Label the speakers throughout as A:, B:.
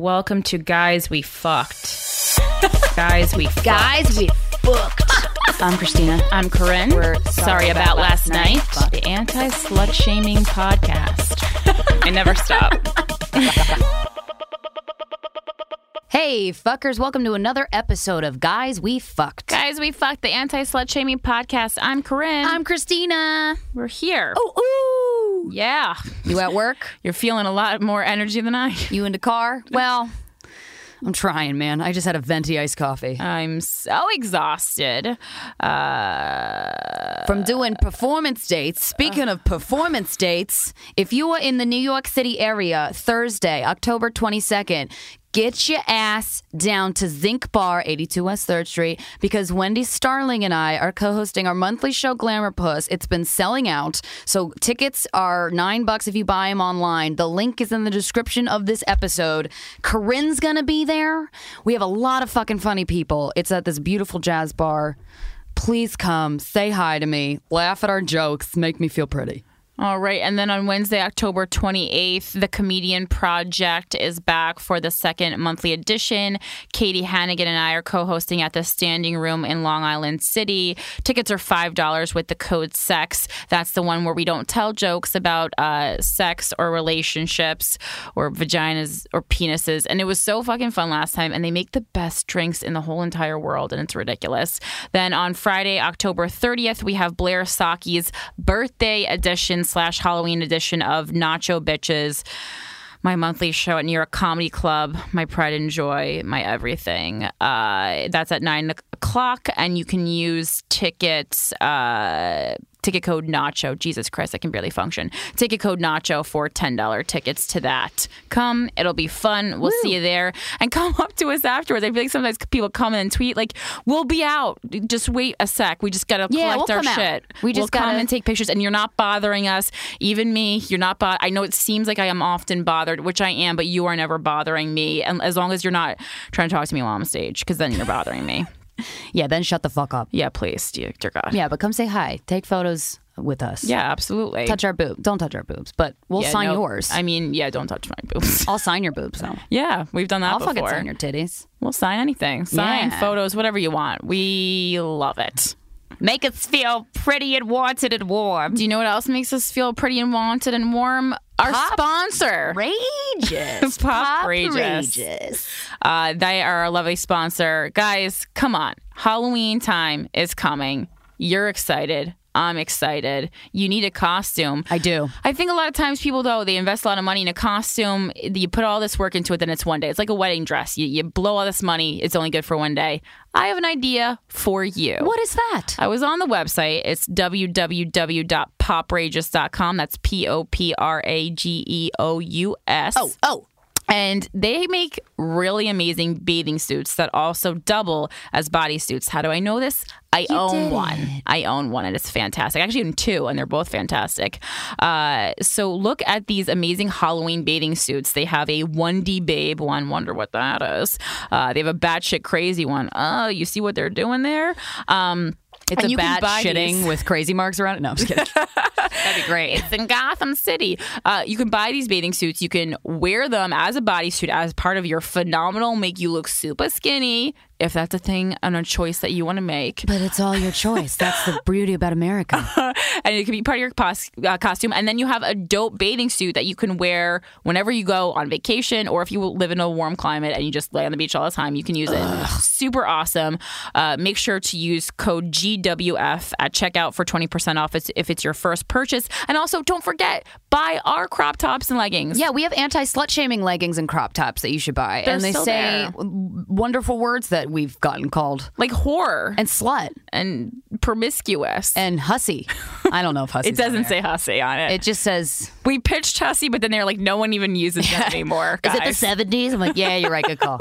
A: Welcome to Guys We Fucked. Guys We Fucked.
B: Guys, we booked. I'm Christina.
A: I'm Corinne.
B: We're
A: sorry, about, last night.
B: Fuck.
A: The anti slut shaming podcast. I never stop.
B: Hey, fuckers, welcome to another episode of Guys We Fucked.
A: Guys We Fucked, the anti slut shaming podcast. I'm Oh. Corinne.
B: I'm Christina.
A: We're here.
B: Ooh, ooh.
A: Yeah.
B: You at work?
A: You're feeling a lot more energy than I.
B: You in the car? Well, I'm trying, man. I just had a venti iced coffee
A: I'm so exhausted. Uh,
B: from doing performance dates. Speaking of performance dates, if you are in the New York City area Thursday, October 22nd, get your ass down to Zinc Bar, 82 West 3rd Street, because Wendy Starling and I are co hosting our monthly show, Glamour Puss. It's been selling out. So tickets are nine bucks if you buy them online. The link is in the description of this episode. Corinne's going to be there. We have a lot of fucking funny people. It's at this beautiful jazz bar. Please come, say hi to me, laugh at our jokes, make me feel pretty.
A: All right. And then on Wednesday, October 28th, the Comedian Project is back for the second monthly edition. Katie Hannigan and I are co hosting at the Standing Room in Long Island City. Tickets are $5 with the code SEX. That's the one where we don't tell jokes about uh, sex or relationships or vaginas or penises. And it was so fucking fun last time. And they make the best drinks in the whole entire world. And it's ridiculous. Then on Friday, October 30th, we have Blair Saki's birthday edition slash Halloween edition of Nacho Bitches, my monthly show at New York Comedy Club, my pride and joy, my everything. Uh, that's at nine o'clock, and you can use tickets. Uh, Ticket code Nacho. Jesus Christ, I can barely function. Ticket code Nacho for $10 tickets to that. Come, it'll be fun. We'll see you there. And come up to us afterwards. I feel like sometimes people come in and tweet, like, we'll be out. Just wait a sec. We just got to
B: Yeah,
A: collect
B: we'll
A: our
B: come out.
A: shit.
B: We just
A: we'll come
B: gotta-
A: and take pictures and you're not bothering us even me you're not bo- i know it seems like i am often bothered which i am but you are never bothering me and as long as you're not trying to talk to me while i'm on stage because then you're bothering me
B: Yeah, then shut the fuck up.
A: yeah please dear, dear god
B: Yeah, but come say hi. Take photos with us.
A: Yeah, absolutely
B: Touch our boob. Don't touch our boobs, but we'll
A: Yeah,
B: sign
A: no,
B: yours.
A: i mean yeah don't touch my boobs
B: I'll sign your boobs though.
A: yeah we've done that
B: I'll
A: before
B: fucking sign your titties.
A: we'll sign anything sign
B: Yeah.
A: photos whatever you want we love it
B: Make us feel pretty and wanted and warm.
A: do you know what else makes us feel pretty and wanted and warm our sponsor
B: Rageous.
A: Pop Rageous. Uh, they are a lovely sponsor. Guys, come on. Halloween time is coming. You're excited. I'm excited. You need a costume.
B: I do.
A: I think a lot of times people though they invest a lot of money in a costume. You put all this work into it, then it's one day. It's like a wedding dress. You, you blow all this money. It's only good for one day. I have an idea for you.
B: What is that?
A: I was on the website. It's www.poprageous.com. That's P O P R A G E O U S.
B: Oh, oh.
A: And they make really amazing bathing suits that also double as bodysuits. How do I know this? I own
B: did
A: one. I own one, and it's fantastic. I actually own two, and they're both fantastic. Uh, so look at these amazing Halloween bathing suits. They have a 1D babe one. Wonder what that is. Uh, they have a batshit crazy one. Oh, you see what they're doing there? Um, it's
B: And
A: a
B: you
A: bat
B: can buy
A: shitting
B: these. with crazy marks around it. No, I'm just kidding. That'd be great.
A: it's in Gotham City. Uh, you can buy these bathing suits. You can wear them as a bodysuit as part of your phenomenal make you look super skinny, if that's a thing and a choice that you want to make.
B: But it's all your choice. That's the beauty about America.
A: And it can be part of your pos- uh, costume. And then you have a dope bathing suit that you can wear whenever you go on vacation or if you live in a warm climate and you just lay on the beach all the time, you can use it. Super awesome. Uh, make sure to use code GWF at checkout for 20% off if- if it's your first purchase. And also, don't forget, buy our crop tops and leggings.
B: Yeah, we have anti slut shaming leggings and crop tops that you should buy.
A: They're
B: and they
A: still
B: say
A: there.
B: w- wonderful words that we've gotten called
A: like horror and,
B: and slut
A: promiscuous.
B: and hussy. I don't know if hussy
A: it doesn't say hussy on it.
B: It just says,
A: We pitched hussy, but then they're like, no one even uses that anymore.
B: is it the
A: guys.
B: 70s? I'm like, yeah, you're right. Good call.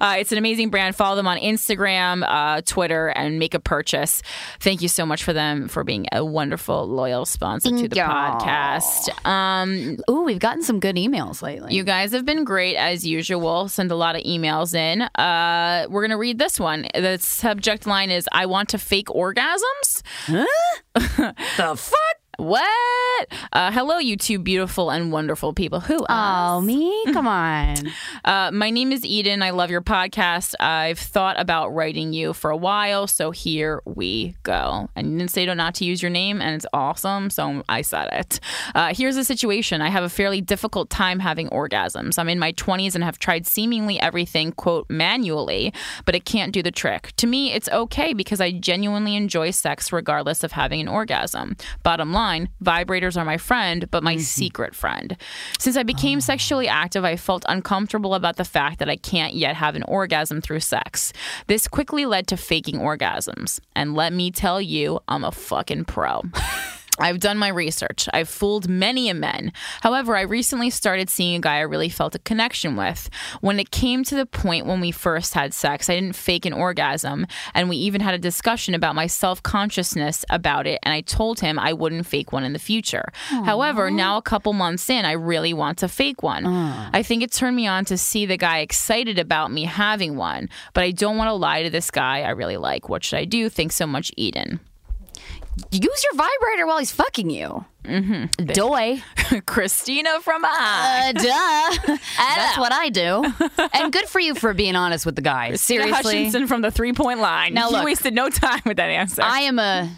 A: Uh, it's an amazing brand. Follow them on Instagram, uh, Twitter, and make a purchase. Thank you so much for them for being a wonderful, loyal sponsor to the
B: Thank y'all.
A: podcast. Um,
B: Ooh, we've gotten some good emails lately.
A: you guys have been great as usual. Send a lot of emails in. Uh, we're gonna read this one. The subject line is "I want to fake orgasms."
B: the fuck?
A: What? Uh, hello, you two beautiful and wonderful people. Who?
B: Oh, me? Come on.
A: Uh, my name is Eden. I love your podcast. I've thought about writing you for a while, so here we go. And you didn't say to- not to use your name, and it's awesome, so I said it. Uh, here's the situation I have a fairly difficult time having orgasms. I'm in my 20s and have tried seemingly everything, quote, manually, but it can't do the trick. To me, it's okay because I genuinely enjoy sex regardless of having an orgasm. Bottom line, vibrators are my friend, but my secret friend. Since I became sexually active, I felt uncomfortable about the fact that I can't yet have an orgasm through sex. This quickly led to faking orgasms. And let me tell you, I'm a fucking pro. I've done my research. I've fooled many a men. However, I recently started seeing a guy I really felt a connection with. When it came to the point when we first had sex, I didn't fake an orgasm, and we even had a discussion about my self consciousness about it, and I told him I wouldn't fake one in the future. However, now a couple months in, I really want to fake one. I think it turned me on to see the guy excited about me having one, but I don't want to lie to this guy I really like. What should I do? Thanks so much, Eden.
B: Use your vibrator while he's fucking you. Mm-hmm. Doy.
A: Christina from Ohio.
B: Uh, duh. That's what I do. And good for you for being honest with the guy. Seriously.
A: Hutchinson from the three point line.
B: Now
A: you
B: look.
A: wasted no time with that answer.
B: I am a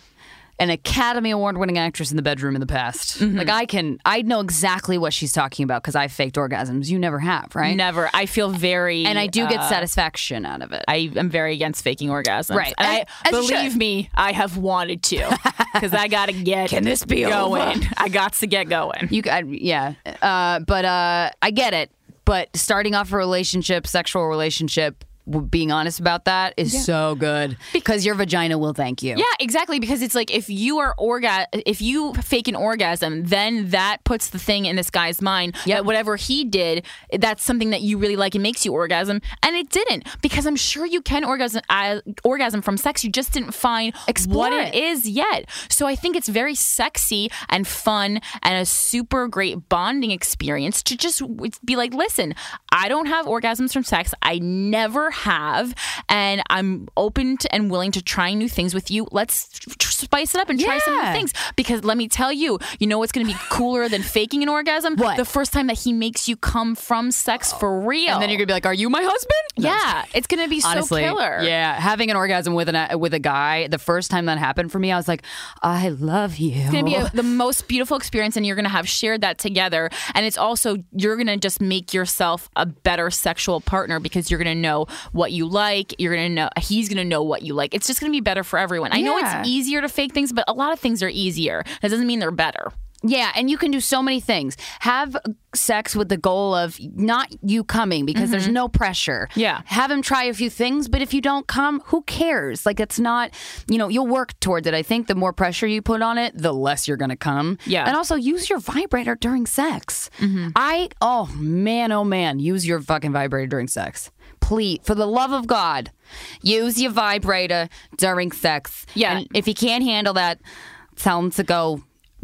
B: an Academy Award winning actress in the bedroom in the past.
A: Mm-hmm.
B: Like I can I know exactly what she's talking about because I faked orgasms. You never have, right?
A: Never. I feel very
B: And I do get
A: uh,
B: satisfaction out of it.
A: I am very against faking orgasms.
B: Right.
A: And
B: As-
A: I,
B: as you
A: believe
B: should.
A: me, I have wanted to because I gotta get. Can
B: this be
A: going?
B: over?
A: I got to get going.
B: You, I, yeah, uh, but uh, I get it. But starting off a relationship, sexual relationship, w- being honest about that is so good because your vagina will thank you.
A: Yeah, exactly. Because it's like if you are orga, if you fake an orgasm, then that puts the thing in this guy's mind that whatever he did, that's something that you really like and makes you orgasm, and it didn't. Because I'm sure you can orgasm uh, orgasm from sex. You just didn't find
B: Explore
A: what it
B: it.
A: is yet. So I think it's very sexy and fun and a super great bonding experience to just w- be like, listen, I don't have orgasms from sex. I never have. And I'm open to and willing to trying new things with you. Let's tr- tr- spice it up and try some new
B: Yeah.
A: things. Because let me tell you, you know what's going to be cooler than faking an orgasm?
B: What?
A: The first time that he makes you come from sex for real.
B: And then you're gonna be like, "Are you my husband?" No.
A: yeah, it's gonna be
B: Honestly,
A: so killer.
B: yeah. Having an orgasm with an with a guy the first time that happened for me, I was like, "I love you." It's
A: going to be a- the most beautiful experience and you're going to have shared that together and it's also you're going to just make yourself a better sexual partner because you're going to know what you like you're going to know he's going to know what you like it's just going to be better for everyone i know
B: Yeah.
A: it's easier to fake things but a lot of things are easier that doesn't mean they're better
B: Yeah, and you can do so many things. Have sex with the goal of not you coming because there's no pressure.
A: Mm-hmm. Yeah.
B: Have him try a few things, but if you don't come, who cares? Like it's not, you know, you'll work towards it. I think the more pressure you put on it, the less you're going to come.
A: Yeah. Mm-hmm.
B: And also use your vibrator during sex. I oh man, oh man, use your fucking vibrator during sex. Please, for the love of God, use your vibrator during sex.
A: Yeah.
B: And if you can't handle that, tell him to go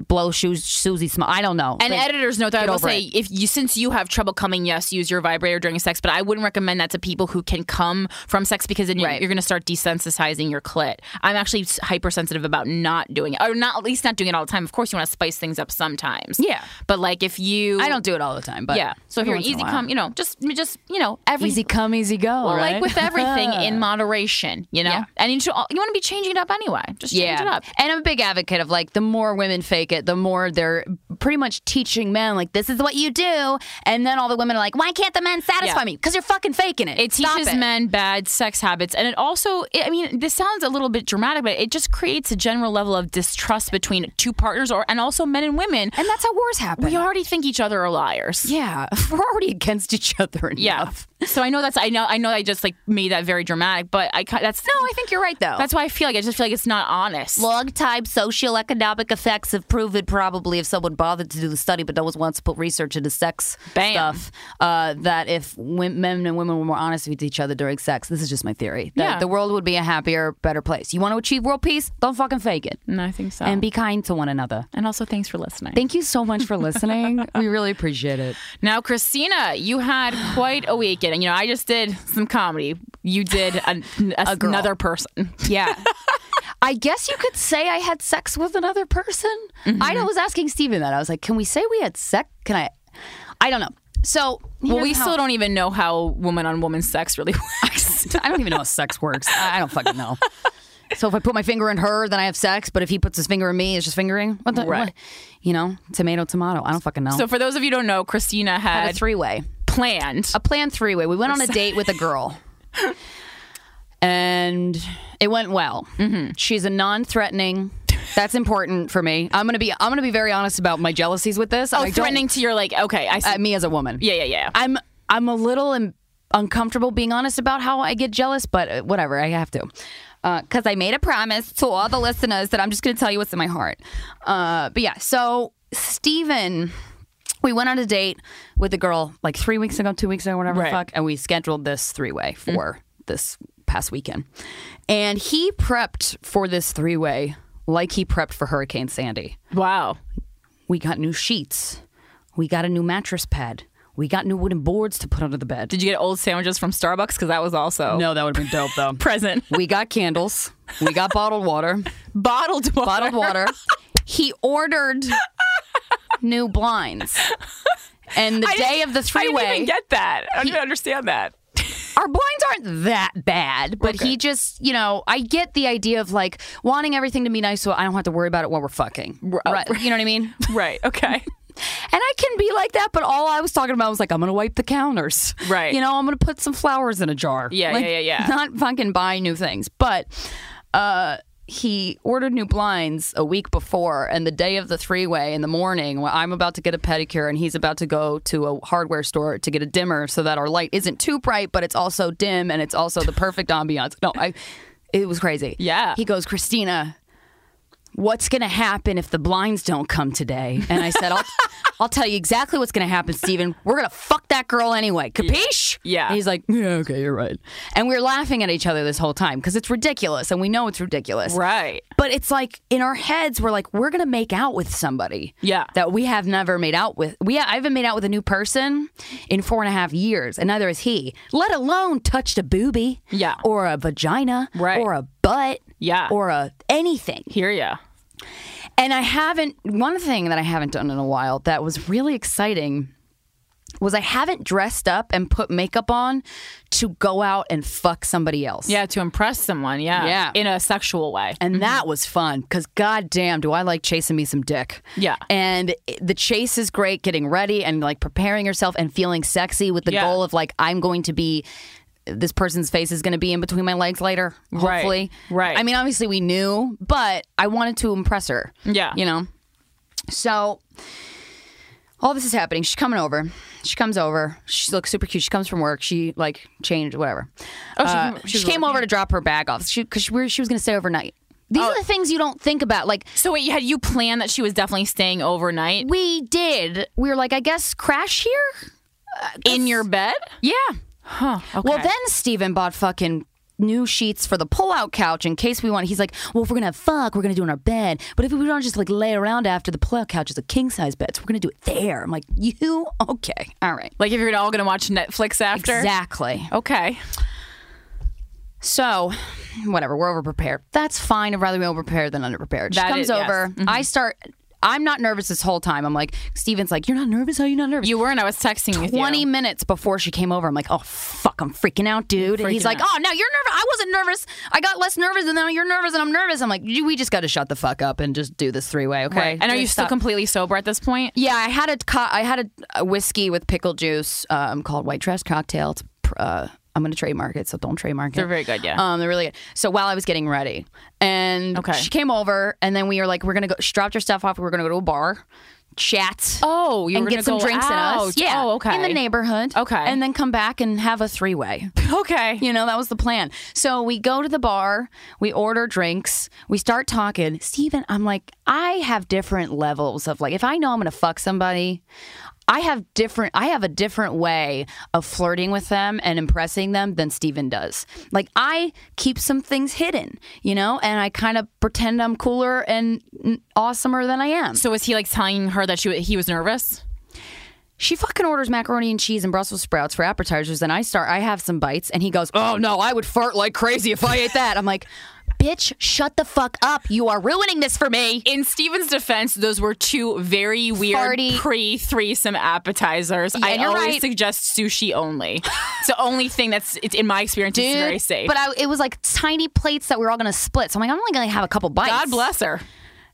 B: blow shoes Susie Smith. I don't know.
A: and
B: Like,
A: editors note that
B: get
A: I will
B: over
A: say
B: it.
A: if you since you have trouble coming, yes, use your vibrator during sex, but I wouldn't recommend that to people who can come from sex because then you-
B: Right.
A: you're going to start desensitizing your clit. I'm actually s- hypersensitive about not doing it, or not at least not doing it all the time. Of course, you want to spice things up sometimes.
B: Yeah.
A: but like if you,
B: I don't do it all the time, but
A: Yeah, so if
B: every
A: you're
B: once in a
A: easy
B: while.
A: come, you know, just just you know, every
B: easy come, easy go.
A: well,
B: right?
A: like with everything in moderation, you know,
B: Yeah.
A: and you, should, you want to be changing it up anyway. Just change it up.
B: And I'm a big advocate of like the more women fake it, the more they're pretty much teaching men like this is what you do, and then all the women are like, why can't the men satisfy
A: Yeah.
B: me? Because you're fucking faking it.
A: It
B: Stop
A: teaches
B: it.
A: men bad sex habits, and it also, I mean, this sounds a little bit dramatic, but it just creates a general level of distrust between two partners, or and also men and women.
B: and that's how wars happen.
A: We already think each other are liars.
B: yeah, we're already against each other. Enough.
A: Yeah. So I know that's I know I know I just like made that very dramatic, but I ca- that's
B: No, I think you're right though.
A: that's why I feel like I just feel like it's not honest.
B: Long-time socioeconomic effects have proven probably if someone bothered to do the study, but no one wants to put research into sex
A: Bam.
B: stuff, uh, that if w- men and women were more honest with each other during sex, this is just my theory, that
A: Yeah.
B: the world would be a happier, better place. You want to achieve world peace? Don't fucking fake it.
A: and I think so.
B: And be kind to one another.
A: and also, thanks for listening.
B: Thank you so much for listening. we really appreciate it.
A: Now, Christina, you had quite a weekend. And, you know, I just did some comedy. You did an,
B: girl.
A: another person.
B: Yeah. I guess you could say I had sex with another person. I know I was asking Steven that. I was like, can we say we had sex? Can I? I don't know. So
A: Well, we still don't even know how woman on woman sex really works.
B: I don't even know how sex works. I I don't fucking know. So if I put my finger in her, then I have sex. But if he puts his finger in me, it's just fingering. What the?
A: Right.
B: What? You know, tomato, tomato. I don't fucking know.
A: so, for those of you who don't know, Christina
B: I
A: had
B: had a three way,
A: planned.
B: a planned three way. We went on a date with a girl, and it went well.
A: Mm-hmm.
B: She's a non threatening. That's important for me. I'm gonna be. I'm gonna be very honest about my jealousies with this.
A: oh, threatening to your like, okay, I see.
B: at me as a woman.
A: yeah, yeah, yeah.
B: I'm I'm a little im- uncomfortable being honest about how I get jealous, but uh, whatever, I have to. Because I made a promise to all the listeners that I'm just going to tell you what's in my heart. Uh, but yeah, so Steven, we went on a date with a girl like three weeks ago, two weeks ago, whatever the
A: Right. Mm-hmm.
B: fuck, and we scheduled this three way for this past weekend. And he prepped for this three way like he prepped for Hurricane Sandy.
A: wow.
B: We got new sheets. We got a new mattress pad. We got new wooden boards to put under the bed.
A: Did you get old sandwiches from Starbucks? Because that was also
B: No, that would have been dope though.
A: present.
B: we got candles. We got bottled water.
A: Bottled water.
B: Bottled water. He ordered new blinds. And the day of the
A: I didn't
B: three-way,
A: even get that. I don't even understand that.
B: our blinds aren't that bad, but he just, you know, I get the idea of like wanting everything to be nice, so I don't have to worry about it while we're fucking. Right. You know what I mean?
A: right. Okay.
B: And I can be like that, but all I was talking about was like, I'm gonna wipe the counters.
A: Right.
B: You know, I'm gonna put some flowers in a jar.
A: Yeah,
B: Like,
A: yeah, yeah, yeah.
B: Not fucking buy new things. But uh he ordered new blinds a week before and the day of the three way in the morning when I'm about to get a pedicure and he's about to go to a hardware store to get a dimmer so that our light isn't too bright, but it's also dim and it's also the perfect ambiance. No, I it was crazy.
A: Yeah.
B: He goes, Christina, what's going to happen if the blinds don't come today? And I said, I'll, I'll tell you exactly what's going to happen, Steven. We're going to fuck that girl anyway. Capiche?
A: Yeah.
B: And he's like, yeah, okay, you're right. And we're laughing at each other this whole time because it's ridiculous and we know it's ridiculous.
A: Right.
B: But it's like in our heads, we're like, we're going to make out with somebody.
A: Yeah.
B: That we have never made out with. We I haven't made out with a new person in four and a half years, and neither is he, let alone touched a boobie.
A: Yeah.
B: Or a vagina.
A: Right.
B: Or a butt.
A: Yeah.
B: Or a anything.
A: Hear ya.
B: And I haven't, one thing that I haven't done in a while that was really exciting was I haven't dressed up and put makeup on to go out and fuck somebody else.
A: Yeah, Mm-hmm. to impress someone. Yeah.
B: Yeah.
A: In a sexual way.
B: And that was fun because goddamn, do I like chasing me some dick.
A: Yeah.
B: And it- the chase is great, getting ready and like preparing yourself and feeling sexy with the
A: Yeah.
B: goal of like, I'm going to be, this person's face is going to be in between my legs later,
A: Right.
B: hopefully.
A: Right.
B: I mean, obviously we knew, but I wanted to impress her.
A: Yeah.
B: You know? So all this is happening. She's coming over. She comes over. She looks super cute. She comes from work. She like changed whatever.
A: Oh, she
B: Uh,
A: came- she
B: she
A: was
B: came over to drop her bag off. She because she, we were- she was going to stay overnight. These
A: Oh.
B: are the things you don't think about. Like
A: So wait, had you planned that she was definitely staying overnight
B: we did. We were like, I guess crash here.
A: in your bed?
B: Yeah.
A: Huh. Okay.
B: Well, then Steven bought fucking new sheets for the pull-out couch in case we want. He's like, well, if we're gonna have fuck, we're gonna do it in our bed. But if we don't just like lay around after the pull-out couch is a king-size bed, so we're gonna do it there. I'm like, you okay? All right.
A: like if you're all gonna watch Netflix after.
B: Exactly.
A: Okay.
B: So, whatever, we're overprepared. That's fine. I'd rather be overprepared than underprepared. She
A: That
B: comes
A: is- yes. Mm-hmm.
B: over. I start. I'm not nervous this whole time. I'm like, Steven's like, you're not nervous? How are you not nervous?
A: You weren't. I was texting with you.
B: 20 minutes before she came over, I'm like, oh, fuck, I'm freaking out, dude. and he's
A: freaking
B: like,
A: out.
B: oh, now you're nervous. I wasn't nervous. I got less nervous, and now you're nervous, and I'm nervous. I'm like, "You- we just got to shut the fuck up and just do this three way, okay?
A: Right. And are you
B: Just
A: still
B: stop."
A: completely sober at this point?
B: Yeah, I had a co- I had a- a whiskey with pickle juice um, called White Trash Cocktail. It's, pr- uh, I'm going to trademark it, so don't trademark it.
A: They're very good, yeah.
B: Um, they're really good. So while I was getting ready, and
A: Okay.
B: she came over, and then we were like, we're going to go. She dropped her stuff off. We were going to go to a bar, chat.
A: Oh, you
B: and
A: were
B: get
A: gonna
B: some
A: go
B: drinks in us.
A: out.
B: Yeah.
A: Oh, okay.
B: In the neighborhood.
A: Okay.
B: And then come back and have a three way.
A: Okay.
B: You know, that was the plan. So we go to the bar, we order drinks, we start talking. Steven, I'm like, I have different levels of like, if I know I'm gonna fuck somebody, I have different I have a different way of flirting with them and impressing them than Steven does. Like I keep some things hidden, you know, and I kind of pretend I'm cooler and mm, awesomer than I am.
A: So was he like telling her that she he was nervous?
B: she fucking orders macaroni and cheese and Brussels sprouts for appetizers, and I start. I have some bites, and he goes, "Oh no, I would fart like crazy if I ate that." I'm like, bitch, shut the fuck up. You are ruining this for me.
A: In Steven's defense, those were two very weird
B: Farty.
A: pre threesome appetizers. I
B: you're
A: always
B: right.
A: suggest sushi only. it's the only thing that's it's in my experience it's very safe.
B: But I, it was like tiny plates that we were all gonna split. So I'm like, I'm only gonna have a couple bites.
A: God bless her.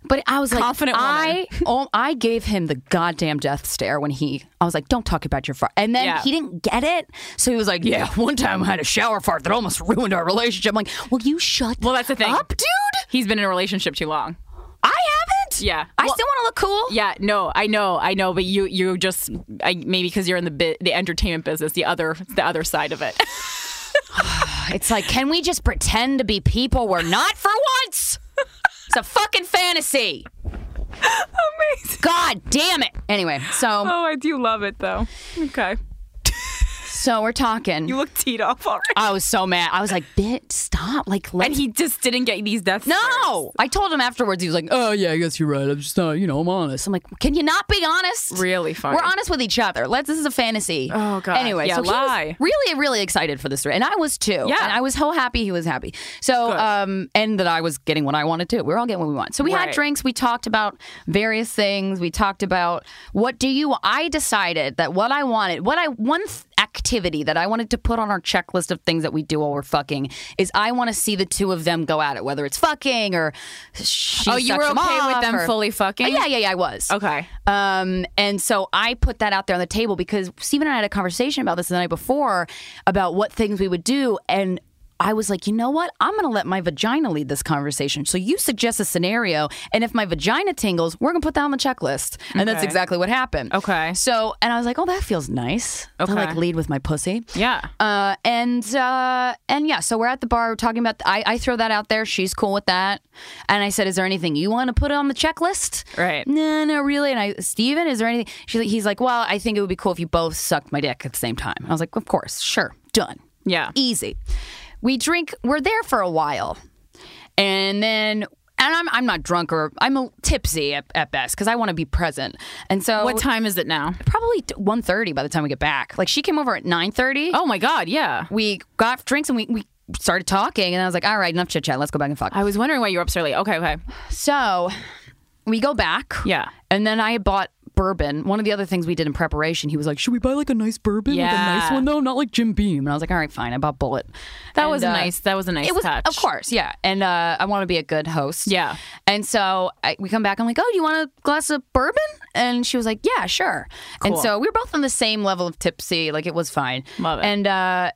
B: But I was
A: Confident
B: like,
A: woman.
B: I, oh, I gave him the goddamn death stare when he. I was like, don't talk about your fart. And then
A: Yeah.
B: he didn't get it, so he was like, yeah, one time I had a shower fart that almost ruined our relationship. I'm like, well, you shut.
A: Well, that's the thing.
B: up, dude.
A: He's been in a relationship too long.
B: I haven't.
A: Yeah.
B: I
A: Well-
B: still want to look cool.
A: Yeah, no, I know, I know, but you you just I, maybe because you're in the bit, the entertainment business, the other the other side of it.
B: It's like, can we just pretend to be people we're not for once? It's a fucking fantasy.
A: Amazing.
B: God damn it. Anyway, so
A: Oh, I do love it though. Okay,
B: so we're talking.
A: look teed off already.
B: I was so mad. I was like, "Bitch, stop!" Like, let
A: And he just didn't get these deaths.
B: No, I told him afterwards. He was like, "Oh yeah, I guess you're right. I'm just not, you know, I'm honest." I'm like, "Can you not be honest?
A: Really funny.
B: We're honest with each other. Let's. This is a fantasy."
A: Oh, God.
B: Anyway,
A: Yeah,
B: so he was
A: lie.
B: really, really excited for this story, and I was too.
A: Yeah.
B: and I was so happy he was happy. So, um, and that I was getting what I wanted too. We were all getting what we want. So we
A: Right.
B: had drinks. We talked about various things. We talked about what do you? I decided that what I wanted, what I one th- activity that I wanted to put on our checklist of things that we do while we're fucking is I want to see the two of them go at it, whether it's fucking or she
A: Oh, you
B: sucks
A: were
B: him
A: okay with
B: off
A: them
B: or-
A: fully fucking?
B: Yeah, yeah, yeah. I was.
A: Okay.
B: Um, and so I put that out there on the table because Stephen and I had a conversation about this the night before about what things we would do. And I was like, you know what? I'm going to let my vagina lead this conversation. So you suggest a scenario. And if my vagina tingles, we're going to put that on the checklist. And that's
A: Okay.
B: exactly what happened.
A: Okay.
B: So, and I was like, oh, that feels nice. Okay.
A: Okay.
B: To like lead with my pussy.
A: Yeah.
B: Uh, and uh, and yeah, so we're at the bar we're talking about. I, I throw that out there. She's cool with that. And I said, "Is there anything you want to put on the checklist?"
A: Right.
B: No, no, really. And I, Steven, is there anything? She's like, he's like, "Well, I think it would be cool if you both sucked my dick at the same time." I was like, "Of course, sure, done."
A: Yeah.
B: easy. We drink. We're there for a while, and then. And I'm, I'm not drunk or I'm a tipsy at, at best because I want to be present. And so
A: What time is it now?
B: probably 1.30 by the time we get back. Like she came over at 9.30
A: Oh my God. Yeah.
B: we got drinks and we, we started talking and i was like all right enough chit chat let's go back and fuck
A: I was wondering why you were up so early. Okay. Okay.
B: so we go back
A: Yeah.
B: and then i had bought bourbon one of the other things we did in preparation he was like should we buy like a nice bourbon like a
A: Yeah.
B: nice one though not like jim beam and i was like all right fine i bought bullet
A: That
B: And,
A: was
B: uh,
A: nice. That was a nice
B: it was
A: touch.
B: of course yeah and uh, i want to be a good host
A: Yeah.
B: and so I, we come back i'm like oh you want a glass of bourbon and she was like yeah sure and
A: Cool.
B: so we were both on the same level of tipsy like it was fine
A: Love it.
B: and uh,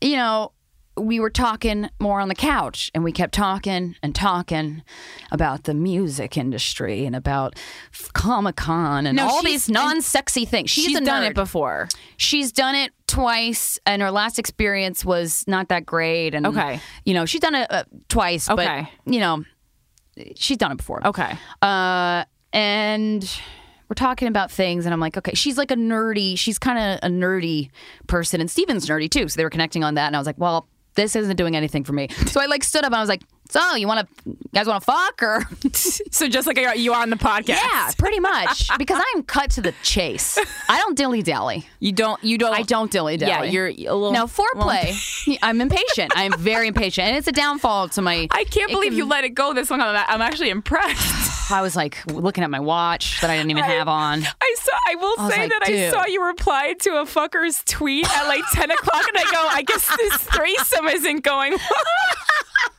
B: you know, we were talking more on the couch and we kept talking and talking about the music industry and about Comic Con and
A: No,
B: all
A: she's-
B: these non sexy things. She's,
A: She's
B: a
A: done
B: nerd.
A: it before.
B: She's done it twice, and her last experience was not that great. And
A: Okay.
B: you know, she's done it uh, twice,
A: Okay.
B: but you know, she's done it before.
A: Okay.
B: Uh, and we're talking about things, and I'm like, okay, she's like a nerdy, she's kind of a nerdy person, and Steven's nerdy too. So they were connecting on that, and I was like, well, this isn't doing anything for me. So I like stood up and I was like, so you want to, guys want to fuck or?
A: So just like you are on the podcast.
B: yeah, pretty much, because I'm cut to the chase. I don't dilly dally.
A: You don't. You don't.
B: I don't dilly dally.
A: Yeah. You're a little.
B: now
A: well,
B: foreplay. I'm impatient. I'm very impatient, and it's a downfall to my.
A: I can't
B: it
A: believe
B: can-
A: you let it go this long. I'm I'm actually impressed.
B: I was like looking at my watch that I didn't even have on.
A: I saw. I will
B: was
A: say
B: like,
A: that I
B: dude.
A: saw you replied to a fucker's tweet at like 10 o'clock, and I go, I guess this threesome isn't going. well."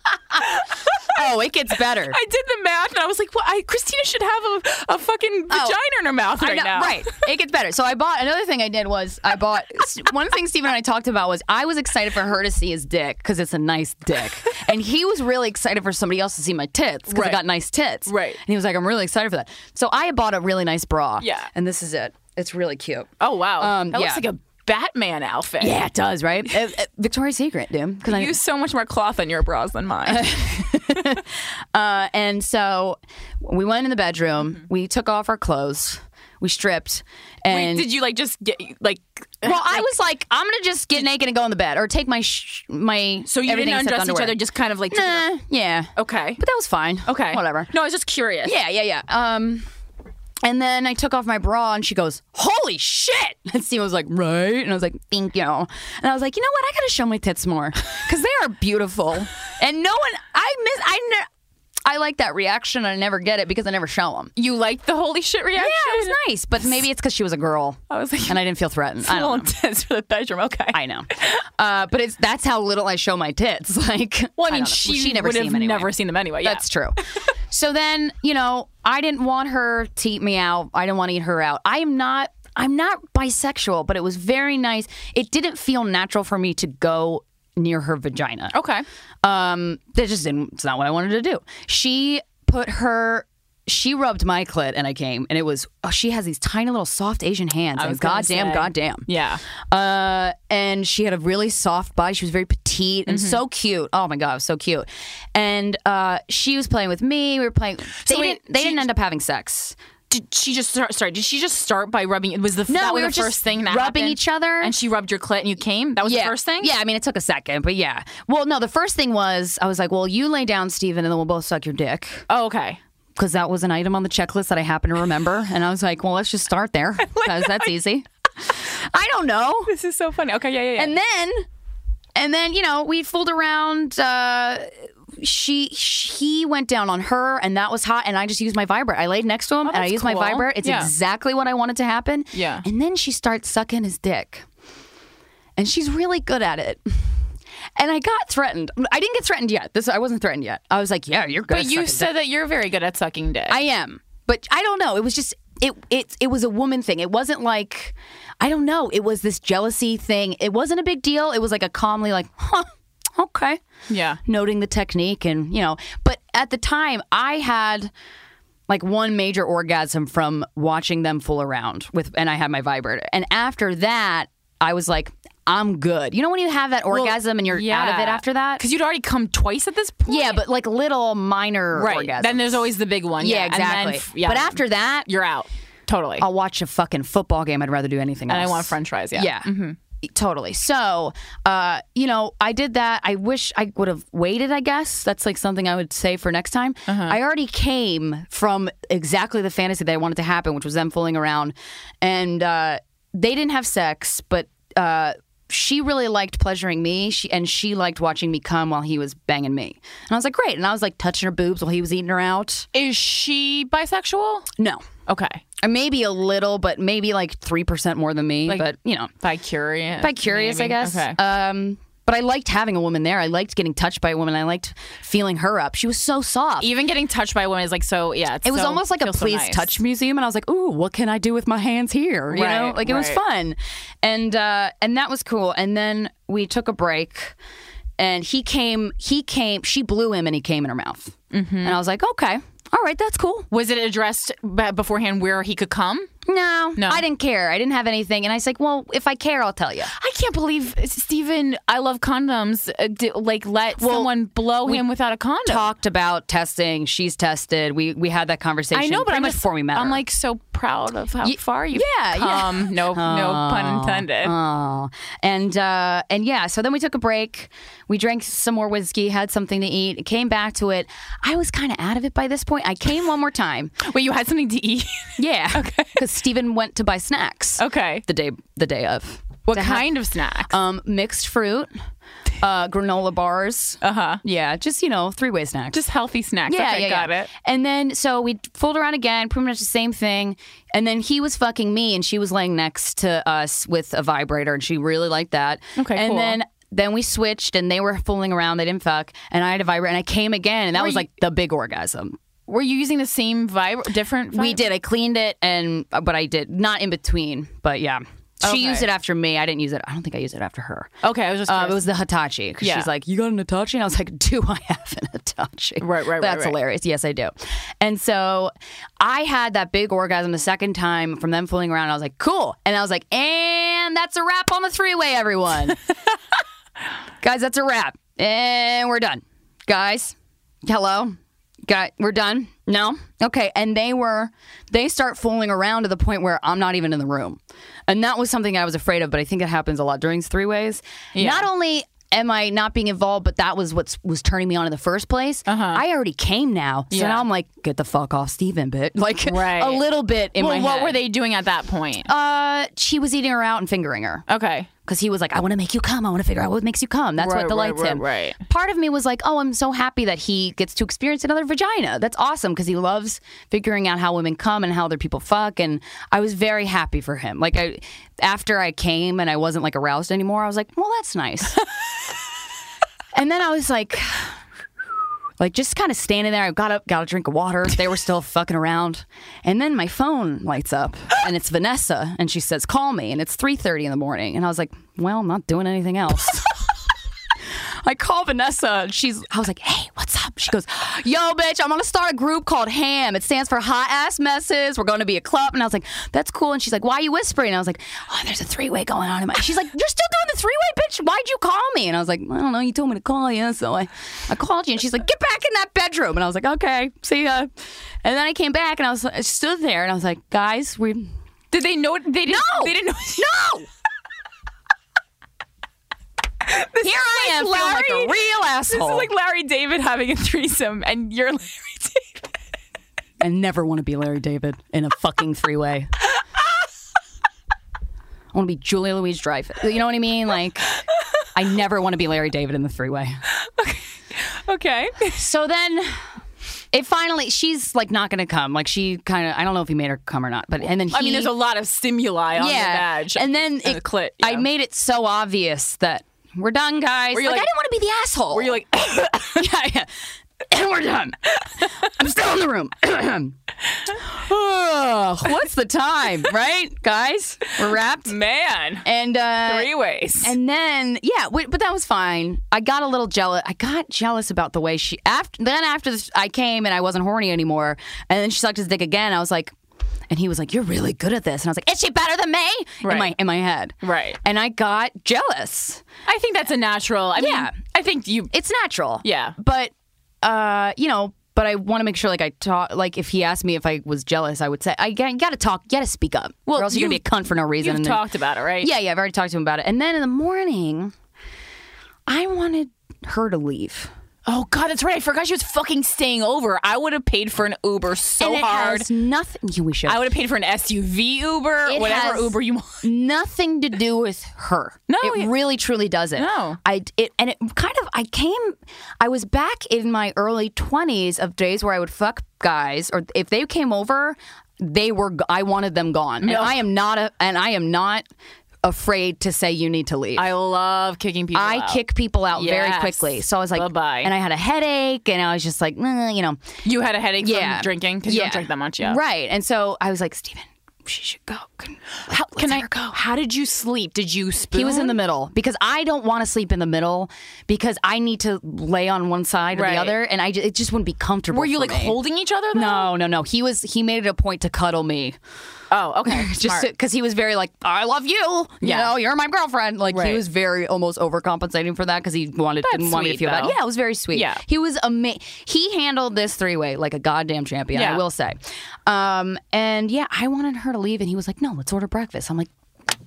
B: Oh, it gets better.
A: I did the math, and I was like, well, I, Christina should have a, a fucking vagina in her mouth right
B: Oh, I know-
A: now.
B: Right. It gets better. So I bought another thing I did was I bought one thing Steven and I talked about was I was excited for her to see his dick because it's a nice dick. And he was really excited for somebody else to see my tits because
A: Right.
B: I got nice tits.
A: Right.
B: And he was like, I'm really excited for that. So I bought a really nice bra.
A: Yeah.
B: And this is it. It's really cute.
A: Oh wow,
B: Um,
A: that
B: yeah.
A: looks like a Batman outfit.
B: Yeah, it does, right? Uh, uh, Victoria's Secret, dude. Because I
A: You use so much more cloth on your bras than mine.
B: Uh, and so we went in the bedroom.
A: Mm-hmm.
B: We took off our clothes. We stripped. And
A: Did you like just get like?
B: Well, I was like, I'm gonna just get naked and go in the bed, or take my sh- my.
A: So you
B: everything
A: didn't
B: except
A: undress each
B: underwear.
A: other, just kind of like. took it off?
B: Nah, yeah.
A: Okay.
B: But that was fine.
A: Okay.
B: Whatever.
A: No, I was just curious.
B: Yeah, yeah, yeah. Um, and then I took off my bra, and she goes, "Holy shit!" And Steve was like, "Right?" And I was like, "Thank you." And I was like, "You know what? I gotta show my tits more because they are beautiful." and no one, I I miss. I ne- I like that reaction. I never get it because I never show them.
A: You liked the holy shit reaction?
B: Yeah, it was nice, but maybe it's because she was a girl.
A: I was like,
B: and I didn't feel threatened. I
A: a little
B: don't know.
A: intense for the bedroom. Okay.
B: I know, uh, but it's that's how little I show my tits. Like,
A: well, I
B: don't
A: mean,
B: know.
A: she,
B: never
A: would
B: seen
A: have
B: them anyway.
A: never seen them anyway. Yeah.
B: That's true. so then, you know, I didn't want her to eat me out. I didn't want to eat her out. I am not. I'm not bisexual, but it was very nice. It didn't feel natural for me to go near her vagina.
A: okay.
B: Um, that just didn't. It's not what I wanted to do. She put her. She rubbed my clit, and I came, and it was. Oh, she has these tiny little soft Asian hands. and
A: was gonna
B: goddamn,
A: say.
B: goddamn.
A: Yeah.
B: Uh, and she had a really soft body. She was very petite and so cute. Oh my god, it was so cute. And uh, she was playing with me. We were playing. They,
A: wait,
B: didn't, they
A: she-
B: didn't end up having sex.
A: Did she just start? Sorry, did she just start by rubbing? It was the
B: No,
A: that
B: we
A: was
B: were
A: the
B: just
A: first thing that
B: rubbing
A: happened?
B: each other.
A: and she rubbed your clit and you came. That was
B: yeah.
A: the first thing.
B: Yeah, I mean, it took a second, but yeah. Well, no, the first thing was I was like, well, you lay down, Steven, and then we'll both suck your dick.
A: Oh, okay.
B: Because that was an item on the checklist that I happen to remember. and I was like, well, let's just start there because that's easy. I don't know.
A: This is so funny. Okay. Yeah. Yeah. yeah.
B: and then and then you know we fooled around uh she he went down on her and that was hot and i just used my vibrate i laid next to him and i
A: Oh, that's
B: used
A: cool.
B: my vibrate it's
A: Yeah.
B: exactly what i wanted to happen
A: Yeah.
B: and then she starts sucking his dick and she's really good at it and i got threatened i didn't get threatened yet this i wasn't threatened yet i was like yeah you're good
A: but you said that you're very good at sucking dick.
B: I am, but I don't know. It was just it it it was a woman thing. It wasn't like I don't know. It was this jealousy thing. It wasn't a big deal. It was like a calmly like, huh, okay,
A: yeah.
B: noting the technique and you know. But at the time, I had like one major orgasm from watching them fool around with, and I had my vibrator. And after that, I was like. I'm good. You know when you have that orgasm and you're out of it after that?
A: Because you'd already come twice at this point.
B: Yeah, but like little minor
A: Right.
B: orgasms.
A: Then there's always the big one.
B: yeah,
A: And then
B: exactly.
A: f- yeah,
B: but after that,
A: you're out. Totally.
B: I'll watch a fucking football game. I'd rather do anything
A: and I
B: else.
A: want French fries. Yeah. Mm-hmm.
B: Yeah. Mm-hmm. Totally. So, uh, you know, I did that. I wish I would have waited, I guess. That's like something I would say for next time.
A: Uh-huh.
B: I already came from exactly the fantasy that I wanted to happen, which was them fooling around. And uh, they didn't have sex, but uh, she really liked pleasuring me. She, and she liked watching me come while he was banging me. And I was like, great. And I was like touching her boobs while he was eating her out.
A: Is she bisexual?
B: No.
A: Okay.
B: Or Uh, Maybe a little, but maybe like 3% more than me. but, you know,
A: By curious.
B: by curious, I guess.
A: Okay.
B: Um, but I liked having a woman there. I liked getting touched by a woman. I liked feeling her up. She was so soft.
A: Even getting touched by a woman is like so. Yeah. It's
B: it was
A: so-
B: almost like a
A: feels so
B: please
A: nice.
B: touch museum, and I was like, "Ooh, what can I do with my hands here?" You know,
A: Right,
B: like it was
A: right.
B: fun, and uh, and that was cool. And then we took a break, and he came. He came. She blew him, and he came in her mouth.
A: Mm-hmm.
B: And I was like, "Okay, all right, that's cool."
A: Was it addressed be- beforehand where he could come?
B: No, no, I didn't care. I didn't have anything, and I was like, "Well, if I care, I'll tell you."
A: I can't believe Stephen. I love condoms. Uh, di- like let someone blow him without a condom.
B: talked about testing. She's tested. We we had that conversation.
A: I know, but
B: pretty
A: I'm
B: much
A: just-
B: before we met.
A: I'm
B: her.
A: like so proud of how far you.
B: yeah, yeah.
A: come. No, no pun intended.
B: oh, and uh, and yeah. So then we took a break. We drank some more whiskey, had something to eat, came back to it. I was kind of out of it by this point. I came one more time.
A: Wait, you had something to eat?
B: Yeah, okay. Because Stephen went to buy snacks.
A: okay.
B: The day the day of.
A: What
B: To have-
A: kind of snack?
B: um, mixed fruit, uh, granola bars.
A: Oh.
B: Uh huh. Yeah, just you know, three way snacks.
A: Uh-huh. Just healthy snacks.
B: Yeah,
A: okay,
B: yeah,
A: got
B: yeah.
A: it.
B: And then so we fooled around again, pretty much the same thing. And then he was fucking me, and she was laying next to us with a vibrator, and she really liked that.
A: Okay,
B: and
A: cool.
B: then. Then we switched and they were fooling around. They didn't fuck. And I had a vibrator and I came again. And that was
A: you-
B: like the big orgasm.
A: Were you using the same vibe, different?
B: We
A: vib-
B: did. I cleaned it and, but I did not in between. But yeah. She
A: Okay.
B: used it after me. I didn't use it. I don't think I used it after her.
A: Okay, I was just.
B: Um,
A: curious.
B: it was the Hitachi. 'cause
A: Yeah.
B: She's like, You got an Hitachi? And I was like, Do I have an Hitachi?
A: Right, right, right,
B: That's
A: right.
B: hilarious. Yes, I do. And so I had that big orgasm the second time from them fooling around. I was like, Cool. And I was like, And that's a wrap on the three way, everyone. Guys, that's a wrap. And we're done. Guys, hello. Got we're done. No? Okay. And they were they start fooling around to the point where I'm not even in the room. And that was something I was afraid of, but I think it happens a lot during three ways. Not only am I not being involved, but that was what was turning me on in the first place. I already came now. So
A: Yeah.
B: now I'm like, get the fuck off Steven, bitch. Like
A: Right.
B: a little bit in
A: Well,
B: my
A: what
B: head.
A: were they doing at that point?
B: Uh she was eating her out and fingering her.
A: okay.
B: because he was like, I want to make you come. I want to figure out what makes you come. That's
A: Right,
B: what delights
A: right,
B: him.
A: right, right.
B: Part of me was like, oh, I'm so happy that he gets to experience another vagina. That's awesome because he loves figuring out how women come and how other people fuck. And I was very happy for him. Like, I, after I came and I wasn't like aroused anymore, I was like, well, that's nice. and then I was like, like just kind of standing there. I got up, got a drink of water. They were still fucking around, and then my phone lights up, and it's Vanessa, and she says, "Call me," and it's three thirty in the morning, and I was like, "Well, I'm not doing anything else." I call Vanessa. and She's. I was like, "Hey, what's up?" She goes, "Yo, bitch, I'm gonna start a group called Ham. It stands for Hot Ass Messes. We're gonna be a club." And I was like, "That's cool." And she's like, "Why are you whispering?" And I was like, "Oh, there's a three way going on." In my-. She's like, "You're still doing the three way, bitch. Why'd you call me?" And I was like, "I don't know. You told me to call you, so I, I called you." And she's like, "Get back in that bedroom." And I was like, "Okay, see ya." And then I came back and I was I stood there and I was like, "Guys, we."
A: Did they know? They didn't,
B: No!
A: They didn't know.
B: No. Here I am,
A: like
B: feeling like a
A: Larry.
B: real
A: This
B: asshole.
A: is like Larry David having a threesome, and you're Larry David.
B: I never want to be Larry David in a fucking three way. I want to be Julia Louise Dreyfus. You know what I mean? Like, I never want to be Larry David in the three way.
A: Okay.
B: So then. It finally, she's like not gonna come. Like she kind of, I don't know if he made her come or not, but and then he,
A: I mean, there's a lot of stimuli on
B: yeah,
A: the badge,
B: and then
A: the clit.
B: I
A: yeah.
B: made it so obvious that we're done, guys.
A: you
B: like, I
A: like-
B: didn't want to be the asshole.
A: Were you like?
B: yeah, yeah. And we're done. I'm still in the room. Ugh, What's the time, right, guys? We're wrapped.
A: Man,
B: And uh,
A: three ways.
B: and then yeah, wait, but that was fine. I got a little jealous. I got jealous about the way she after then after this, I came and I wasn't horny anymore. And then she sucked his dick again. I was like, and he was like, "You're really good at this." And I was like, "Is she better than me?"
A: Right.
B: In my in my head.
A: Right.
B: And I got jealous.
A: I think that's a natural. I
B: Yeah.
A: mean, I think you.
B: It's natural.
A: Yeah.
B: But uh, you know, but I want to make sure like I talk like if he asked me if I was jealous, I would say I got to talk, you got to speak up. Well, or else you're going
A: you've-
B: to be a cunt for no reason.
A: You've
B: and then-
A: talked about it, right?
B: yeah, yeah, I've already talked to him about it. And then in the morning, I wanted her to leave.
A: Oh God, that's right. I forgot she was fucking staying over. I would have paid for an Uber so
B: and it
A: hard.
B: has nothing you wish
A: I would have paid for an SUV Uber,
B: It
A: whatever
B: has-
A: Uber you want.
B: nothing to do with her.
A: No,
B: it
A: it-
B: really truly doesn't.
A: No.
B: I it and it kind of I came I was back in my early 20s of days where I would fuck guys or if they came over they were g- I wanted them gone. And I am not a and I am not afraid to say you need to leave.
A: I love kicking people.
B: I
A: out.
B: kick people out very
A: Yes.
B: quickly. So I was like
A: Bye-bye.
B: and I had a headache and I was just like, "Nah," you know.
A: You had a headache
B: Yeah.
A: from drinking because you don't drink that much. Yeah.
B: Right. And so I was like, "Steven, she should go." Can-
A: How, can I? How did you sleep? Did you spoon?
B: He was in the middle because I don't want to sleep in the middle because I need to lay on one side or
A: Right.
B: the other, and I ju- it just wouldn't be comfortable.
A: Were you
B: for
A: like
B: me.
A: holding each other? Though?
B: No, no, no. He was. He made it a point to cuddle me,
A: Oh, okay.
B: just because he was very like, "I love you."
A: Yeah.
B: You know, you're my girlfriend. Like
A: Right.
B: he was very almost overcompensating for that because he wanted didn't want me to
A: sweet,
B: feel bad.
A: though.
B: Yeah, it was very sweet.
A: Yeah.
B: he was amazing. He handled this three way like a goddamn champion.
A: Yeah.
B: I will say. Um, and yeah, I wanted her to leave, and he was like, "No, let's order breakfast." I'm like.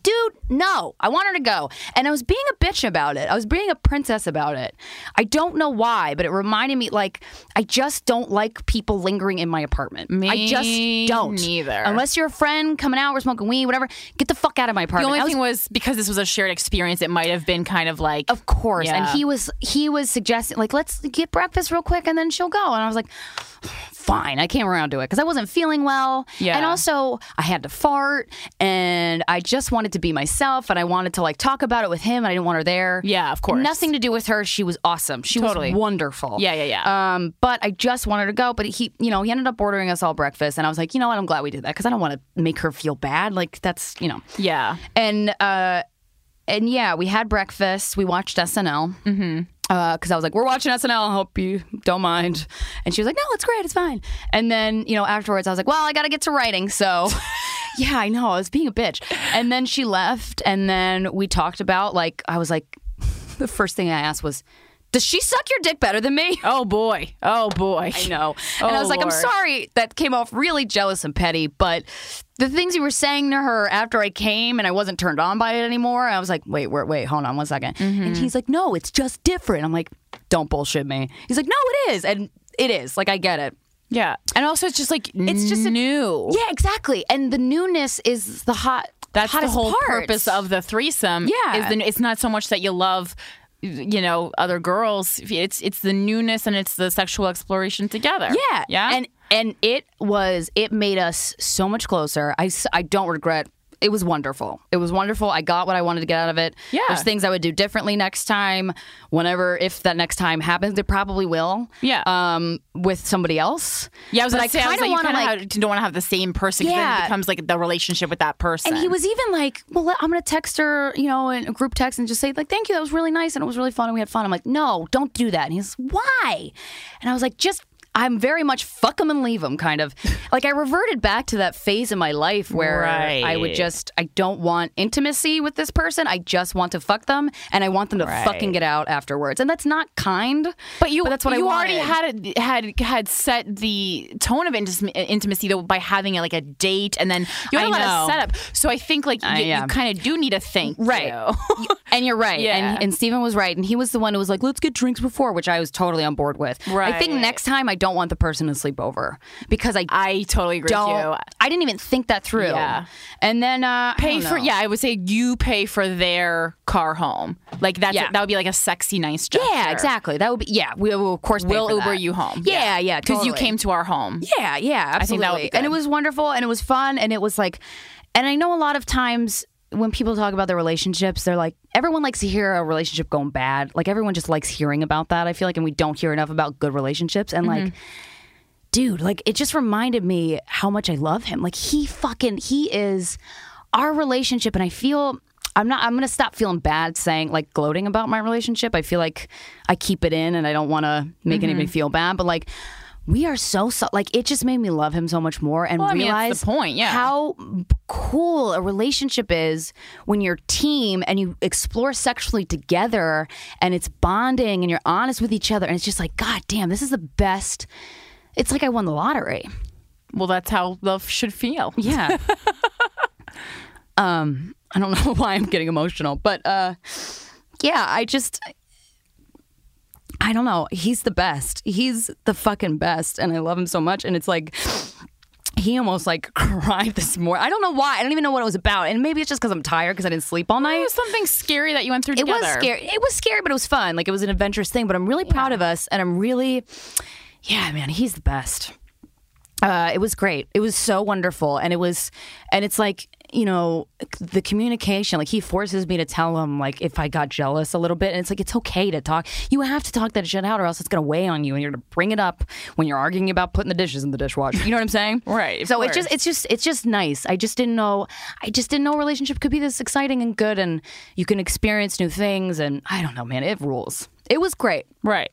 B: Dude, no, I want her to go. And I was being a bitch about it. I was being a princess about it. I don't know why, but it reminded me like, I just don't like people lingering in my apartment. I
A: Me
B: just don't.
A: neither.
B: Unless you're a friend coming out, we're smoking weed, whatever, get the fuck out of my
A: the
B: apartment.
A: only
B: I was
A: thing was because this was a shared experience. It might have been kind of like.
B: of course.
A: Yeah.
B: And he was he was suggesting like let's get breakfast real quick and then she'll go. And I was like, fine. I came around to it because I wasn't feeling well.
A: Yeah.
B: And also I had to fart and I just wanted to be myself and I wanted to like talk about it with him and I didn't want her there.
A: Yeah, of course.
B: Nothing to do with her. She was awesome. She
A: Totally.
B: was wonderful.
A: Yeah, yeah, yeah.
B: Um, but I just wanted to go. But he, you know, he ended up ordering us all breakfast, and I was like, you know what? I'm glad we did that because I don't want to make her feel bad. Like that's, you know
A: Yeah.
B: and uh, and yeah, we had breakfast. We watched SNL. Mm-hmm. Because I was like, we're watching SNL. I hope you don't mind. And she was like, no, it's great. It's fine. And then, you know, afterwards, I was like, well, I got to get to writing. So, yeah, I know. I was being a bitch. And then she left. And then we talked about, like, I was like, the first thing I asked was, does she suck your dick better than me?
A: Oh boy. Oh boy. I
B: No. and I was like, I'm sorry. That came off really jealous and petty, but the things you were saying to her after I came and I wasn't turned on by it anymore, I was like, wait, wait, wait, hold on one second. And he's like, no, it's just different. I'm like, don't bullshit me. He's like, no, it is. And it is. Like, I get it.
A: Yeah. And also, it's just like
B: It's just a-
A: new.
B: Yeah, exactly. And the newness is the hot
A: That's the
B: hottest
A: whole
B: parts.
A: purpose of the threesome.
B: Yeah.
A: is the, it's not so much that you love, you know, other girls. It's it's the newness and it's the sexual exploration together.
B: Yeah.
A: yeah.
B: And and it was it made us so much closer. I s- I don't regret. It was wonderful. It was wonderful. I got what I wanted to get out of it.
A: Yeah.
B: There's things I would do differently next time. Whenever if that next time happens, it probably will.
A: Yeah.
B: Um, with somebody else.
A: yeah, I was
B: But
A: gonna say, I was
B: kinda
A: like, you
B: wanna,
A: kind of don't want to have the same person. 'cause then
B: Yeah.
A: it becomes like the relationship with that person.
B: And he was even like, "Well, let- I'm gonna text her, you know, in a group text, and just say like, thank you, that was really nice, and it was really fun, and we had fun." I'm like, "No, don't do that." And he's, "Why?" And I was like, "Just." I'm very much fuck him and leave him kind of. Like I reverted back to that phase in my life where I would
A: Right.
B: just I don't want intimacy with this person. I just want to fuck them and I want them to fucking get out afterwards. And that's not kind.
A: But you,
B: that's what
A: you
B: I
A: already
B: wanted.
A: had it- had had set the tone of intis- intimacy though by having like a date and then you had a
B: I
A: lot
B: know.
A: of setup. So I think like you,
B: yeah.
A: kind of do need to think,
B: Right.
A: too.
B: And you're right.
A: Yeah.
B: And, and Steven was right. And he was the one who was like, let's get drinks before, which I was totally on board with. I think
A: Right.
B: next time I don't want the person to sleep over because I,
A: I totally agree with
B: don't.
A: you.
B: I didn't even think that through.
A: Yeah.
B: And then uh, I
A: Pay
B: don't
A: for
B: know.
A: yeah, I would say you pay for their car home. Like that's
B: Yeah.
A: that would be like a sexy nice gesture.
B: Yeah, exactly. That would be, yeah, we will, of course, pay
A: We'll
B: for
A: Uber
B: that.
A: you home.
B: Yeah, yeah,
A: Because you
B: totally.
A: came to our home.
B: Yeah, yeah, absolutely.
A: Mm-hmm. think that would be
B: And it
A: good.
B: was wonderful and it was fun and it was like and I know a lot of times when people talk about their relationships, they're like everyone likes to hear a relationship going bad. Like everyone just likes hearing about that. I feel like and we don't hear enough about good relationships and
A: Mm-hmm.
B: like dude, like it just reminded me how much I love him. Like he fucking he is our relationship and I feel I'm not I'm going to stop feeling bad saying like gloating about my relationship. I feel like I keep it in and I don't want to make anybody
A: Mm-hmm.
B: feel bad, but like we are so, so like it just made me love him so much more and
A: Well, I mean,
B: realize
A: it's the point, yeah.
B: how cool a relationship is when you're a team and you explore sexually together and it's bonding and you're honest with each other and it's just like god damn this is the best it's like I won the lottery.
A: Well, that's how love should feel.
B: Yeah. um, I don't know why I'm getting emotional, but uh, yeah, I just, I don't know. He's the best. He's the fucking best, and I love him so much. And it's like. He almost like cried this morning. I don't know why. I don't even know what it was about. And maybe it's just because I'm tired because I didn't sleep all
A: It
B: night.
A: was something scary that you went through
B: It
A: together.
B: was scary. It was scary, but it was fun. Like it was an adventurous thing. But I'm really proud of us, and I'm really, yeah, man, he's the best. Uh, it was great. It was so wonderful, and it was, and it's like you know the communication. Like he forces me to tell him like if I got jealous a little bit, and it's like it's okay to talk. You have to talk that shit out, or else it's gonna weigh on you, and you're gonna bring it up when you're arguing about putting the dishes in the dishwasher. You know what I'm saying?
A: Right, of
B: So it just
A: course.
B: it's just it's just nice. I just didn't know I just didn't know a relationship could be this exciting and good and you can experience new things and I don't know, man, it rules. It was great.
A: Right.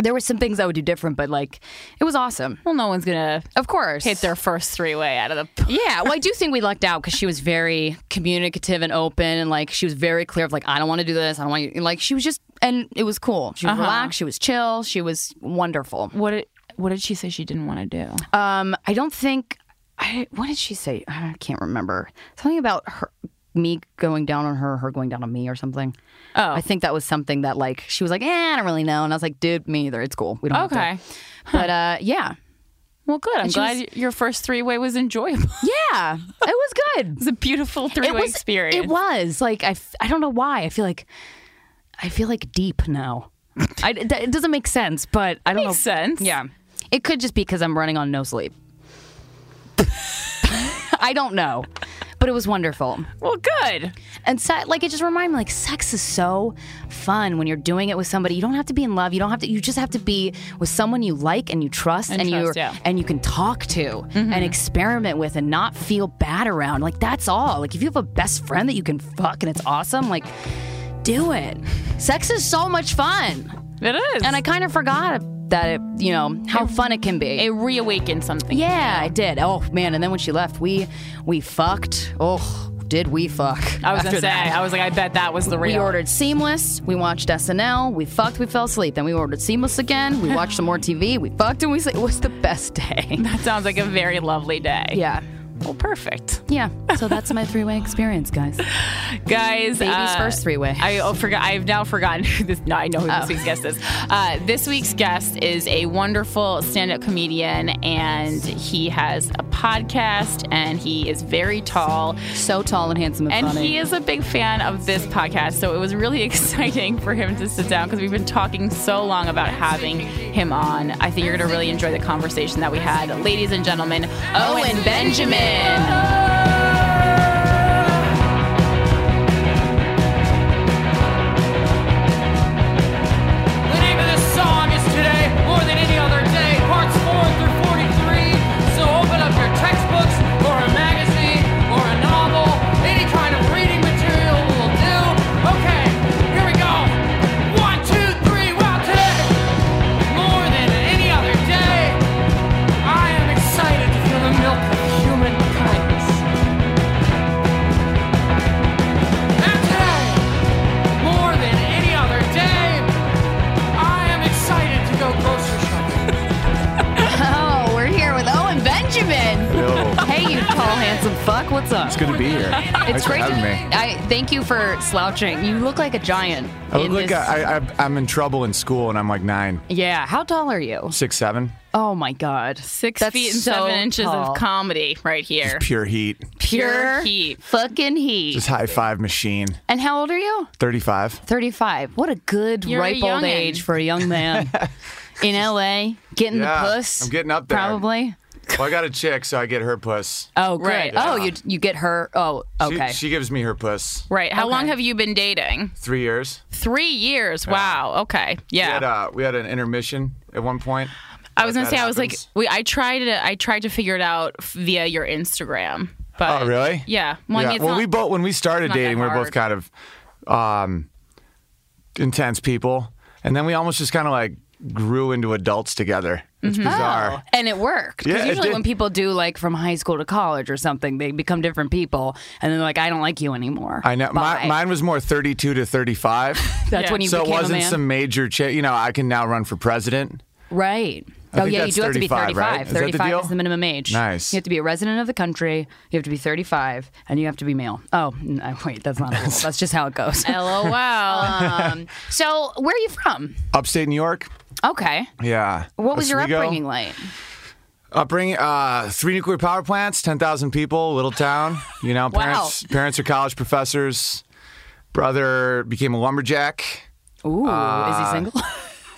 B: There were some things I would do different, but like it was awesome.
A: Well, no one's gonna
B: Of course.
A: hit their first three way out of the
B: yeah, well, I do think we lucked out because she was very communicative and open, and like she was very clear of like I don't want to do this, I don't want you. and, Like she was just, and it was cool. She was
A: Uh-huh.
B: relaxed, she was chill, she was wonderful.
A: what did, what did she say she didn't want to do?
B: Um, I don't think. I, what did she say? I can't remember. Something about her, me going down on her, her going down on me, or something.
A: Oh.
B: I think that was something that like she was like, eh, I don't really know, and I was like, dude, me either. It's cool. We don't. have to."
A: Okay.
B: But uh, yeah,
A: Well, good. I'm
B: she
A: glad your first three way was enjoyable. it
B: yeah, it was good.
A: was a beautiful three
B: it
A: way
B: was
A: experience.
B: It was like I, f- I don't know why. I feel like I feel like deep now. I, that, it doesn't make sense, but I don't
A: Makes
B: know.
A: sense.
B: Yeah, it could just be because I'm running on no sleep. I don't know, but it was wonderful.
A: Well, good.
B: And se- like it just reminded me, like sex is so fun when you're doing it with somebody. You don't have to be in love. You don't have to. You just have to be with someone you like and you trust, and, you
A: trust, yeah. Mm-hmm.
B: and you can talk to and experiment with and not feel bad around. Like that's all. Like if you have a best friend that you can fuck and it's awesome, like do it. Sex is so much fun,
A: It is.
B: and I kind of forgot that it, you know how fun it can be.
A: it reawakened something.
B: yeah, I did. Oh man, and then when she left, we we fucked. Oh, did we fuck?
A: I was gonna
B: after
A: say.
B: that.
A: I was like, I bet that was the real.
B: We ordered Seamless. We watched SNL. We fucked. We fell asleep. Then we ordered Seamless again. We watched some more TV. We fucked and we slept. It was the best day.
A: That sounds like a very lovely day.
B: Yeah.
A: Well, perfect,
B: Yeah. So that's my three way experience, guys. Baby's
A: guys. uh,
B: first three way.
A: I oh, forgot. I've now forgotten who this. No, I know who
B: Oh.
A: this week's guest is. Uh, this week's guest is a wonderful stand-up comedian, and he has a podcast, and he is very tall.
B: So tall and handsome and,
A: And
B: funny.
A: he is a big fan of this podcast, so it was really exciting for him to sit down because we've been talking so long about having him on. I think you're going to really enjoy the conversation that we had. Ladies and gentlemen, Owen Benjamin.
C: The name of this song is Today More Than Any Other Day, parts 4 through 43. So open up your textbooks or a magazine or a novel. Any kind of reading material will do. Okay, here we go. One, two, three. Wow, today, more than any other day, I am excited to feel the milk of human kindness. And today, more than any other day, I am excited to go grocery shopping.
B: oh, we're here with Owen Benjamin.
D: Yo,
B: hey, you tall, handsome fuck. What's up?
D: it's good to be here. Thanks
B: It's great
D: for
B: to
D: having me.
B: I thank you for slouching. You look like a giant.
D: I look
B: in
D: like
B: this-
D: I, I, I'm in trouble in school, and I'm like nine,
B: yeah. How tall are you?
D: six, seven.
B: Oh my god,
A: Six
B: That's
A: feet and
B: so
A: seven inches
B: tall.
A: of comedy right here.
D: Pure heat,
A: pure heat.
B: fucking heat.
D: just high five machine.
B: and how old are you?
D: Thirty-five.
B: 35. What a good
A: You're a
B: ripe old
A: young'un.
B: age for a young man. In LA, getting
D: Yeah,
B: the puss.
D: I'm getting up there.
B: Probably.
D: Well, I got a chick, so I get her puss.
B: Oh,
A: Right.
B: great. Oh, you you get her. Oh,
D: She,
B: okay.
D: she gives me her puss.
A: Right. How
B: Okay.
A: long have you been dating?
D: Three years.
A: Three years. Wow. Okay.
D: We
A: Yeah.
D: had, uh, we had an intermission at one point.
A: I was
D: That
A: gonna say I was like
D: happens.
A: we. I tried to. I tried to figure it out f- via your Instagram. But
D: Oh, really?
A: Yeah. Well,
D: yeah.
A: it's
D: Well,
A: not-
D: we both when we started
A: not that
D: dating, we were both kind of um, intense people, and then we almost just kind of like grew into adults together. It's bizarre.
B: Oh, and it worked. Because
D: Yeah, it
B: usually
D: did.
B: when people do like from high school to college or something, they become different people, and they're like, "I don't like you anymore."
D: I know.
B: Bye.
D: My, mine was more 32 to 35.
B: That's
A: Yeah.
B: when you
D: so it
B: became a
D: wasn't
B: man.
D: some major change. You know, I can now run for president.
B: Right.
D: I
B: oh
D: think
B: yeah, you
D: that's
B: do have to be
D: 35,
B: 35.
D: right? Is that the
B: 35
D: deal?
B: is the minimum age.
D: Nice.
B: You have to be a resident of the country. You have to be 35, and you have to be male. Oh, no, wait, that's not. A rule. that's just how it goes.
A: LOL.
B: um, so, where are you from?
D: Upstate New York.
B: Okay.
D: Yeah.
B: What was your
D: Oswego.
B: upbringing like?
D: Upbringing, uh, three nuclear power plants, 10,000 people, little town. You know, parents, parents are college professors. Brother became a lumberjack.
B: Ooh, is
D: Uh,
B: he single?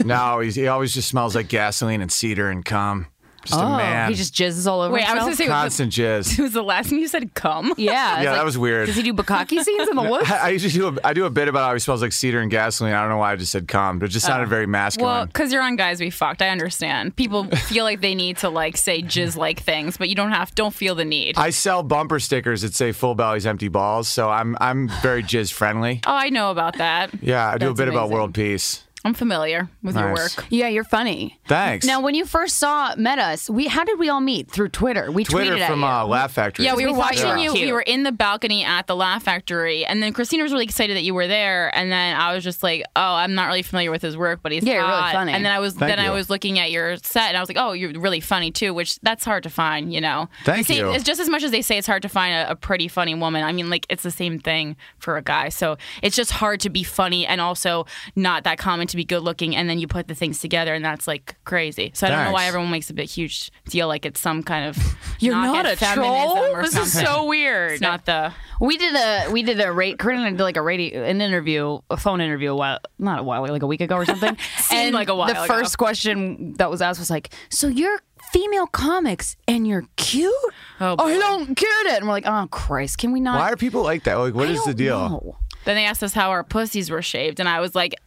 D: Now he's, he always just smells like gasoline and cedar and cum. Just a man.
B: Oh, he just jizzes all over
A: Wait, I was
B: himself.
A: gonna say was the,
D: constant jizz.
A: it was the last thing you said. Come.
B: yeah. it's
D: Yeah,
B: like-
D: that was weird.
B: Does he do bukkake scenes in the woods?
D: I, I usually do a, I do a bit about how he smells like cedar and gasoline. I don't know why I just said cum, but it just sounded very masculine.
A: Oh. Well, because you're on guys we fucked. I understand. People feel like they need to like say jizz like things, but you don't have. Don't feel the need.
D: I sell bumper stickers that say "full bellies, empty balls," so I'm I'm very jizz friendly.
A: oh, I know about that.
D: Yeah, I do a
B: That's
D: bit about
B: amazing.
D: world peace.
A: I'm familiar with your
D: Nice.
A: work.
B: yeah, you're funny.
D: Thanks.
B: Now, when you first saw met us, we how did we all meet through Twitter? We
D: Twitter
B: tweeted
D: from
B: at you.
D: uh, Laugh Factory.
A: Yeah, we were
B: we thought you
A: watching
B: were
A: you.
B: cute.
A: We were in the balcony at the Laugh Factory, and then Christina was really excited that you were there. And then I was just like, "Oh, I'm not really familiar with his work, but he's
B: Yeah, you're really
A: hot."
B: funny.
A: And then I was
D: Thank
A: then I
D: you.
A: was looking at your set, and I was like, "Oh, you're really funny too," which that's hard to find, you know.
D: Thank
A: They say-
D: you.
A: It's just as much as they say it's hard to find a, a pretty funny woman. I mean, like it's the same thing for a guy. So it's just hard to be funny and also not that common to be good looking. And then you put the things together, and that's like crazy. So I don't know why
D: Thanks.
A: everyone makes a big huge deal like it's some kind of
B: You're
A: knock
B: not
A: at
B: a
A: feminism
B: troll?
A: or
B: This is
A: something.
B: so weird.
A: It's not the
B: We did a we did a rate Corinne and I did like a radio an interview a phone interview a while not a while ago, like a week ago or something
A: Seemed like a while
B: the
A: ago.
B: first question that was asked was like so you're female comics and you're cute
A: Oh,
B: I
A: boy.
B: don't get it and we're like oh Christ can we not
D: Why are people like that? Like, what
B: I
D: is the
B: don't
D: deal?
B: know."
A: Then they asked us how our pussies were shaved, and I was like,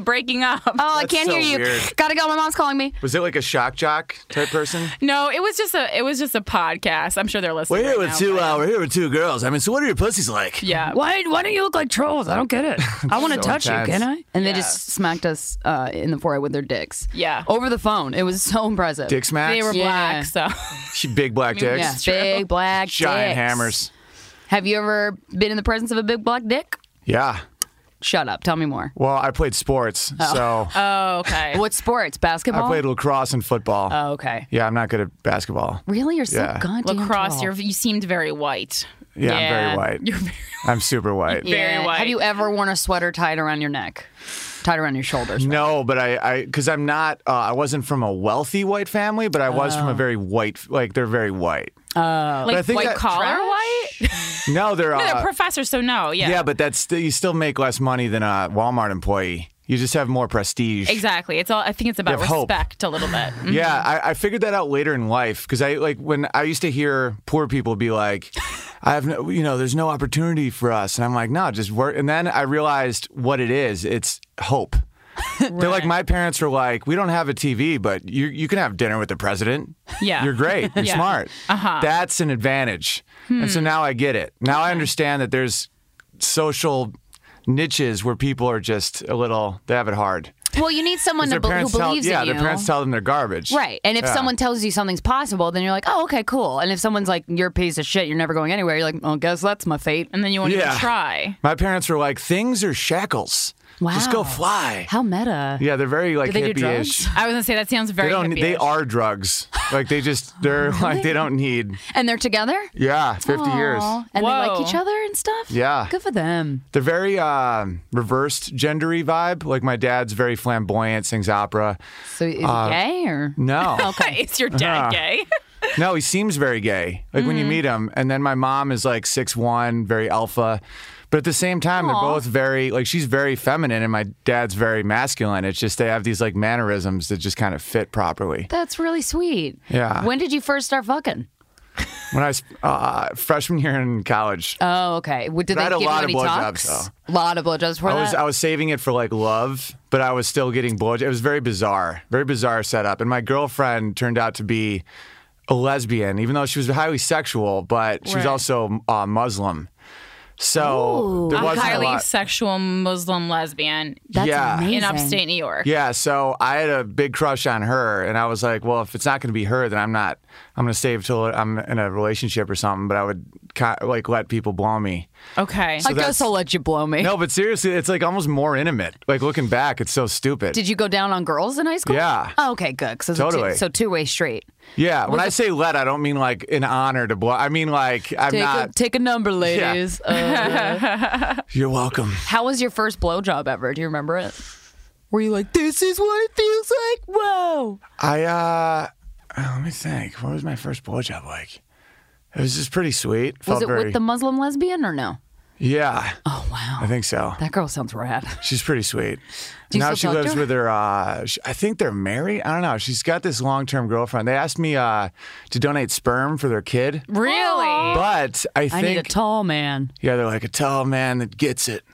A: breaking up.
B: oh I
D: That's
B: can't
D: so
B: hear you
D: weird.
B: gotta go my mom's calling me
D: Was it like a shock jock type person?
A: No, it was just a it was just a podcast. I'm sure they're listening. right now, but- um,
D: we're here with two girls. I mean, so what are your pussies like?
A: Yeah.
B: Uh, why why don't you look like trolls I don't get it I want to
D: so
B: touch you
D: intense.
B: can I and they
A: Yeah.
B: just smacked us uh, in the forehead with their dicks
A: Yeah.
B: over the phone it was so impressive
D: Dick smacks.
A: They were
B: Yeah.
A: black, so
D: She- big black dicks.
B: yeah
A: It's true.
B: big black
D: Giant
B: dicks.
D: hammers.
B: Have you ever been in the presence of a big black dick?
D: Yeah.
B: Shut up. Tell me more.
D: Well, I played sports, so
A: oh, okay.
B: What sports? Basketball?
D: I played lacrosse and
A: uh,
D: football.
B: oh, okay.
D: yeah, I'm not good at basketball.
B: Really? You're so
D: Yeah.
B: goddamn
A: Lacrosse,
B: tall.
A: you're, you seemed very white.
D: Yeah, I'm very white.
A: You're very,
D: I'm super white.
A: very white.
B: Have you ever worn a sweater tied around your neck? tied around your shoulders.
D: No, but I, I, because I'm not, uh, I wasn't from a wealthy white family, but I was from a very white, like they're very white. I
A: like
D: think
A: white
D: that-
A: collar
D: Trash?
A: white.
D: No, they're,
A: No,
D: uh,
A: they're professors, so no. Yeah.
D: yeah, but that's still, you still make less money than a Walmart employee. You just have more prestige.
A: Exactly. It's all. I think it's about
D: have hope.
A: respect a little bit.
B: Mm-hmm.
A: Mhm.
D: Yeah, I, I figured that out later in life because I like when I used to hear poor people be like, "I have no, you know, there's no opportunity for us," and I'm like, "No, just work." And then I realized what it is. It's hope. They're like my parents were like, "We don't have a TV, but you you can have dinner with the president.
A: Yeah.
D: you're great. You're
A: Yeah.
D: smart. Uh-huh. That's an advantage." And
B: Hmm.
D: so now I get it. Now I understand that there's social niches where people are just a little they have it hard.
B: Well, you need someone to
D: Their
B: be- who
D: parents tell,
B: believes
D: yeah,
B: in you.
D: their parents tell them they're garbage.
B: Right. And if
D: Yeah.
B: someone tells you something's possible, then you're like, oh, okay, cool. And if someone's like, you're a piece of shit, you're never going anywhere, you're like, well, guess that's my fate.
A: And then you won't
D: Yeah.
A: even try.
D: My parents were like, things are shackles. Just
B: Wow.
D: go fly.
B: How meta.
D: Yeah, they're very like
B: they do
D: hippie-ish.
A: I was gonna say that sounds very.
D: They don't. They
A: hippie-ish.
D: are drugs. Like they just. They're like they don't need.
B: And they're together?
D: Yeah, fifty years.
B: Oh, Aw. And they like
A: Whoa.
B: each other and stuff?
D: Yeah.
B: Good for them.
D: They're very um, reversed gendery vibe. Like my dad's very flamboyant, sings opera.
B: So is
D: Uh,
B: he gay or?
D: No,
A: Is your
D: Uh-huh.
A: dad gay?
D: no, he seems very gay. Like
A: Mm.
D: when you meet him, and then my mom is like six one, very alpha. But at the same time, they're both very like she's very feminine, and my dad's very masculine. It's just they have these like mannerisms that just kind of fit properly.
B: That's really sweet.
D: Yeah.
B: When did you first start fucking?
D: When I was uh, freshman year in college,
A: Uh,
B: Oh, okay. Well, Did
D: I
B: they
D: had a
B: give
D: lot
B: you
D: of
B: any
D: blowjobs,
B: talks? lot of blowjobs for
D: I
B: that.
D: was I was saving it for like love, but I was still getting blowjobs. It was very bizarre, very bizarre setup. And my girlfriend turned out to be a lesbian, even though she was highly sexual, but she was
A: Right.
D: also uh, Muslim. So there
A: I'm
D: wasn't a
A: highly
D: lot.
A: sexual Muslim lesbian
B: That's
D: yeah.
B: amazing.
A: in upstate New York.
D: Yeah, so I had a big crush on her, and I was like, well, if it's not going to be her, then I'm not. I'm going to save till I'm in a relationship or something. But I would ki- like let people blow me.
A: Okay.
B: I guess
D: that's-
B: I'll let you blow me.
D: No, but seriously, it's like almost more intimate. Like looking back, it's so stupid.
B: Did you go down on girls in high school?
D: Yeah.
B: Oh, okay, good. So
D: Totally.
B: Two, so two way street.
D: yeah, when I say let, I don't mean like an honor to blow. I mean like I'm
B: Take
D: not.
B: a take a number, ladies. Uh, yeah.
D: You're welcome.
B: How was your first blowjob ever? Do you remember it? Were you like, this is what it feels like? Whoa!
D: I uh, let me think. What was my first blowjob like? It was just pretty sweet.
B: Was
D: Felt
B: it
D: very,
B: with the Muslim lesbian or no?
D: Yeah,
B: Oh wow,
D: I think so.
B: that girl sounds rad.
D: She's pretty sweet.
B: Do you still
D: now she
B: talk to
D: lives
B: her?
D: with her. Uh, sh I think they're married. I don't know. She's got this long-term girlfriend. They asked me uh, to donate sperm for their kid,
A: Really?
D: but I think
B: I need a tall man.
D: Yeah, they're like a tall man that gets it.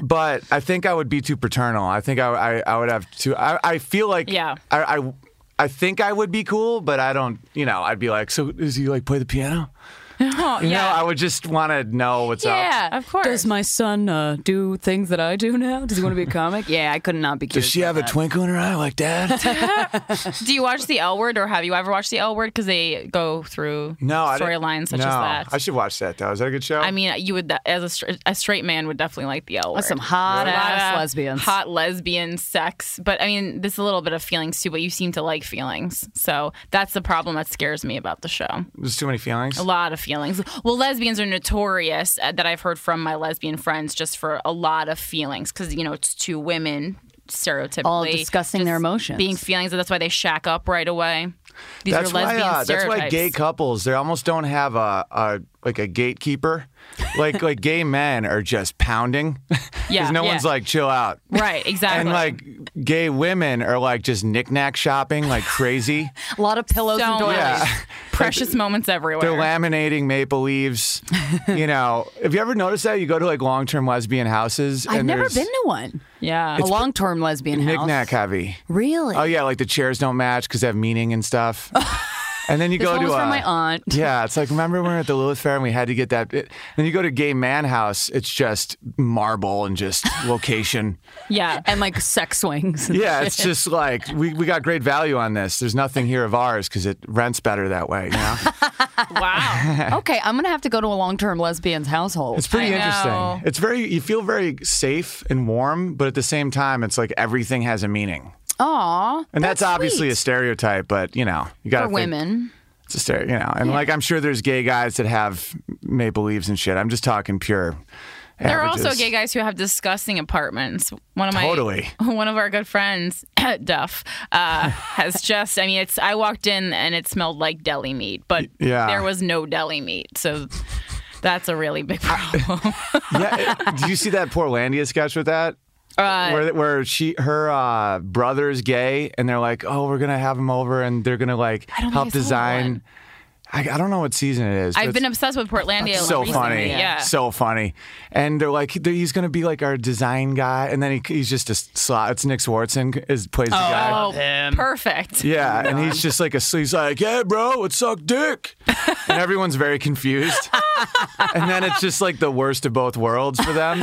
D: but I think I would be too paternal. I think I I, I would have too. I, I feel like
A: Yeah.
D: I, I I think I would be cool, but I don't. You know, I'd be like, so does he like play the piano?
A: Oh,
D: You know,
A: yeah.
D: I would just want to know what's up.
A: of course.
B: Does my son uh, do things that I do now? Does he want to be a comic? yeah, I could not be.
D: Does she have a twinkle in her eye like dad?
A: Do you watch the L Word, or have you ever watched the L Word? Because they go through
D: No, I didn't-
A: storylines such
D: no.
A: as that.
D: I should watch that though. Is that a good show?
A: I mean, you would as a, str- a straight man would definitely like the L Word.
B: some hot ass
A: Uh,
B: lesbians?
A: hot lesbian sex. But I mean, there's a little bit of feelings too. But you seem to like feelings, so that's the problem that scares me about the show.
D: there's too many feelings.
A: A lot of feelings. Well, lesbians are notorious uh, that I've heard from my lesbian friends just for a lot of feelings because you know it's two women stereotypically
B: All discussing their
A: just
B: emotions.
A: being feelings. That's why they shack up right away. These
D: That's
A: are lesbian
D: why, uh, That's
A: stereotypes.
D: why gay couples they almost don't have a, a like a gatekeeper. Like like gay men are just pounding. 'Cause
A: Yeah,
D: no
A: yeah.
D: one's like chill out.
A: right? Exactly.
D: And like gay women are like just knickknack shopping like crazy.
B: A lot of pillows
A: so
B: and doilies.
A: much. precious moments everywhere.
D: They're laminating maple leaves. You know, have you ever noticed that you go to like long term lesbian houses?
B: I've
D: and
B: never
D: there's
B: been to one.
A: yeah.
B: a long term lesbian house.
D: knickknack heavy.
B: Really?
D: Oh yeah, like the chairs don't match because they have meaning and stuff. and then you
B: This
D: go
B: one
D: to uh,
B: was
D: a,
B: from my aunt.
D: Yeah, it's like remember when we were at the Lilith Fair and we had to get that. It, then you go to Gay Man House, it's just marble and just location.
A: yeah.
B: And like sex swings.
D: yeah, it's just like we, we got great value on this. There's nothing here of ours because it rents better that way. You know?
A: Wow.
B: okay, I'm gonna have to go to a long term lesbian's household.
D: It's pretty
A: I
D: interesting.
A: know.
D: It's very you feel very safe and warm, but at the same time, it's like everything has a meaning.
B: Aw.
D: And that's, obviously a stereotype, but you know, you got
B: for women.
D: It's a stereo, you know, and like I'm sure there's gay guys that have maple leaves and shit. I'm just talking pure
A: There are also
D: averages.
A: gay guys who have disgusting apartments. One of my
D: Totally.
A: one of our good friends, Duff, uh, has just. I mean, it's. I walked in and it smelled like deli meat, but
D: yeah.
A: there was no deli meat, so that's a really big problem.
D: yeah, it- did you see that Portlandia sketch with that?
A: uh,
D: where, where she her uh, brother's gay and they're like, oh, we're gonna have him over and they're gonna like
A: don't think
D: help
A: I saw that
D: design.
A: one.
D: I, I don't know what season it is. but
A: I've been
D: it's
A: obsessed with Portlandia.
D: so
A: recently.
D: funny,
A: Yeah.
D: so funny. And they're like, "Th- he's gonna be like our design guy, and then he, he's just a slot. It's Nick Swartzen is plays the guy.
A: oh, perfect.
D: Yeah, and he's just like a he's like, yeah, bro, would suck dick, and everyone's very confused. and then it's just like the worst of both worlds for them.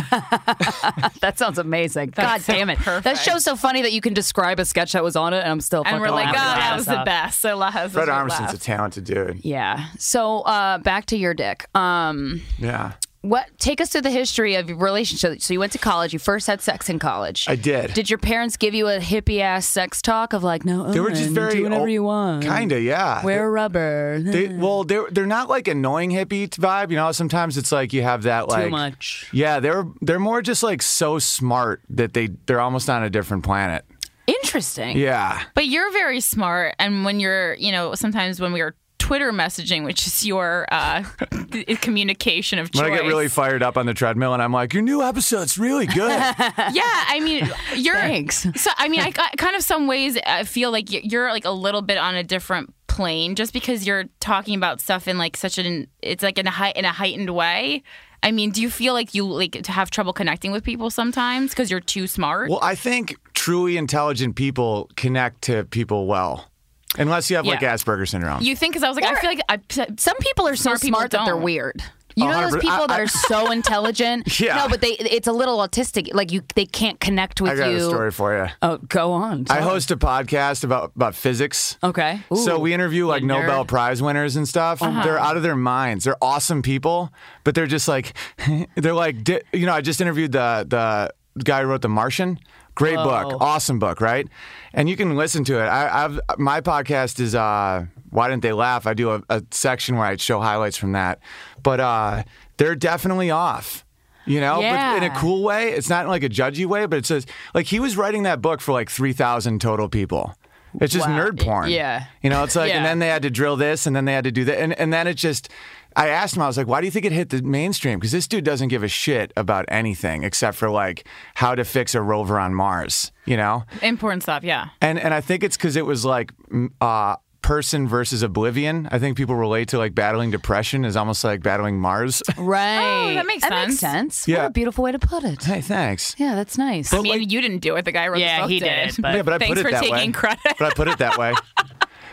B: That sounds amazing.
A: That's
B: God damn it.
A: perfect.
B: That show's so funny that you can describe a sketch that was on it, and I'm still.
A: And
B: fucking
A: we're like, oh,
B: laughing my
A: that
B: ass
A: was the
B: off.
A: best. I love.
D: Fred Armisen's a talented dude.
B: Yeah. So uh, back to your dick. Um,
D: Yeah.
B: what? Take us through the history of your relationship. So you went to college. You first had sex in college.
D: I did.
B: Did your parents give you a hippie ass sex talk of like, no,
D: They were just
B: Owen,
D: very
B: do whatever
D: old-
B: you want,
D: Kinda, yeah.
B: wear rubber,
D: They, well, they're they're not like annoying hippie vibe, you know. Sometimes it's like you have that like
B: too much.
D: Yeah, they're they're more just like so smart that they they're almost on a different planet.
B: Interesting.
D: Yeah,
A: But you're very smart, and when you're, you know, sometimes when we are Twitter messaging, which is your uh, communication of choice.
D: when I get really fired up on the treadmill and I'm like, your new episode's really good.
A: yeah, I mean, you're.
B: Thanks.
A: So I mean, I I kind of some ways I feel like y- you're like a little bit on a different plane just because you're talking about stuff in like such an it's like in a hei- in a heightened way. I mean, do you feel like you like have trouble connecting with people sometimes because you're too smart?
D: well, I think truly intelligent people connect to people well, unless you have like
A: Yeah.
D: Asperger's syndrome.
A: you think because I was like, I feel like I,
B: Some people are so
A: Smart
B: smart,
A: people
B: that they're
A: don't.
B: weird. You know those
D: 100%.
B: people
D: I-
B: that
D: I-
B: are so intelligent.
D: Yeah.
B: No, but they—it's a little autistic. Like you, they can't connect with
D: I got
B: you.
D: a story for you.
B: Oh, go on.
D: I host a podcast about about physics.
B: Okay.
D: So
B: Ooh. Uh-huh.
D: we interview like
B: you nerd.
D: Nobel Prize winners and stuff. They're out of their minds. They're awesome people, but they're just like, they're like, di- you know, I just interviewed the the guy who wrote The Martian. Great
B: Whoa.
D: book, awesome book, right? And you can listen to it. I, I've my podcast is uh, why didn't they laugh? I do a, a section where I show highlights from that, but uh, they're definitely off. You know,
B: Yeah.
D: but in a cool way. It's not in like a judgy way, but it says like he was writing that book for like three thousand total people. It's just nerd porn.
B: Yeah.
D: You know, it's like, and
B: Yeah.
D: then they had to drill this, and then they had to do that, and and then it just. I asked him, I was like, why do you think it hit the mainstream? Because this dude doesn't give a shit about anything except for like how to fix a rover on Mars, you know?
A: important stuff. Yeah.
D: And and I think it's because it was like m- uh, person versus oblivion. I think people relate to like battling depression is almost like battling Mars.
B: Right.
A: Oh, that makes
B: That
A: sense.
B: makes sense.
D: Yeah.
B: What a beautiful way to put it.
D: hey, thanks.
B: Yeah, that's nice.
A: I mean, you didn't do it. The guy who wrote the
B: Yeah,
A: book
B: he did, but-
D: yeah, but I
A: Thanks
D: put it
A: for
D: that
A: taking
D: way.
A: credit.
D: But I put it that way.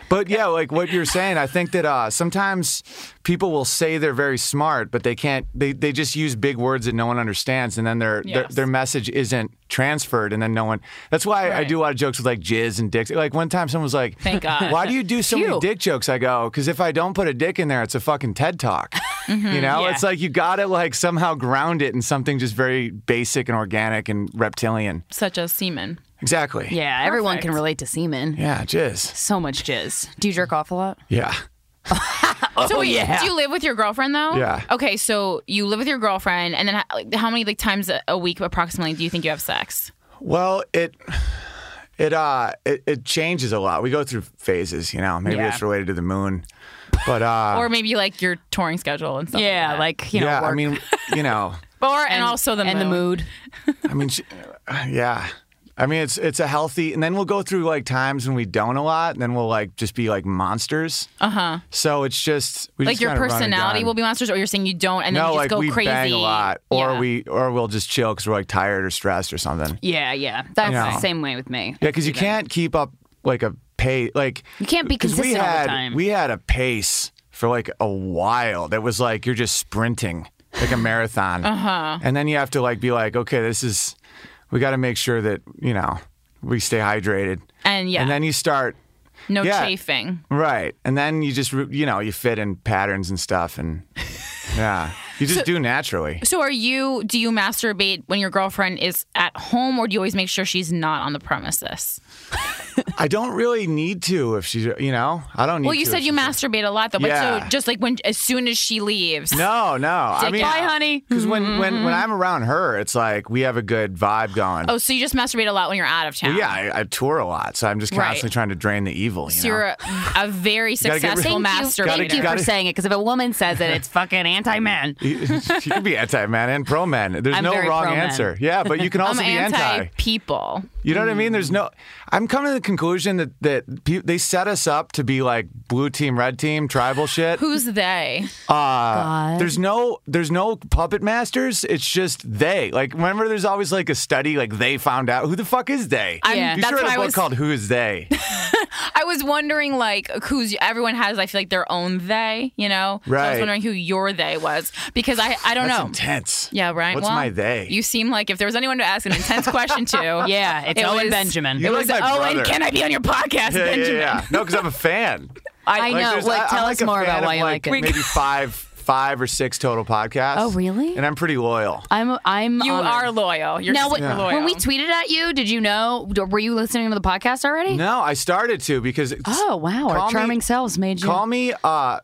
D: But yeah, like what you're saying, I think that uh, sometimes people will say they're very smart, but they can't. They, they just use big words that no one understands, and then their their,
A: Yes.
D: their message isn't transferred, and then no one. That's why I
A: Right.
D: do a lot of jokes with like jizz and dicks. Like one time, someone was like,
A: Thank God.
D: Why do you do so many
B: Phew.
D: dick jokes?" I go, "Because if I don't put a dick in there, it's a fucking TED talk." you know,
A: Mm-hmm. yeah.
D: it's like you gotta like somehow ground it in something just very basic and organic and reptilian.
A: Such as semen.
D: Exactly.
B: yeah, everyone can
A: Perfect.
B: relate to semen.
D: Yeah, jizz.
B: So much jizz. Do you jerk off a lot?
D: Yeah.
A: So wait,
B: yeah.
A: do you live with your girlfriend though?
D: Oh, Yeah.
A: Okay, so you live with your girlfriend, and then how, like, how many like times a- a week approximately do you think you have sex?
D: Well, it it uh it, it changes a lot. We go through phases, you know. Maybe
B: Yeah.
D: it's related to the moon. But uh
A: Or maybe like your touring schedule and stuff.
B: Yeah,
A: like,
B: like you know,
D: yeah, I
B: work
D: mean, you know,
A: that. or and, also the
B: and
A: moon.
B: the mood.
D: I mean she, yeah. I mean, it's it's a healthy, and then we'll go through like times when we don't a lot, and then we'll like just be like monsters. Uh huh. So it's just we
A: Uh-huh. Like
D: just
A: your
D: kinda run and
A: personality
D: gun.
A: will be monsters, or you're saying you don't, and then
D: no,
A: you just
D: like
A: go
D: we
A: crazy.
D: bang a lot, or
A: Yeah.
D: we or we'll just chill because we're like tired or stressed or something.
B: Yeah, yeah. That's
D: Yeah.
B: the same way with me.
D: Yeah, because you can't keep up like a pace. Like
B: You can't be
D: 'cause we
B: consistent all the
D: had,
B: time.
D: We had a pace for like a while that was like you're just sprinting like a marathon, uh-huh. and then you have to like be like, okay, this is we got to make sure that you know we stay hydrated,
A: and yeah,
D: and then you start
A: no
D: yeah.
A: chafing.
D: right, and then you just re- you know you fit in patterns and stuff, and yeah, you just do naturally.
A: So are you? Do you masturbate when your girlfriend is at home, or do you always make sure she's not on the premises?
D: I don't really need to if she's, you know, I don't need
A: Well, you
D: to
A: said
D: if
A: you
D: she's-
A: masturbate a lot though, but so
D: Yeah.
A: just like when as soon as she leaves.
D: No, no. I
A: like,
D: mean,
A: "Bye, honey." Mm-hmm.
D: Because when, when, when I'm around her, it's like we have a good vibe going.
A: Oh, so you just masturbate a lot when you're out of town.
D: yeah, I, I tour a lot, so I'm just
A: Right.
D: constantly trying to drain the evil. You
A: So
D: know?
A: you're a, a very
D: gotta get rid-
A: successful
B: Thank you,
A: masturbator.
B: thank you
D: Gotta-
B: for saying it, because if a woman says it, it's fucking anti-man.
D: you can be anti man and pro man. There's
B: I'm
D: no
B: very
D: wrong
B: pro-man.
D: answer. Yeah, but you can
A: I'm
D: also be anti.
A: anti people.
D: You know what I mean? There's no. I'm coming to the conclusion that that pe- they set us up to be like blue team, red team, tribal shit.
A: Who's they?
D: Uh, there's no there's no puppet masters. It's just they. Like remember, there's always like a study. Like they found out who the fuck is they.
A: I'm-
B: Yeah.
D: You
A: that's
D: should write
A: what
D: a
A: I
D: book
A: was-
D: called "Who Is They."
A: I was wondering like who's everyone has. I feel like their own they. You know. So I was
D: Right.
A: wondering who your they was because I I don't
D: That's
A: know.
D: intense.
A: Yeah, right.
D: What's
A: well,
D: my they?
A: You seem like if there was anyone to ask an intense question to,
B: Yeah, it's
A: It
B: Owen
A: was-
B: Benjamin.
D: You
A: it
D: look
A: was
D: like my
A: Owen.
D: brother."
A: Can I be on your podcast,
D: yeah, yeah,
A: Benjamin?
D: yeah. No, because I'm a fan.
B: I know.
D: there's-
B: Wait,
D: I- I'm
B: tell
D: like
B: us
D: a
B: more
D: fan
B: about
D: of,
B: why you like it.
D: Maybe five, five or six total podcasts.
B: Oh, really?
D: And I'm pretty loyal.
B: I'm. I'm.
A: You
B: honored.
A: are loyal. You're
B: now,
A: super
B: what,
A: loyal.
B: when we tweeted at you, did you know? Were you listening to the podcast already?
D: No, I started to because it's-
B: Oh wow,
D: Call
B: our
D: me-
B: charming selves made you.
D: call me uh,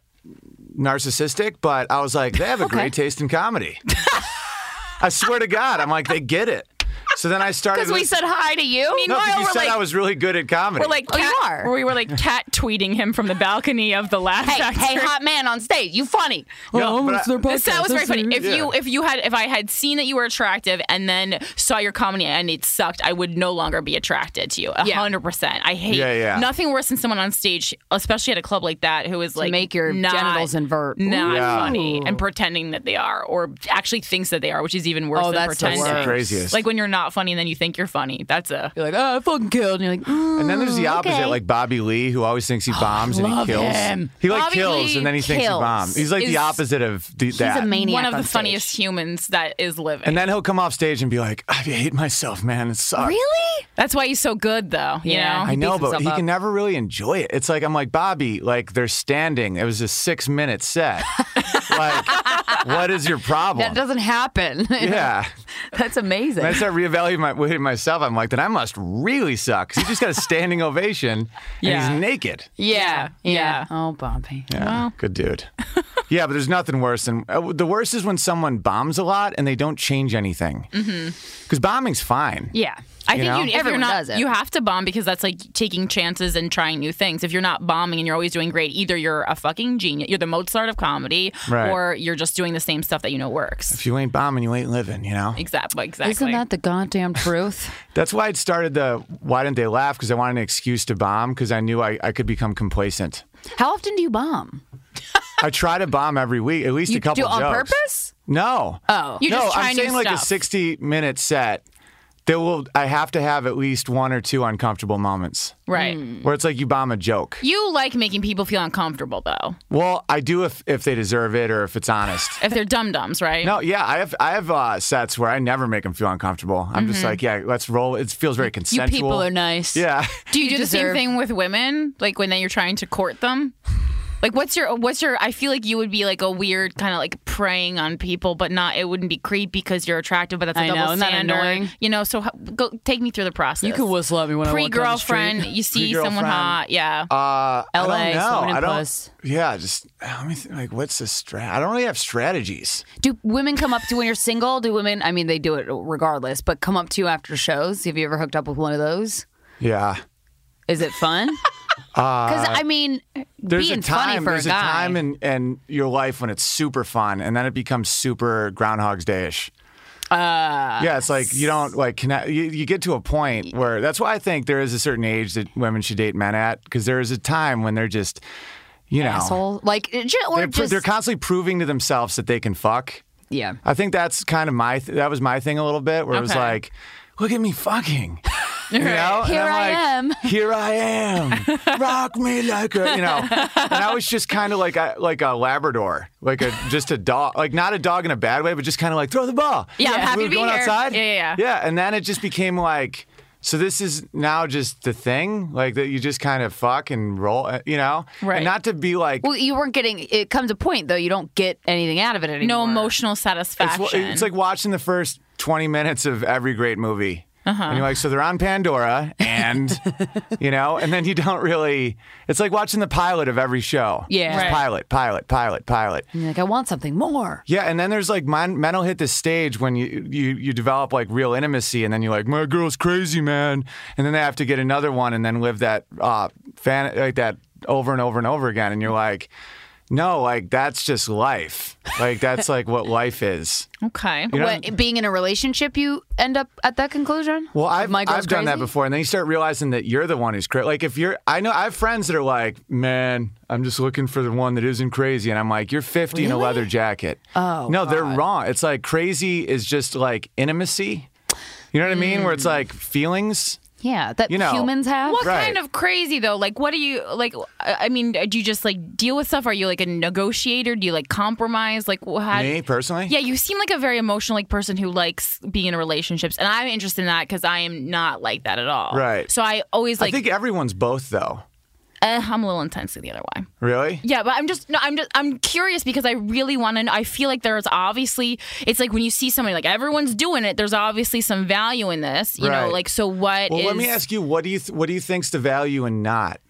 D: narcissistic, but I was like, they have a
B: Okay.
D: great taste in comedy. I swear to God, I'm like, they get it. So then I started.
B: because we said hi to you.
D: no, 'cause
A: Meanwhile,
D: you
A: we're
D: said
A: like-
D: I was really good at comedy.
A: We're like
B: Oh, you
A: cat,
B: are.
A: We were like cat tweeting him from the balcony of the Laugh
B: hey,
A: Factory.
B: hey, hot man on stage, you funny.
D: No, but I-
A: This, that was very funny. If
D: Yeah.
A: you if you had if I had seen that you were attractive and then saw your comedy and it sucked, I would no longer be attracted to you. A
B: Yeah.
A: hundred percent. I hate
D: Yeah, yeah.
A: nothing worse than someone on stage, especially at a club like that, who is like
B: make your
A: not,
B: genitals invert.
A: not
D: Yeah.
A: funny, and pretending that they are, or actually thinks that they are, which is even worse
B: Oh,
A: than
B: that's the
A: pretending.
B: worst.
D: craziest.
A: Like when you're not funny and then you think you're funny. That's a
B: You're like, oh, I fucking killed. And you're like, mm,
D: and then there's the opposite,
B: okay. Oh,
D: like Bobby Lee, who always thinks he bombs and he
B: love
D: kills.
B: him.
D: He like
B: Bobby
D: kills
B: Lee
D: and then he thinks he
B: kills.
D: bombs. He's like
A: Is-
D: the opposite of the, that.
B: he's a maniac.
A: one of
B: on
A: the
B: stage.
A: funniest humans that is living.
D: And then he'll come off stage and be like, I hate myself, man. It sucks.
B: Really?
A: That's why he's so good, though. You
B: Yeah.
A: know,
D: I
B: He
D: know,
B: beats
D: but
B: himself
D: he
B: up.
D: can never really enjoy it. It's like I'm like Bobby, like they're standing. It was a six minute set. like, what is your problem?
B: That doesn't happen.
D: yeah.
B: that's amazing.
D: And I start reevaluating my, with myself. I'm like, then I must really suck. 'cause He just got a standing ovation
A: Yeah.
D: and he's naked.
A: yeah, yeah.
B: Oh, Bobby.
D: Yeah, good dude. yeah, but there's nothing worse than uh, the worst is when someone bombs a lot and they don't change anything. Because bombing's fine.
B: Mm-hmm. Yeah.
A: I
D: You
A: think
D: know?
A: you, if
B: Everyone
A: you're not,
B: does it.
A: you have to bomb because that's like taking chances and trying new things. If you're not bombing and you're always doing great, either you're a fucking genius, you're the Mozart of comedy,
D: Right.
A: or you're just doing the same stuff that you know works.
D: If you ain't bombing, you ain't living. You know.
A: Exactly. Exactly.
B: Isn't that the goddamn truth?
D: That's why I started the why didn't they laugh? Because I wanted an excuse to bomb because I knew I, I could become complacent.
B: How often do you bomb?
D: I try to bomb every week, at least
B: You
D: a couple
B: do it on
D: jokes.
B: purpose?
D: No.
B: Oh.
A: You
D: no,
A: just try
D: I'm
A: new
D: saying like a
A: stuff.
D: 60 minute set. There will I have to have at least one or two uncomfortable moments
A: right?
B: Hmm.
D: where it's like you bomb a joke.
A: You like making people feel uncomfortable though,
D: Well, I do if if they deserve it or if it's honest.
A: if they're dum dums, right?
D: No, yeah, I have I have uh, sets where I never make them feel uncomfortable. I'm
B: Mm-hmm.
D: just like, yeah, let's roll. It feels very consensual.
B: nice.
D: Yeah.
A: Do you, do the same
B: deserve-
A: thing with women? Like when then you're trying to court them? Like what's your what's your I feel like you would be like a weird kind of like preying on people, but not it wouldn't be creep because you're attractive, but that's a
B: I know,
A: double
B: isn't that
A: standard.
B: annoying?
A: You know, so how, go take me through the process.
B: You can whistle at me when
A: pre
B: I walk down the street.
A: girlfriend, you see someone
D: Pre-girlfriend.
A: hot, yeah.
D: Uh, I
B: LA,
D: don't know.
B: someone in
D: I don't.
B: puss.
D: Yeah, just let me think, like, what's the strat? I don't really have strategies.
B: Do women come up to when you're single? Do women? I mean, they do it regardless, but come up to you after shows. Have you ever hooked up with one of those?
D: Yeah,
B: Is it fun? Because I mean,
D: Uh, there's
B: being
D: a time.
B: funny for
D: there's
B: a
D: a,
B: guy.
D: time in in your life when it's super fun, and then it becomes super Groundhog's Day ish. Uh, yeah, it's like you don't like connect. You, you get to a point where that's why I think there is a certain age that women should date men at because there is a time when they're just, you know,
B: asshole. Like, it ju- or
D: they're, pr-
B: just
D: they're constantly proving to themselves that they can fuck.
B: yeah.
D: I think that's kind of my th- that was my thing a little bit where it was
A: Okay.
D: like, look at me fucking. You know? And
B: Here
D: I'm
B: I
D: like,
B: am.
D: Here I am. Rock me like a you know. And I was just kind of like a like a Labrador, like a just a dog, like not a dog in a bad way, but just kind of like throw the ball.
A: Yeah, I'm happy
D: we
A: to
D: were
A: be
D: going
A: here.
D: outside.
A: Yeah, yeah, yeah.
D: Yeah, and then it just became like. So this is now just the thing, like that you just kind of fuck and roll, uh, you know,
A: Right.
D: And not to be like
B: Well, you weren't getting. It comes a point though, you don't get anything out of it anymore.
A: no emotional
D: It's,
A: satisfaction.
D: wa- it's like watching the first 20 minutes of every great movie. And you're like, so they're on Pandora, and band, you know, and then you don't really. It's like watching the pilot of every show.
B: Yeah.
D: Just
A: Right.
D: pilot, pilot, pilot, pilot.
B: And you're like, I want something more.
D: Yeah, and then there's like men, men will hit this stage when you, you you develop like real intimacy, and then you're like, my girl's crazy, man, and then they have to get another one, and then live that uh, fan like that over and over and over again, and you're like, no, like that's just life, like that's like what life is.
A: Okay.
D: You know-
B: What, being in a relationship, you end up at that conclusion?
D: Well, I've,
B: My
D: I've
B: girl's
D: done that
B: crazy?
D: before, and then you start realizing that you're the one who's crazy. Like if you're, I know I have friends that are like, man, I'm just looking for the one that isn't crazy, and I'm like, you're 50 in a leather jacket. Oh, no, they're wrong. It's like crazy is just like intimacy. You know what I mean? Where it's like feelings.
B: Yeah, that
D: You know,
B: humans have.
A: What
D: Right.
A: kind of crazy though? Like, what do you like? I I mean, do you just like deal with stuff? Are you like a negotiator? Do you like compromise? Like, wh- how,
D: Me personally,
A: Yeah, you seem like a very emotional like person who likes being in relationships, and I'm interested in that because I am not like that at all.
D: Right.
A: So I always
D: I
A: like
D: think everyone's both though.
A: eh, I'm a little intense the other way.
D: Really?
A: Yeah, but I'm just no, I'm just I'm curious because I really want to. I feel like there's obviously it's like when you see somebody like everyone's doing it. There's obviously some value in this, you know.
D: Right.
A: Like, so what
D: Well,
A: is
D: let me ask you, what do you th- what do you think's the value and not?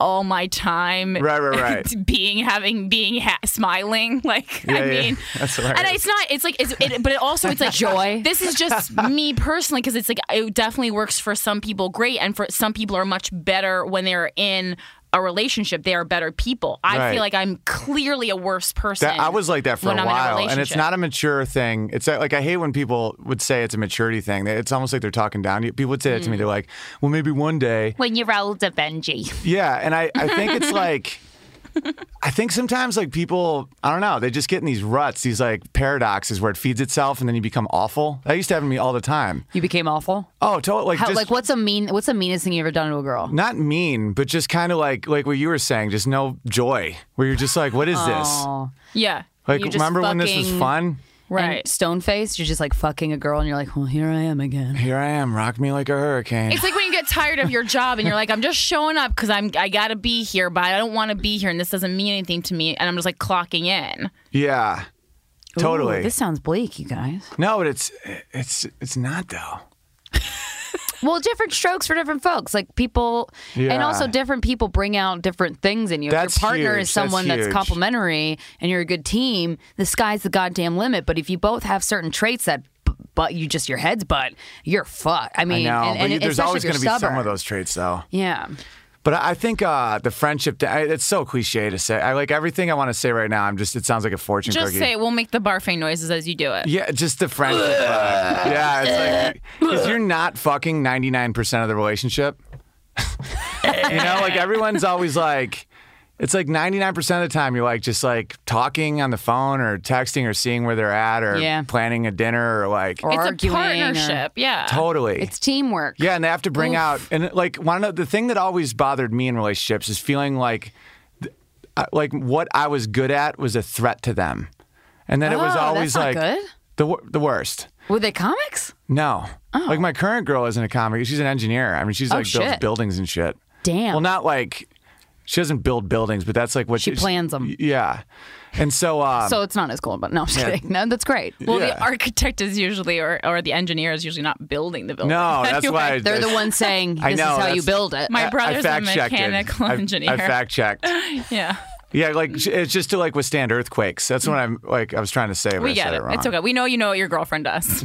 A: all my time?
D: Right, right, right.
A: being having being ha- smiling like
D: Yeah,
A: i
D: yeah.
A: mean
D: That's hilarious.
A: and it's not it's like it's it, but it also it's like
B: Joy.
A: this is just me personally because it's like it definitely works for some people great and for some people are much better when they're in a relationship they are better people i
D: Right.
A: feel like i'm clearly a worse person
D: That, I was like that for
A: when
D: a
A: I'm in
D: while, and it's
A: relationship.
D: not a mature thing. It's uh, like, like I hate when people would say it's a maturity thing. It's almost like they're talking down to you. People would say that to me. They're like, "Well, maybe one day."
A: when you're older benji
D: Yeah, and I, I think it's like, I think sometimes like people, I don't know, they just get in these ruts, these like paradoxes where it feeds itself, and then you become awful. That used to happen to me all the time.
B: You became awful.
D: Oh, totally. Like,
B: How,
D: just,
B: like, what's a mean? What's the meanest thing you ever done to a girl?
D: not mean, but just kind of like like what you were saying, just no joy. Where you're just like, what is this?
B: Oh,
A: yeah
D: Like,
B: you just
D: remember when this was
B: fucking-
D: fun?
A: right
B: Stone faced, you're just like fucking a girl, and you're like, well, here I am again.
D: Here I am, rock me like a hurricane.
A: It's like when you get tired of your job and you're like, I'm just showing up because I'm I gotta be here, but I don't want to be here, and this doesn't mean anything to me, and I'm just like clocking in.
D: Yeah. Totally.
B: Ooh, this sounds bleak, you guys.
D: no, but it's it's it's not though.
B: Well, different strokes for different folks. Like people, and
D: Yeah.
B: also different people bring out different things in you.
D: That's
B: if your partner
D: huge.
B: is someone
D: That's
B: that's,
D: huge.
B: complimentary and you're a good team, the sky's the goddamn limit. But if you both have certain traits that, b- but you just your heads, but you're fucked. I mean,
D: I know,
B: and,
D: but
B: and
D: you, there's
B: especially
D: always
B: if
D: going to be
B: you're
D: some of
B: stubborn.
D: those traits though.
B: Yeah.
D: But I I think uh, the friendship. I, it's so cliche to say. I like everything I want to say right now. I'm just. It sounds like a fortune
A: Just
D: cookie.
A: say we'll make the barfing noises as you do it.
D: yeah, just the friendship. vibe. yeah, it's like because you're not fucking 99 percent of the relationship. you know, like everyone's always like, it's like 99 percent of the time you're like just like talking on the phone or texting or seeing where they're at or
B: Yeah.
D: planning a dinner or like
B: Or
A: It's
B: arguing
A: a
B: or-
A: partnership, yeah.
D: totally.
B: Uh, It's teamwork.
D: Yeah, and they have to bring out and like one of the thing that always bothered me in relationships is feeling like th- uh, like what I was good at was a threat to them, and then it was
B: Oh, that's
D: always
B: not
D: like
B: good.
D: the wor- the worst.
B: Were they comics?
D: No, like my current girl isn't a comic. She's an engineer. I mean, she's like builds
B: Oh. shit.
D: buildings and shit.
B: Damn.
D: Well, not like she doesn't build buildings, but that's like what
B: She plans 'em.
D: Yeah, and so um,
B: so it's not as cool, but no, I'm just
D: Yeah.
B: kidding. No, that's great.
A: Well,
D: yeah.
A: the architect is usually, or, or the engineer is usually not building the building.
D: No, that's
A: Anyway.
D: why I-
B: They're the ones saying
D: I
B: this
D: know,
B: is how you
D: that's-
B: build it.
A: My
D: I-
A: brother's
D: I
A: a
D: fact-checked it.
A: mechanical
D: I-
A: engineer.
D: I fact checked.
A: yeah,
D: Yeah, like it's just to like withstand earthquakes. That's what I'm like. I was trying to say. but
A: we
D: I
A: get
D: said
A: it.
D: wrong.
A: It's okay. We know you know what your girlfriend does.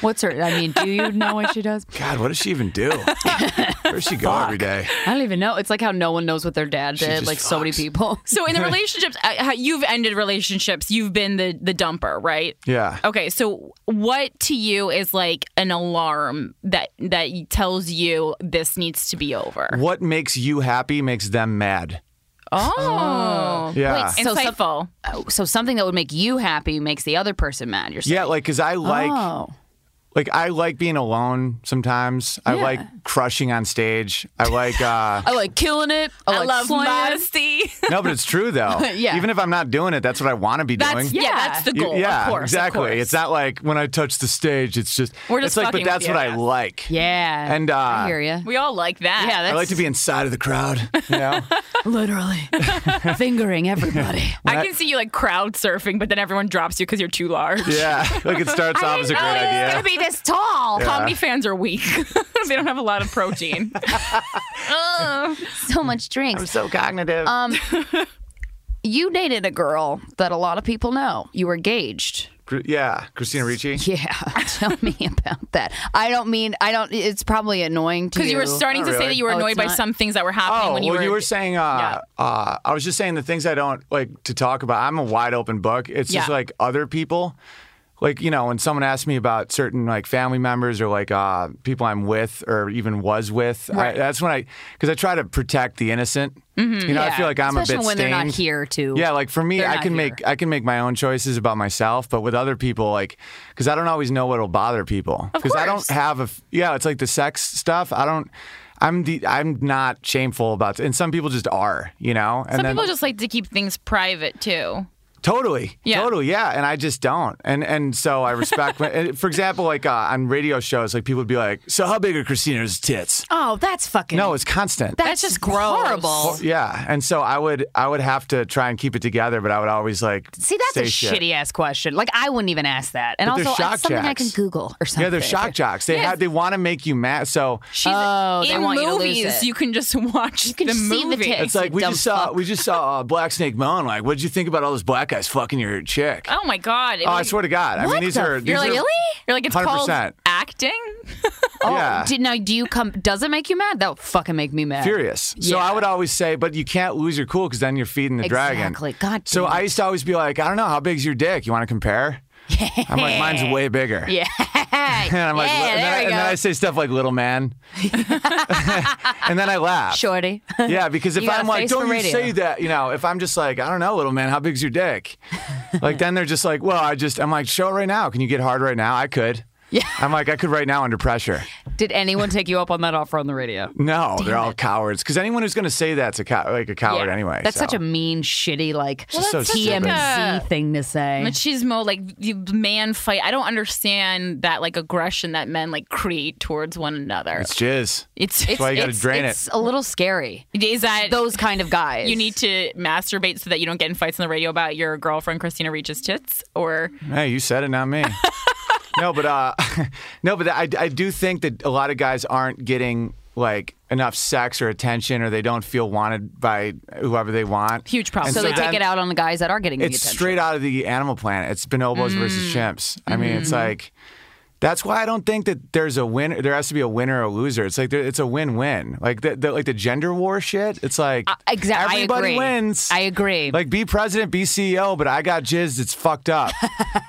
B: What's her? I mean, do you know what she does?
D: God, what does she even do? Where does she go every day?
B: I don't even know. It's like how no one knows what their dad
D: She
B: did.
D: just
B: Like so many
D: fucks.
B: people.
A: So in the relationships, uh, how- you've ended relationships. You've been the the dumper, right?
D: Yeah.
A: Okay. So what to you is like an alarm that that tells you this needs to be over?
D: What makes you happy makes them mad.
A: Oh,
D: Yeah.
B: Wait, So some-
A: insightful.
B: Oh, So something that would make you happy makes the other person mad. You're saying.
D: yeah, like cuz I like
B: oh,
D: like I like being alone sometimes. I
B: Yeah.
D: like crushing on stage. I like uh
B: I like killing it. I,
A: I
B: like
A: love
B: slaying it.
A: modesty.
D: No, but it's true though.
B: Yeah.
D: Even if I'm not doing it, that's what I want to be doing.
A: That's yeah,
B: Yeah.
A: That's the
D: Y-
A: goal.
D: yeah,
A: of course, of
D: exactly.
A: course.
D: It's not like when I touch the stage, it's just
A: We're just
D: it's like but
A: fucking with
D: that's
A: you,
D: what I
A: yeah.
D: like.
B: Yeah.
D: And, uh,
B: I hear you.
A: We all like that.
B: Yeah,
D: I
B: that's
D: like to be inside of the crowd, you know?
B: literally fingering everybody.
A: I can see you like crowd surfing, but then everyone drops you because you're too large.
D: yeah. Like it starts off as a great idea.
A: be
B: this tall.
A: Comedy fans are weak. they don't have a lot of protein. Ugh.
B: So much drinks. Um,
D: so cognitive.
B: You dated a girl that a lot of people know. You were engaged.
D: Cr- yeah, Christina Ricci.
B: Yeah, tell me about that. I don't mean I don't. It's probably annoying to
A: Because you were starting
D: Not
A: to say
D: really.
A: that you were
B: Oh, it's
A: annoyed by
B: not-
A: some things that were happening
D: Oh,
A: when you
D: well,
A: were.
D: you were saying, uh, uh, I was just saying the things I don't like to talk about. I'm a wide open book. It's just
A: Yeah.
D: like other people. Like, you know, when someone asks me about certain like family members or like uh, people I'm with or even was with, I, that's when I, because I try to protect the innocent. You know, I feel like I'm
B: especially
D: a bit
B: when
D: stained.
B: they're not here too.
D: Yeah, like for me,
B: They're
D: I
B: not
D: can
B: here.
D: make I can make my own choices about myself, but with other people, like, because I don't always know what'll bother people. Because I don't
A: course.
D: have a f- yeah. It's like the sex stuff. I don't. I'm the I'm not shameful about, and some people just are, you know. And
A: some
D: then,
A: people just like to keep things private too.
D: Totally.
A: Yeah.
D: Totally. Yeah. And I just don't. And and so I respect. when, and for example, like uh, on radio shows, like people would be like, "So how big are Christina's tits?"
B: Oh, that's fucking.
D: No, it's constant.
B: that's,
A: just gross.
B: horrible.
D: yeah. And so I would I would have to try and keep it together, but I would always like
B: See, that's
D: say
B: a
D: shit.
B: shitty ass question. Like I wouldn't even ask that. And
D: But they're
B: also,
D: shock
B: it's something I can
D: jacks.
B: Google or something.
D: Yeah, they're shock jocks. They
A: Yes.
D: have they want to make you mad. So
A: She's
B: Oh, they
A: in
B: want you to lose
A: movies.
B: it.
A: You can just watch
B: can
A: the
B: just see the
A: movie.
B: tits.
D: it's like we
B: dumb
D: just saw
B: fuck.
D: we just saw uh, Black Snake Moan. Like, what did you think about all those black guys fucking your chick?
A: oh my god!
D: Oh, I swear to God. I mean, these
B: the
D: are
B: f-
D: these
A: You're
D: are,
A: like You're like it's called
D: 100%.
A: acting.
B: Oh,
D: yeah.
B: did, now, do you come? Does it make you mad? That would fucking make me mad.
D: furious. So
B: Yeah.
D: I would always say, but you can't lose your cool because then you're feeding the dragon.
B: Exactly. God
D: So
B: damn
D: I used to always be like, I don't know, how big's your dick? You want to compare? I'm like, mine's way bigger.
B: Yeah.
D: And I'm like,
B: Yeah,
D: li- and, then
B: there
D: I,
B: we
D: and then
B: go.
D: I say stuff like little man. and then I laugh.
B: Shorty.
D: Yeah, because if
B: You got
D: I'm
B: a
D: like,
B: face
D: don't
B: for
D: you
B: radio."
D: say that, you know, if I'm just like, I don't know, little man, how big's your dick? like, then they're just like, well, I just, I'm like, show it right now. Can you get hard right now? I could.
B: Yeah.
D: I'm like, I could right now under pressure.
B: Did anyone take you up on that offer on the radio?
D: No, they're all cowards. Because anyone who's going to say that's a cow, like a coward anyway.
B: That's
D: so.
B: such a mean, shitty, like
D: Well, so that's such
B: TMZ
D: like
A: a-
B: thing to say.
A: Machismo, like the man fight. I don't understand that like aggression that men like create towards one another.
D: It's jizz.
A: It's
D: why you gotta drain
B: it's a little scary.
A: is that
B: Those kind of guys.
A: you need to masturbate so that you don't get in fights on the radio about your girlfriend Christina Reach's tits or
D: Hey, you said it, not me. no, but uh, no, but I, I do think that a lot of guys aren't getting like enough sex or attention, or they don't feel wanted by whoever they want.
A: Huge problem.
D: And
B: So they
A: Yeah.
B: take it
D: then
B: out on the guys that are getting the
D: It's
B: attention. Mm.
D: straight out of the Animal Planet. It's bonobos versus chimps. I mean, it's
B: Mm-hmm.
D: like. That's why I don't think that there's a winner. There has to be a winner or a loser. It's like there, it's a win-win. Like the, the like the gender war shit. It's like
B: Exactly.
D: Everybody
B: I agree.
D: wins.
B: I agree.
D: Like be president, be CEO, but I got jizzed. It's fucked up.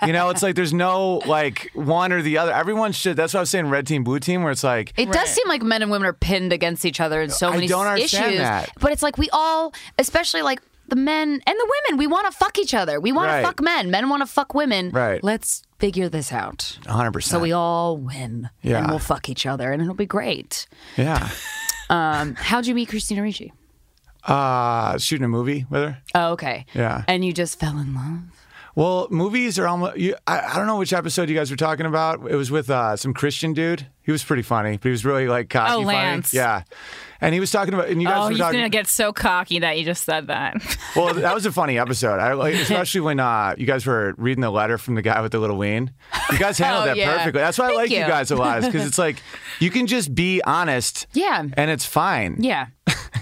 D: you know, it's like there's no like one or the other. Everyone should. That's what I was saying. Red team, blue team, where it's like
B: It does seem like men and women are pinned against each other in so
D: I
B: many
D: don't
B: issues.
D: understand that.
B: But it's like we all, especially like the men and the women, we want to fuck each other. We want
D: Right.
B: to fuck men. Men want to fuck women.
D: Right.
B: Let's figure this out.
D: 100. percent
B: So we all win.
D: Yeah.
B: And we'll fuck each other and it'll be great.
D: yeah.
B: Um, how'd you meet Christina Ricci?
D: Uh, shooting a movie with her.
B: Oh, okay.
D: Yeah.
B: And you just fell in love?
D: Well, movies are almost. You, I, I don't know which episode you guys were talking about. It was with uh, some Christian dude. He was pretty funny, but he was really like cocky.
A: Oh,
D: funny.
A: Lance.
D: Yeah, and he was talking about. And you guys
A: oh,
D: were
A: he's
D: talking.
A: gonna get so cocky that you just said that.
D: Well, that was a funny episode. I like, especially when uh, you guys were reading the letter from the guy with the little ween. You guys handled
B: Oh,
D: that
B: yeah.
D: perfectly. That's why I like you.
B: you.
D: guys a lot, is because it's like you can just be honest.
B: Yeah.
D: And it's fine.
B: Yeah.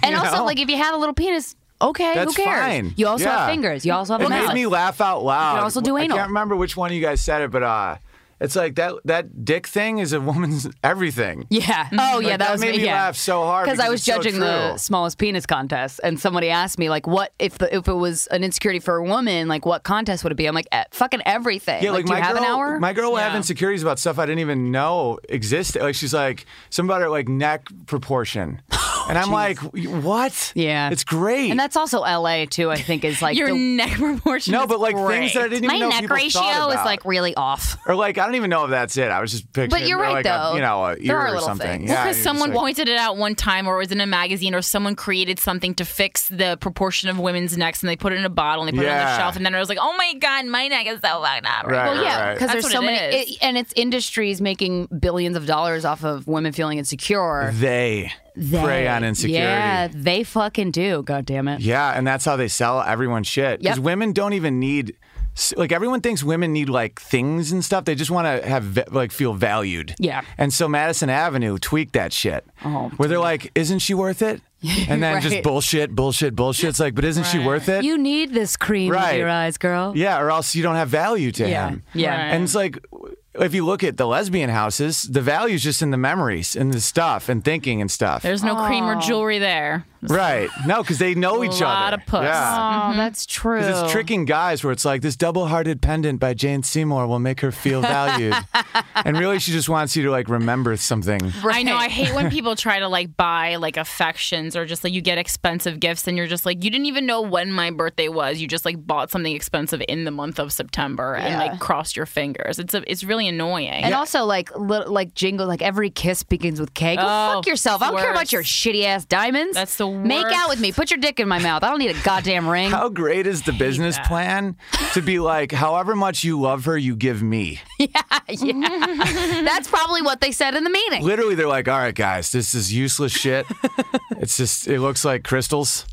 B: And also,
D: know?
B: like, if you have a little penis, okay,
D: That's
B: who cares?
D: fine.
B: You also
D: Yeah.
B: have fingers. You also have
D: It
B: a mouth.
D: made me laugh out loud.
B: You can also do anal.
D: I can't remember which one of you guys said it, but uh, it's like that that dick thing is a woman's everything.
B: Yeah. Oh, yeah.
D: Like,
B: that,
D: that
B: was
D: made me
B: yeah.
D: laugh so hard
B: because I
D: because
B: was
D: it's so
B: judging the
D: true.
B: smallest penis contest, and somebody asked me like, "What if the if it was an insecurity for a woman? Like, what contest would it be?" I'm like, eh, "Fucking everything."
D: Yeah, like,
B: do
D: my
B: you have
D: girl,
B: an hour?
D: my girl will have
A: Yeah.
D: insecurities about stuff I didn't even know existed. Like she's like some about her like neck proportion, and I'm like, what?
B: Oh, Yeah.
D: it's great.
B: and that's also L.A. too. I think is like
A: your
B: the-
A: neck proportion.
D: no,
A: is
D: but like
A: great.
D: things that I didn't
B: my
D: even know
B: neck
D: people
B: ratio
D: thought
B: is
D: about.
B: like really off.
D: or like I don't even know if that's it. I was just picturing,
B: you're
D: or,
B: right,
D: like, a,
B: though.
D: you know, a
B: There
D: ear
B: are
D: or
B: little
D: something.
B: things.
D: Yeah,
A: because
D: you're just
A: someone
D: like,
A: pointed it out one time, or it was in a magazine, or someone created something to fix the proportion of women's necks, and they put it in a bottle and they put it on the
D: Yeah.
A: shelf, and then I was like, "Oh my god, my neck is so fucked up."
D: Right.
B: Well, yeah,
D: Right.
B: because
A: That's
B: there's so
A: what it
B: many,
A: is.
B: it, and it's industries making billions of dollars off of women feeling insecure.
D: they, prey
B: They-
D: on insecurity.
B: Yeah, they fucking do. God damn it.
D: Yeah, and that's how they sell everyone's shit. Because
B: Yep.
D: women don't even need s- like everyone thinks women need like things and stuff. They just want to have va- like feel valued.
B: Yeah.
D: And so Madison Avenue tweaked that shit.
B: Oh,
D: where they're like, "Isn't she worth it?" And then just
B: Right.
D: bullshit, bullshit, bullshit. It's like, but isn't she worth it?
B: You need this cream
D: Right.
B: in your eyes, girl.
D: yeah, or else you don't have value to
B: Yeah.
D: him.
B: Yeah.
A: Right.
D: And it's like if you look at the lesbian houses, the value's just in the memories and the stuff and thinking and stuff.
A: There's no cream
B: Oh.
A: or jewelry there.
D: right. No, because they know each other.
A: lot of puss.
D: Yeah.
B: Oh, that's true.
D: 'Cause it's tricking guys where it's like this double-hearted pendant by Jane Seymour will make her feel valued, and really she just wants you to like remember something.
A: I know. I hate when people try to like buy like affections or just like you get expensive gifts and you're just like you didn't even know when my birthday was. You just like bought something expensive in the month of September and like crossed your fingers. It's a, it's really annoying.
B: And also, like, li- like jingle, like every kiss begins with K. Go
A: Oh,
B: fuck yourself. I don't care about
A: worse.
B: your shitty ass diamonds.
A: That's the
B: Make
A: worst.
B: out with me. Put your dick in my mouth. I don't need a goddamn ring.
D: How great is the business plan to be like, however much you love her, you give me.
B: That's probably what they said in the meeting.
D: Literally, they're like, all right, guys, this is useless shit. it's just, it looks like crystals.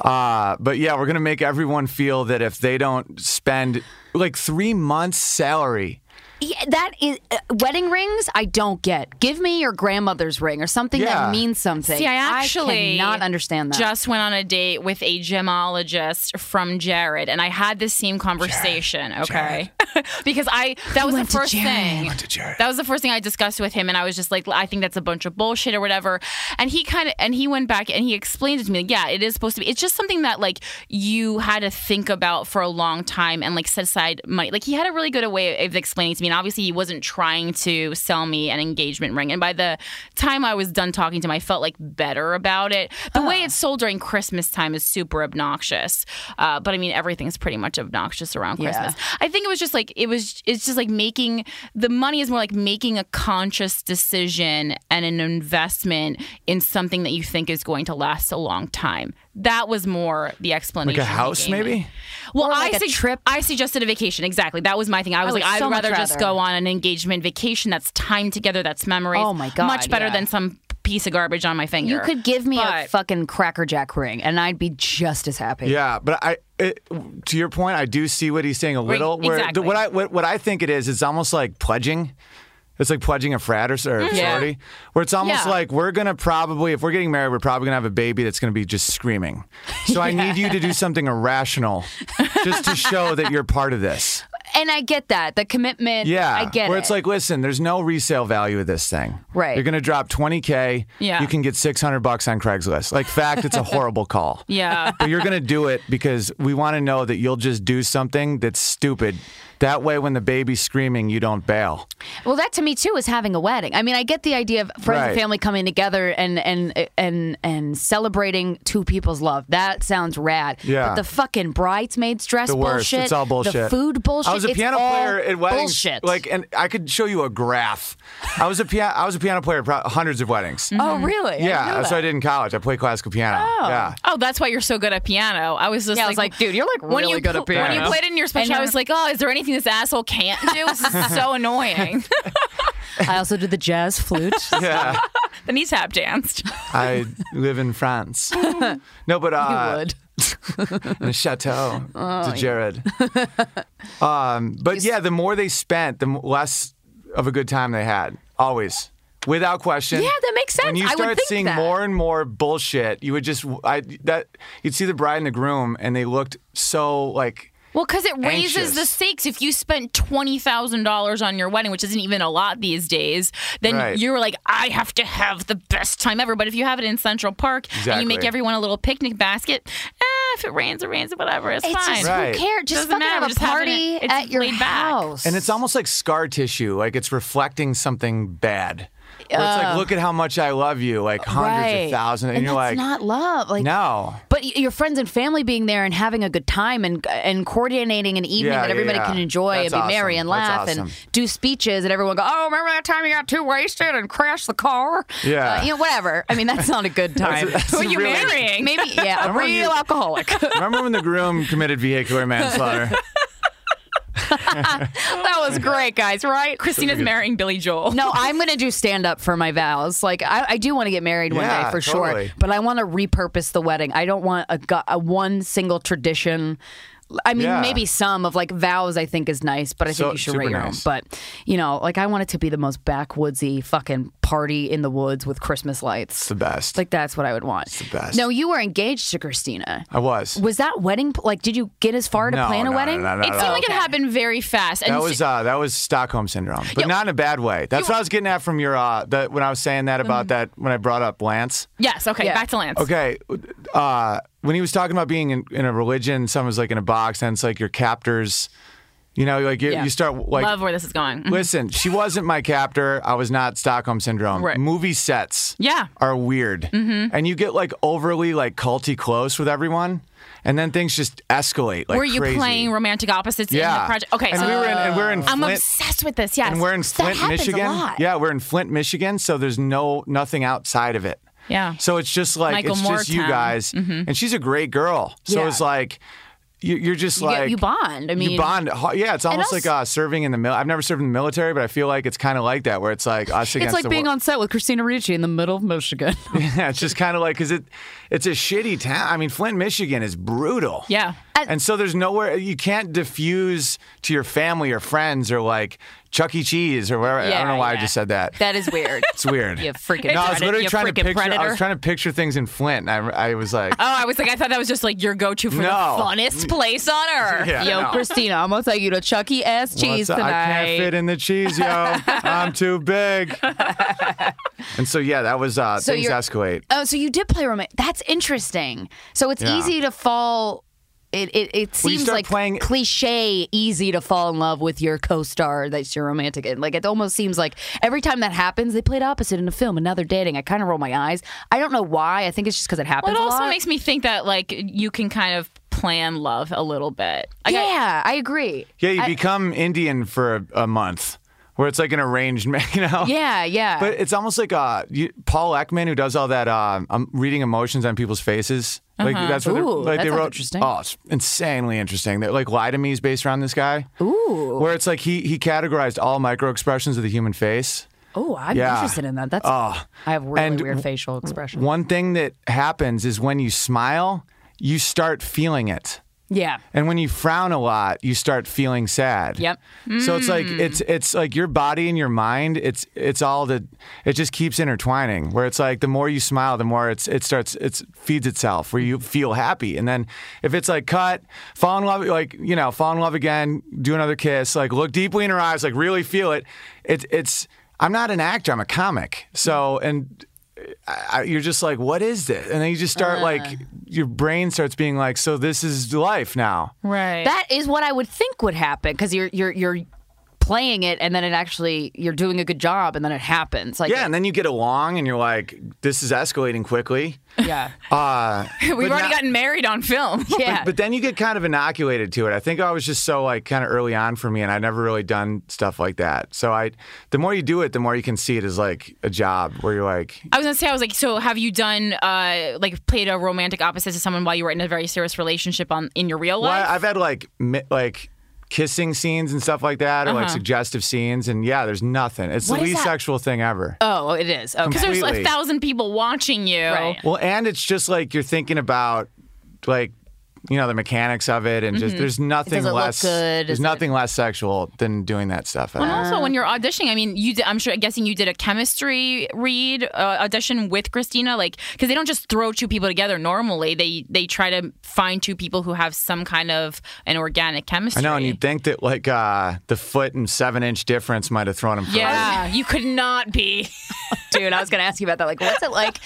D: Uh, but yeah, we're going to make everyone feel that if they don't spend like three months' salary,
B: Yeah, that is uh, wedding rings. I don't get. Give me your grandmother's ring or something
D: Yeah.
B: that means something.
A: See, I actually
B: cannot understand that.
A: Just went on a date with a gemologist from Jared, and I had this same conversation. okay, because I that was the
B: went to
A: first
B: Jared.
A: thing.
D: to Jared.
A: That was the first thing I discussed with him, and I was just like, I think that's a bunch of bullshit or whatever. And he kind of and he went back and he explained it to me, like, yeah, it is supposed to be. It's just something that like you had to think about for a long time and like set aside money. Like he had a really good way of explaining to me, and obviously he wasn't trying to sell me an engagement ring. And by the time I was done talking to him, I felt like better about it. The way it's sold during Christmas time is super obnoxious, uh, but I mean everything's pretty much obnoxious around
B: Yeah.
A: Christmas. I think it was just like it was. It's just like making the money is more like making a conscious decision and an investment in something that you think is going to last a long time. That was more the explanation.
D: like a
A: he
D: house,
A: gave me.
D: maybe?
A: Well,
B: like
A: I
B: a
A: sug-
B: trip.
A: I suggested a vacation. Exactly. That was my thing. I was
B: would
A: like, I'd
B: so much
A: rather, just
B: rather.
A: go on an engagement vacation. That's time together. That's memories.
B: Oh my God,
A: Much better
B: yeah.
A: than some piece of garbage on my finger.
B: you could give me a
A: But-
B: fucking Cracker Jack ring, and I'd be just as happy.
D: Yeah, but I, it, to your point, I do see what he's saying a little. Where
A: exactly.
D: the, what I what, what I think it is, it's almost like pledging. It's like pledging a frat or, s- or a
A: Mm-hmm. Yeah.
D: sorority, where it's almost
A: Yeah.
D: like we're gonna probably, if we're getting married, we're probably gonna have a baby that's gonna be just screaming. So I need you to do something irrational, just to show that you're part of this.
B: And I get that. The commitment.
D: Yeah,
B: I get
D: where
B: it.
D: it's like, listen, there's no resale value of this thing.
B: Right.
D: You're gonna drop 20k.
A: Yeah.
D: You can get 600 bucks on Craigslist. Like, fact, it's a horrible call.
A: Yeah.
D: but you're going to do it because we want to know that you'll just do something that's stupid. That way, when the baby's screaming, you don't bail.
B: Well, that to me too is having a wedding. I mean, I get the idea of friends
D: Right.
B: and family coming together and and and and celebrating two people's love. That sounds rad.
D: Yeah.
B: But the fucking bridesmaids dress
D: The worst.
B: bullshit.
D: It's all bullshit.
B: The food bullshit.
D: I was a
B: it's
D: piano
B: all
D: player at weddings.
B: Bullshit.
D: Like, and I could show you a graph. I was a piano. I was a piano player at pro- hundreds of weddings.
B: oh really? I didn't
D: mm. yeah,
B: know
D: that's
B: that.
D: what I did in college. I played classical piano. Yeah.
A: Oh, that's why you're so good at piano. I was just
B: Yeah, I
A: like,
B: was like, dude, you're, like,
A: when
B: really
A: you
B: good at
A: pl- When
B: piano.
A: you played it in your special,
B: And
A: I was like, oh, is there anything this asshole can't do? This is so annoying.
B: I also did the jazz flute.
D: Yeah.
A: then he tap danced.
D: I live in France. No, but uh,
B: would. Oh,
D: in a chateau to Jared. um, but yeah, the more they spent, the m- less of a good time they had. Always. Without question.
B: Yeah, that makes
D: When
B: sense.
D: you
B: I would
D: start
B: think
D: seeing
B: that.
D: more and more bullshit, you would just I that you'd see the bride and the groom, and they looked so like
A: Well, because it raises
D: Anxious.
A: the stakes. If you spent twenty thousand dollars on your wedding, which isn't even a lot these days, then
D: Right.
A: you're like, I have to have the best time ever. But if you have it in Central Park and you make
D: Exactly.
A: everyone a little picnic basket, eh, if it rains, it rains, whatever, it's,
B: It's
A: fine.
B: just
D: Right.
B: who cares?
A: Doesn't
B: Just fucking
A: matter,
B: have a
A: just having
B: party
A: it- it's
B: at your
A: laid back.
B: house.
D: And it's almost like scar tissue, like it's reflecting something bad. Where it's like, look at how much I love you, like hundreds of
B: Right.
D: thousands, and, you're
B: that's
D: like,
B: not love. Like
D: no,
B: But y- your friends and family being there and having a good time and and coordinating an evening
D: Yeah,
B: that
D: yeah,
B: everybody
D: yeah.
B: can enjoy
D: That's
B: and be merry
D: awesome.
B: and
D: That's
B: laugh and
D: awesome.
B: do speeches and everyone go, oh, remember that time you got too wasted and crashed the car?
D: Yeah.
B: Uh, you know, whatever. I mean, that's not a good time.
D: that's
A: Who are you
D: really-
A: marrying?
B: Maybe, yeah, a
D: Remember when
B: real
D: you-
B: alcoholic.
D: Remember when the groom committed vehicular manslaughter?
B: that was great, guys, right?
A: Christina's marrying Billy Joel.
B: No, I'm going to do stand up for my vows. Like, I, I do want to get married one
D: Yeah,
B: day for
D: totally.
B: sure, but I want to repurpose the wedding. I don't want a, gu- a one single tradition I mean,
D: Yeah.
B: maybe some of like vows. I think is nice, but I think
D: So-
B: you should
D: super
B: rate your own.
D: nice.
B: But you know, like I want it to be the most backwoodsy fucking party in the woods with Christmas lights.
D: the best.
B: Like that's what I would want.
D: the best.
B: No, you were engaged to Christina.
D: I was.
B: Was that wedding? pl- Like, did you get as far to
D: No,
B: plan a
D: no, no,
B: wedding?
D: no, no,
B: it
D: no.
A: It seemed like it
B: Okay.
A: happened very fast. And
D: That was uh, that was Stockholm syndrome, but not in a bad way. That's what I was getting at from your uh, that when I was saying that
B: Mm.
D: about that when I brought up Lance.
A: yes, okay,
B: Yeah.
A: back to Lance.
D: Okay, uh, when he was talking about being in, in a religion, someone's like in a box, and it's like your captors. You know, like you,
B: Yeah.
D: you start like
A: Love where this is going. Mhm.
D: Listen, she wasn't my captor. I was not Stockholm syndrome.
A: Right.
D: Movie sets,
A: Yeah.
D: are weird, mm-hmm. and you get like overly like culty close with everyone, and then things just escalate. Like
A: Were you
D: crazy.
A: playing romantic opposites
D: Yeah.
A: in the project? Okay,
D: and
A: so
D: we were in, and we we're in.
A: I'm
D: Flint,
A: obsessed with this. Yes,
D: and we're in
A: That
D: Flint,
A: happens a
D: Michigan.
A: lot.
D: Yeah, we're in Flint, Michigan. So there's no nothing outside of it.
A: Yeah.
D: So it's just like
A: Michael Mm-hmm.
D: it's just you
A: Moore town.
D: guys, and she's a great girl. So
B: Yeah.
D: it's like you, you're just
B: You,
D: like
B: get- you bond. I mean,
D: you bond. ho- Yeah, it's almost like
B: also-
D: uh, serving in the military. I've never served in the military, but I feel like it's kind of like that, where it's like us
B: It's
D: against.
B: like
D: the
B: being
D: wor-
B: on set with Christina Ricci in the middle of Michigan.
D: Yeah, it's just kind of like because it, it's a shitty town. I mean, Flint, Michigan is brutal.
A: Yeah.
B: And-
D: and so there's nowhere you can't diffuse to your family or friends or like Chuck E. Cheese or wherever. I don't
A: Yeah,
D: know why
A: yeah.
D: I just said that.
B: that is weird.
D: It's weird.
B: You freaking
D: No, I was
B: predator,
D: literally
A: you
D: trying to
A: freaking
D: picture. I
A: predator.
D: was trying to picture things in Flint, and I, I was like,
A: Oh, I was like, I thought that was just like your go-to for the
D: No.
A: funnest place on earth.
D: Yeah,
B: Yo,
D: no.
B: Christina, I'm gonna take you to Chucky ass cheese
D: What's up?
B: tonight.
D: I can't fit in the cheese, yo. I'm too big. and so yeah, that was uh,
B: So
D: things
B: you're-
D: escalate.
B: Oh, so you did play romantic. That's interesting. So it's
D: Yeah.
B: easy to fall. It it, it
D: Well, you
B: seems
D: start
B: like
D: playing-
B: cliche easy to fall in love with your co-star that's your romantic. And like it almost seems like every time that happens, they played opposite in a film. and now they're dating. I kind of roll my eyes. I don't know why. I think it's just because it happens.
A: Well, it
B: a
A: also
B: lot.
A: makes me think that like you can kind of plan love a little bit. Like, I-
B: yeah, I agree.
D: Yeah, you become Indian for a, a month, where it's like an arranged, ma- you know.
B: Yeah, yeah.
D: But it's almost like uh, you, Paul Ekman, who does all that um, um, reading emotions on people's faces. Like that's what
B: Uh-huh. Ooh,
D: they, like
B: that
D: they
B: sounds
D: wrote.
B: interesting.
D: Oh, it's insanely interesting. They're, like "Lie to Me" is based around this guy. Ooh. Where it's like he he categorized all micro expressions of the human face.
B: oh, I'm
D: yeah.
B: interested in that. That's
D: Oh.
B: I have really
D: And
B: weird
D: w-
B: facial expression.
D: One thing that happens is when you smile, you start feeling it.
B: yeah.
D: And when you frown a lot, you start feeling sad.
B: Yep.
D: So it's like it's it's like your body and your mind. It's it's all the it just keeps intertwining. Where it's like the more you smile, the more it's it starts it feeds itself. Where you feel happy, and then if it's like cut, fall in love, like you know, fall in love again, do another kiss, like look deeply in her eyes, like really feel it. It's it's I'm not an actor. I'm a comic. So and I, you're just like, what is this? And then you just start
A: Uh.
D: like, your brain starts being like, so this is life now.
A: Right.
B: That is what I would think would happen because you're you're you're playing it and then it actually you're doing a good job and then it happens. Like
D: Yeah, and then you get along and you're like, this is escalating quickly.
B: yeah.
D: Uh,
A: We've
D: but
A: already
D: not-
A: gotten married on film.
B: yeah.
D: But then you get kind of inoculated to it. I think I was just so like kind of early on for me, and I'd never really done stuff like that. So I, the more you do it, the more you can see it as like a job where you're like,
A: I was gonna say, I was like, so have you done uh like played a romantic opposite to someone while you were in a very serious relationship on in your real
D: well,
A: life?
D: I- I've had like mi- like kissing scenes and stuff like that, or like suggestive scenes, and yeah, there's nothing. It's
A: Uh-huh. What is
D: the least
A: that?
D: sexual thing ever.
B: oh, it is. Okay.
A: There's a
D: completely.
A: thousand people watching you.
B: Right.
D: Well, and it's just like you're thinking about like you know the mechanics of it, and just there's nothing
B: Does Mm-hmm. it look
D: less
B: good?
D: there's
B: Is it-
D: nothing less sexual than doing that stuff.
A: And also, when you're auditioning, I mean, you did, I'm sure, guessing you did a chemistry read uh, audition with Christina, like because they don't just throw two people together normally. They they try to find two people who have some kind of an organic
D: I
A: chemistry.
D: know, and you'd think that like uh, the foot and seven inch difference might have thrown him. for a loop.
A: yeah, you could not be.
B: Dude, I was gonna ask you about that. Like, what's it like?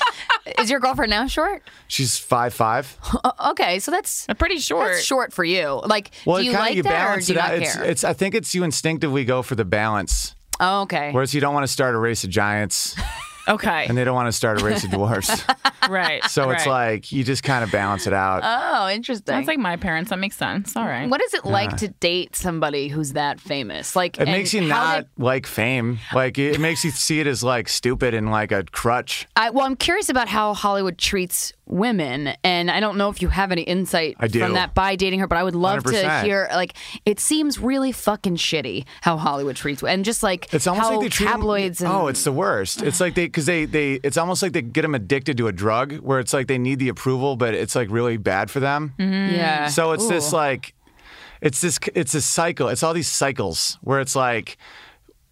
B: is your girlfriend now short?
D: she's five five.
B: O- okay, so that's
A: Pretty short.
B: that's short for you. Like,
D: Well,
B: do you
D: it kinda,
B: like
D: you
B: that or
D: balance
B: do you
D: it
B: not
D: out. It's,
B: care?
D: it's I think it's you instinctively go for the balance,
B: oh, okay.
D: whereas you don't want to start a race of giants,
A: Okay,
D: and they don't want to start a race of dwarfs.
A: right.
D: So it's
A: right.
D: like you just kind of balance it out.
B: Oh, interesting.
A: that's like my parents. That makes sense. All right.
B: what is it like to date somebody who's that famous? Like,
D: It makes you not
B: They,
D: like fame. Like it it makes you see it as like stupid and like a crutch.
B: I, well, I'm curious about how Hollywood treats women, and I don't know if you have any insight
D: I do.
B: from that by dating her, but I would love to
D: 100%.
B: hear. Like, it seems really fucking shitty how Hollywood treats, and just like
D: It's almost
B: how
D: like they treat 'em-
B: tabloids. and,
D: oh, it's the worst. It's like they because they they. It's almost like they get them addicted to a drug where it's like they need the approval, but it's like really bad for them.
B: Mm. yeah.
D: So it's this
B: Mm-hmm. Ooh.
D: like It's this. It's a cycle. It's all these cycles where it's like,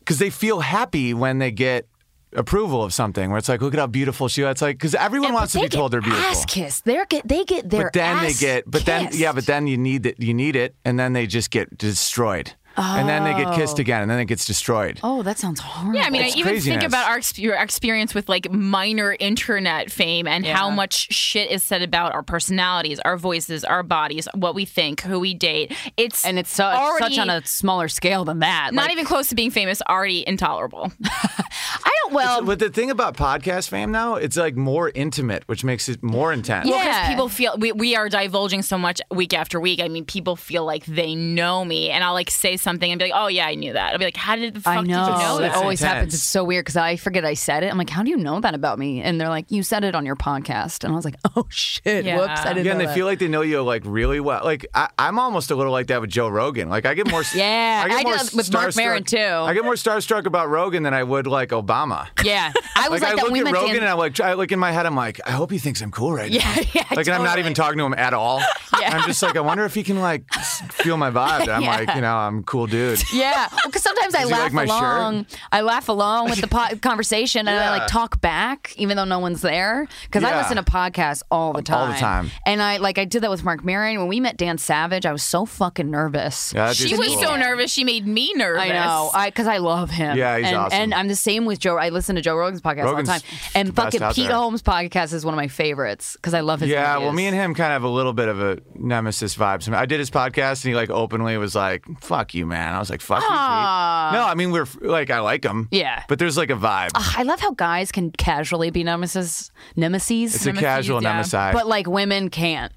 D: because they feel happy when they get approval of something. Where it's like, look at how beautiful she. It's like because everyone wants to
B: They
D: be told
B: get
D: they're beautiful.
B: Ass kissed. They're get they get their
D: but then they
B: ass
D: get but then yeah
B: kissed.
D: but then you need it you need it and then they just get destroyed and then they get kissed again and then it gets destroyed
B: oh, that sounds horrible.
A: Yeah, I mean, I
D: It's
A: even think
D: craziness.
A: about our, ex- your experience with like minor internet fame and how much shit is said about our personalities, our voices, our bodies, what we think, who we date. It's
B: and it's so, it's
A: already
B: such on a smaller scale than that.
A: not
B: Like,
A: even close to being famous. Already intolerable.
B: I don't. Well,
D: but the thing about podcast fame now it's like more intimate which makes it more intense
A: Well, 'cause
B: Yeah.
A: people feel we, we are divulging so much week after week. I mean, people feel like they know me, and I'll like say something and be like, "Oh yeah, I knew that." I'll be like, "How did the fuck
B: I know.
A: did you know
D: It's-
A: that?"
B: it
D: that's
B: always happens.
D: intense.
B: It's so weird because I forget I said it. I'm like, how do you know that about me? And they're like, you said it on your podcast. And I was like, oh shit,
A: Yeah.
B: whoops, I didn't.
D: Again,
B: know
D: they
B: that.
D: feel like they know you like really well. Like I, I'm almost a little like that with Joe Rogan. Like I get more,
B: Yeah,
D: I get
B: I do
D: more
B: that with Mark
D: starstruck-
B: Maron, too.
D: I get more starstruck about Rogan than I would like Obama.
B: Yeah, I was like,
D: Like,
B: that.
D: I look
B: when we
D: at
B: went to
D: Rogan
B: Am-
D: and I'm like, I, like in my head, I'm like, I hope he thinks I'm cool right now.
B: yeah, yeah,
D: like, and I'm not even talking to him at all.
B: Yeah.
D: I'm just like, I wonder if he can like s- feel my vibe. And I'm like, you know, I'm a cool dude.
B: Yeah, because sometimes I
D: Does he
B: laugh
D: like my shirt?
B: along. I laugh along with the po- conversation, and I
D: Yeah.
B: like talk back, even though no one's there. Because I
D: Yeah.
B: listen to podcasts all the time,
D: All the time.
B: And I like I did that with Mark Maron when we met Dan Savage. I was so fucking nervous.
D: Yeah, that
A: She
D: dude's
A: was
D: cool.
A: so nervous. She made me nervous.
B: I know, I because I love him.
D: Yeah, he's
B: and,
D: awesome.
B: And I'm the same with Joe. I listen to Joe Rogan's podcast
D: Rogan's
B: all the time, and
D: the best
B: fucking
D: out
B: Pete
D: there.
B: Holmes' podcast is one of my favorites because I love his.
D: Yeah, well,
B: interviews.
D: me and him kind of have a little bit of a nemesis vibe. So I did his podcast, and he like openly was like, "Fuck you, man." I was like, "Fuck you." Pete." No, I mean we're like I like him.
B: Yeah. Ah,
D: but there's like a vibe.
B: I love how guys can casually be nemesis, nemesis.
D: it's a
A: nemesis,
D: casual
A: yeah.
D: nemesis.
B: but like women can't.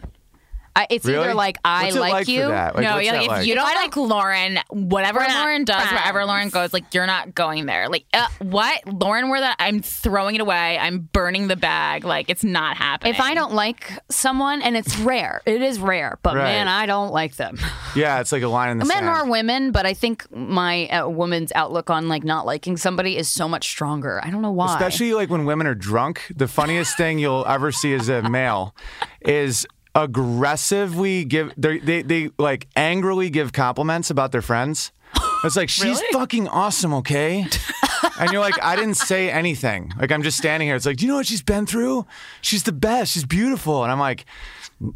B: I, it's
D: really?
B: either like I
D: What's it
B: like,
D: like for
B: you.
D: that? Like,
A: no,
D: what's
A: yeah,
D: that
A: like, if
D: like?
A: you
D: If
A: don't like Lauren, whatever
B: not
A: Lauren does, wherever
B: friends.
A: Lauren goes, like you're not going there. Like uh, what Lauren wore that? I'm throwing it away. I'm burning the bag. Like it's not happening.
B: If I don't like someone, and it's rare, it is rare, but
D: Right.
B: man, I don't like them.
D: Yeah, it's like a line in the
B: Men
D: sand.
B: or women, but I think my uh, woman's outlook on like not liking somebody is so much stronger. I don't know why.
D: Especially like when women are drunk, the funniest thing you'll ever see as a male is aggressively give they they they like angrily give compliments about their friends. It's like she's fucking awesome, okay? And you're like, I didn't say anything. Like I'm just standing here. It's like, do you know what she's been through? She's the best. She's beautiful. And I'm like,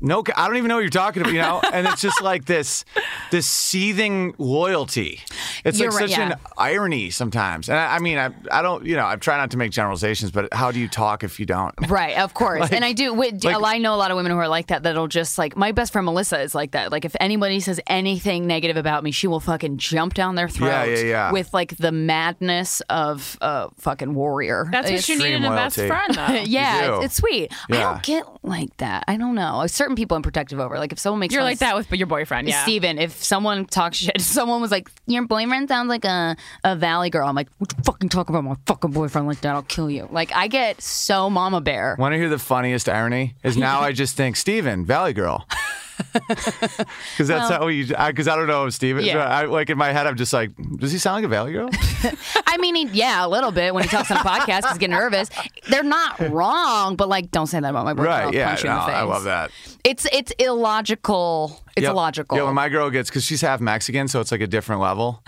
D: no, I don't even know what you're talking about. You know? And it's just like this, this seething loyalty. It's
B: You're
D: like
B: right,
D: such
B: yeah.
D: an irony sometimes. And I, I mean, I, I don't, you know, I try not to make generalizations, but how do you talk if you don't?
B: Right, of course. and I do. With,
D: like-
B: I know a lot of women who are like that. That'll just like my best friend Melissa is like that. Like if anybody says anything negative about me, she will fucking jump down their throat.
D: Yeah, yeah, yeah.
B: With like the madness of a fucking warrior.
A: that's what
B: It's-
A: you need in a best
D: loyalty.
A: friend, though.
B: Yeah,
D: do.
B: it's, it's sweet. I
D: Yeah.
B: don't get like that. I don't know. Certain people I'm protective over. Like if someone makes
A: You're
B: fun
A: like
B: of
A: that with your boyfriend, yeah.
B: Steven, if someone talks shit, if someone was like, "Your boyfriend sounds like a, a valley girl," I'm like, "What you fucking talk about my fucking boyfriend like that? I'll kill you!" Like I get so mama bear.
D: Want to hear the funniest irony? Is now I just think Steven, Valley Girl. Because that's how you, because I, don't know if Steven,
B: Yeah.
D: so I, like in my head, I'm just like, does he sound like a Valley Girl?
B: I mean, he, yeah, a little bit when he talks on a podcast, he's getting nervous. They're not wrong, but like, don't say that about my boyfriend.
D: right.
B: I'll
D: Yeah.
B: punch you
D: No,
B: in the face.
D: I love that.
B: It's it's illogical. It's
D: Yep.
B: illogical.
D: Yeah, when my girl gets, because she's half Mexican, so it's like a different level.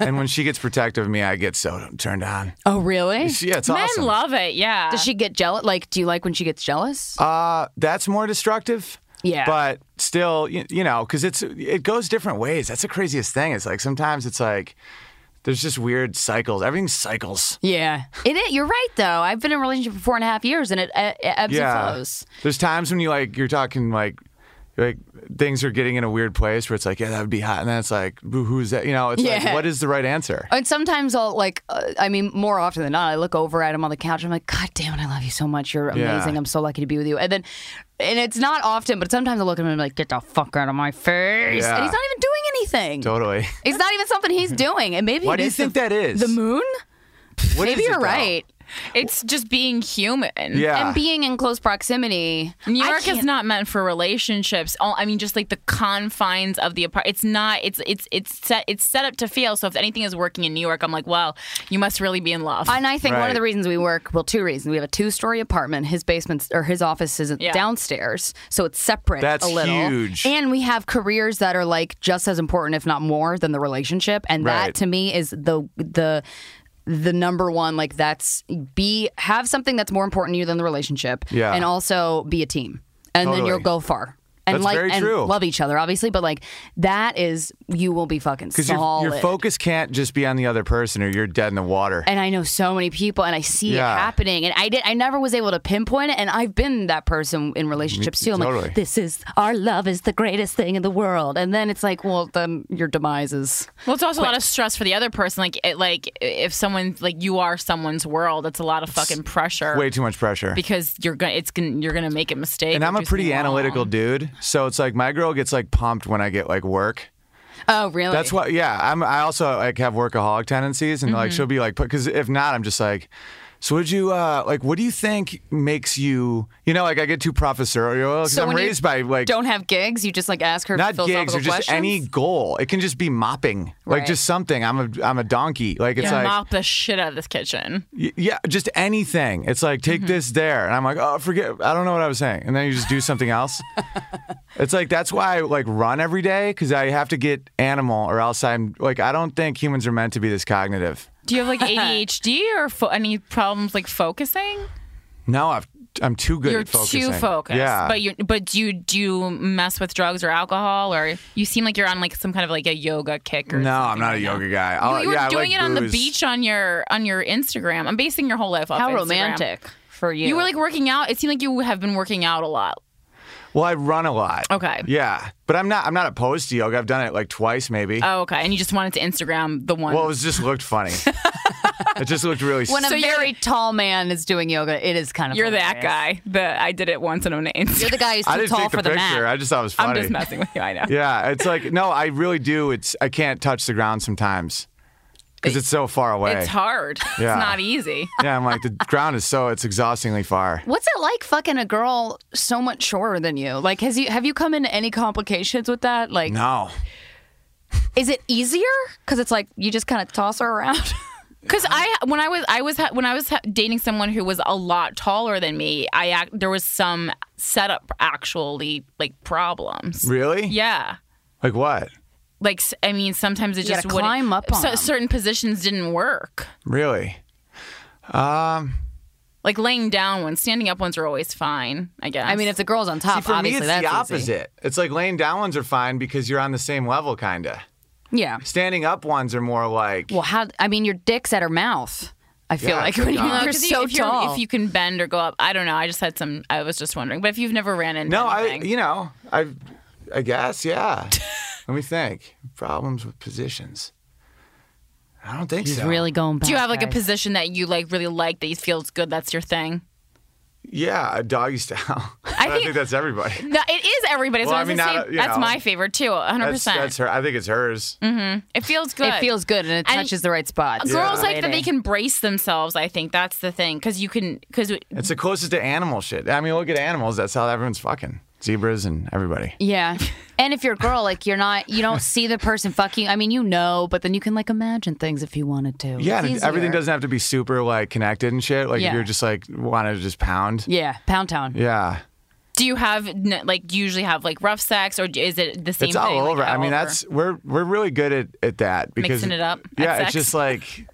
D: and when she gets protective of me, I get so turned on.
B: oh, really?
D: She- Yeah, it's
A: Men
D: awesome.
A: love it, yeah.
B: Does she get jealous? Like, do you like when she gets jealous?
D: uh, that's more destructive.
B: Yeah.
D: But still, you, you know, because it's it goes different ways. That's the craziest thing. It's like sometimes it's like there's just weird cycles. Everything cycles.
B: yeah, it, is- You're right, though. I've been in a relationship for four and a half years, and it, it ebbs
D: yeah.
B: and flows.
D: There's times when you like you're talking like like things are getting in a weird place where it's like yeah that would be hot and then it's like who- who's that you know it's
B: Yeah.
D: like what is the right answer
B: And sometimes I'll like, uh, I mean, more often than not, I look over at him on the couch. I'm like, God damn it, I love you so much. You're
D: Yeah.
B: amazing. I'm so lucky to be with you. And then, and it's not often, but sometimes I look at him and I'm like, get the fuck out of my face.
D: Yeah.
B: And he's not even doing anything.
D: totally
B: It's not even something he's doing. And maybe
D: why
B: it
D: do you
B: is the-
D: think that is
B: the moon?
D: What
B: maybe
D: is it,
B: you're
D: though?
B: right.
A: It's just being human.
D: Yeah.
B: And being in close proximity.
A: New
B: I
A: York is
B: can't-
A: not meant for relationships. All, I mean, just like the confines of the apartment. It's not. It's it's it's set. It's set up to fail. So if anything is working in New York, I'm like, wow, you must really be in love.
B: And I think one of
D: Right.
B: the reasons we work, well, two reasons. We have a two story apartment. His basement or his office is
A: Yeah.
B: downstairs, so it's separate
D: That's
B: a little.
D: huge.
B: And we have careers that are like just as important, if not more, than the relationship. And that
D: Right.
B: to me is the the the number one like that's be have something that's more important to you than the relationship.
D: Yeah.
B: And also be a team. And then
D: Totally.
B: you'll go far. And
D: That's
B: like
D: very
B: and
D: true.
B: love each other, obviously, but like that is you will be fucking
D: Because your,
B: solid.
D: your focus can't just be on the other person or you're dead in the water.
B: and I know so many people and I see
D: Yeah.
B: it happening and I did I never was able to pinpoint it and I've been that person in relationships too. I'm
D: totally.
B: like this is our love is the greatest thing in the world and then it's like well then your demise is
A: well, it's also a lot of stress for the other person. Like it, like if someone like you are someone's world, it's a lot of fucking pressure.
D: Way too much pressure.
A: because you're gonna it's gonna you're gonna make a mistake.
D: And
A: or
D: I'm a
A: do
D: pretty
A: something wrong.
D: analytical dude, so it's like my girl gets like pumped when I get like work.
B: Oh really?
D: That's why, yeah. I'm. I also like have workaholic tendencies, and
B: Mm-hmm.
D: like she'll be like, because if not, I'm just like. So would you uh, like? What do you think makes you? You know, like I get too professorial because
B: So
D: I'm
B: when you
D: raised by like
B: don't have gigs, you just like ask her
D: not
B: philosophical
D: gigs or just
B: questions?
D: any goal. It can just be mopping,
B: Right.
D: like just something. I'm a I'm a donkey. Like it's
A: You
D: like
A: mop the shit out of this kitchen.
D: y- yeah, just anything. It's like
A: Mm-hmm.
D: take this there, and I'm like, oh, forget. I don't know what I was saying, and then you just do something else. it's like that's why I like run every day because I have to get animal, or else I'm like I don't think humans are meant to be this cognitive.
A: Do you have like ADHD or fo- any problems like focusing?
D: No, I've, I'm too good
A: You're
D: at focusing.
A: too focused.
D: Yeah,
A: But you but do you do you mess with drugs or alcohol or you seem like you're on like some kind of like a yoga kick or
D: no, I'm
A: something
D: not a
A: right now.
D: yoga guy.
A: You,
D: I'll-
A: you were
D: yeah, I
A: doing
D: like
A: it on the
D: booze.
A: beach on your on your Instagram. I'm basing your whole life off
B: How
A: Instagram.
B: romantic for you.
A: You were like working out. It seemed like you have been working out a lot.
D: Well, I run a lot.
A: Okay.
D: Yeah, but I'm not. I'm not opposed to yoga. I've done it like twice, maybe.
A: Oh, okay. And you just wanted to Instagram the one.
D: well, it was, just looked funny. it just looked really.
B: when a
A: So you're-
B: very tall man is doing yoga, it is kind of
A: you're that
B: hilarious.
A: guy. The I did it once and I'm gonna Instagram.
B: You're the guy who's
D: I
B: too
D: didn't
B: tall
D: take
B: for
D: the
B: the,
D: picture.
B: mat.
D: I just thought it was funny.
A: I'm just messing with you. I know.
D: Yeah, it's like no, I really do. It's I can't touch the ground sometimes because it's so far away.
A: It's hard.
D: Yeah.
A: It's not easy.
D: Yeah, I'm like the ground is so it's exhaustingly far.
B: What's it like fucking a girl so much shorter than you? Like, has you have you come into any complications with that? Like,
D: No,
B: is it easier? Because it's like you just kind of toss her around.
A: Because I when I was I was ha- when I was ha- dating someone who was a lot taller than me, I act there was some setup actually like problems.
D: really?
A: Yeah.
D: Like what?
A: Like s- I mean, sometimes it
B: You
A: just
B: gotta
A: wouldn't-
B: climb up on
A: so,
B: 'em.
A: certain positions didn't work.
D: Really?
A: Like laying down ones, standing up ones are always fine. I guess.
B: I mean, if the girl's on top,
D: See, for
B: obviously
D: me, it's
B: that's
D: the
B: easy.
D: opposite. It's like laying down ones are fine because you're on the same level, kinda.
B: Yeah.
D: Standing up ones are more like
B: Well, how? I mean, your dick's at her mouth. I feel
D: Yeah,
B: like
D: it's
B: when
D: like,
B: you're,
D: uh,
A: No,
B: you're
A: 'cause you-
B: so
A: if you're-
B: tall.
A: if you can bend or go up, I don't know. I just had some. I was just wondering. But if you've never ran into
D: no, I
A: anything,
D: you know I I guess yeah. Let me think. Problems with positions. I don't think
B: He's
D: so.
B: really going back.
A: do you have like a
B: guys.
A: position that you like really like that you feels good? That's your thing.
D: Yeah, a doggy style. I,
A: think-
D: think that's everybody.
A: No, it is everybody's.
D: Well,
A: I
D: I
A: was
D: mean,
A: gonna
D: not
A: say,
D: a- you
A: that's
D: know,
A: my favorite too. 100.
D: That's, that's
A: percent Mm-hmm.
D: her. I think it's hers.
A: It feels good.
B: It feels good and
A: And-
B: it touches the right spots.
A: Girls
D: Yeah.
A: like that they can brace themselves. I think that's the thing because you can because
D: It's the closest to animal shit. I mean, look at animals. That's how everyone's fucking zebras and everybody.
B: Yeah. And if you're a girl, like you're not, you don't see the person fucking. I mean, you know, but then you can like imagine things if you wanted to.
D: Yeah,
B: It's
D: and everything
B: easier.
D: doesn't have to be super like connected and shit. Like
B: Yeah.
D: if you're just like want to just pound.
B: Yeah, Pound Town.
D: Yeah,
A: do you have n- like usually have like rough sex or is it the same? thing,
D: it's all
A: like,
D: over. I
A: all
D: mean,
A: over?
D: that's we're we're really good at at that because
A: Mixing it up at
D: Yeah,
A: sex.
D: it's just like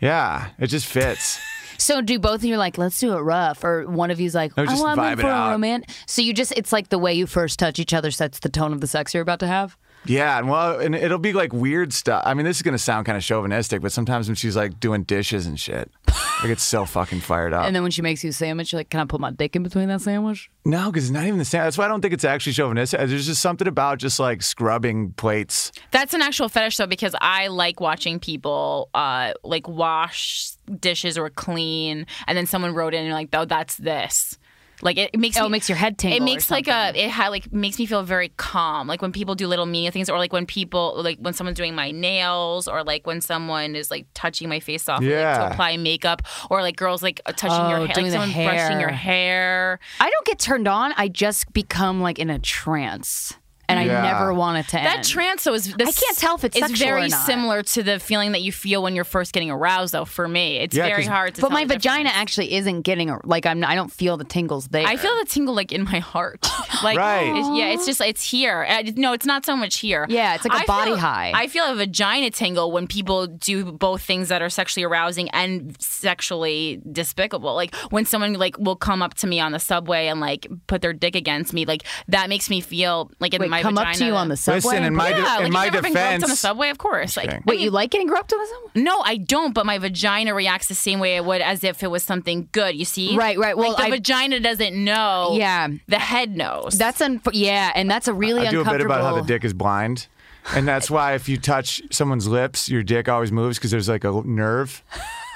D: yeah, it just fits.
B: So do both of you like, let's do it rough, or one of you's like,
D: No,
B: oh,
D: just
B: I'm in
D: vibe it
B: for a
D: out.
B: romance. So you just, it's like the way you first touch each other sets the tone of the sex you're about to have.
D: Yeah, and well, and it'll be like weird stuff. I mean, this is gonna sound kind of chauvinistic, but sometimes when she's like doing dishes and shit, I get so fucking fired up.
B: And then when she makes you a sandwich, you're like, can I put my dick in between that sandwich?
D: No, because it's not even the same. That's why I don't think it's actually chauvinistic. Uh, There's just something about just like scrubbing plates.
A: That's an actual fetish though, because I like watching people uh, like wash dishes or clean, and then someone wrote in and like, "Oh, that's this." Like it, it makes
B: Oh,
A: me,
B: it makes your head tingle
A: It
B: or
A: makes like a it ha- like makes me feel very calm. Like when people do little meaningless things, or like when people like when someone's doing my nails, or like when someone is like touching my face off like,
D: Yeah.
A: to apply makeup, or like girls like touching your
B: Oh,
A: hair,
B: doing
A: like someone
B: the
A: brushing your hair.
B: I don't get turned on. I just become like in a trance, and I
D: Yeah.
B: never want it to end.
A: That trance though is this,
B: can't tell if it's
A: it's
B: sexual or
A: very
B: not.
A: similar to the feeling that you feel when you're first getting aroused though for me. It's
D: Yeah,
A: very
D: 'cause-
A: hard to
B: but
A: tell
B: my
A: the difference.
B: vagina actually isn't getting a, like I'm. I don't feel the tingles there.
A: I feel the tingle like in my heart. Like
D: Right.
A: it's- yeah, it's just it's here. Uh, no, it's not so much here.
B: Yeah, it's like a
A: a
B: body high.
A: I feel a vagina tingle when people do both things that are sexually arousing and sexually despicable. Like when someone like will come up to me on the subway and like put their dick against me. Like that makes me feel like in
B: Wait,
A: my
B: come
A: vagina.
B: up to you on the subway.
D: Listen,
B: and
D: in my
B: put-
A: yeah,
D: de-
A: like
D: in
A: you've
D: my
A: never been groped on the
D: defense-
A: subway, of course. Like
D: kidding.
B: wait, you like getting groped on the subway?
A: no, I don't. But my vagina reacts the same way it would as if it was something good. You see?
B: Right, right. Well,
A: like the
B: I-
A: vagina doesn't know.
B: Yeah.
A: the head knows.
B: That's un. Yeah, and that's a really
D: I do a
B: uncomfortable.
D: bit about how the dick is blind. And that's why if you touch someone's lips, your dick always moves because there's like a nerve.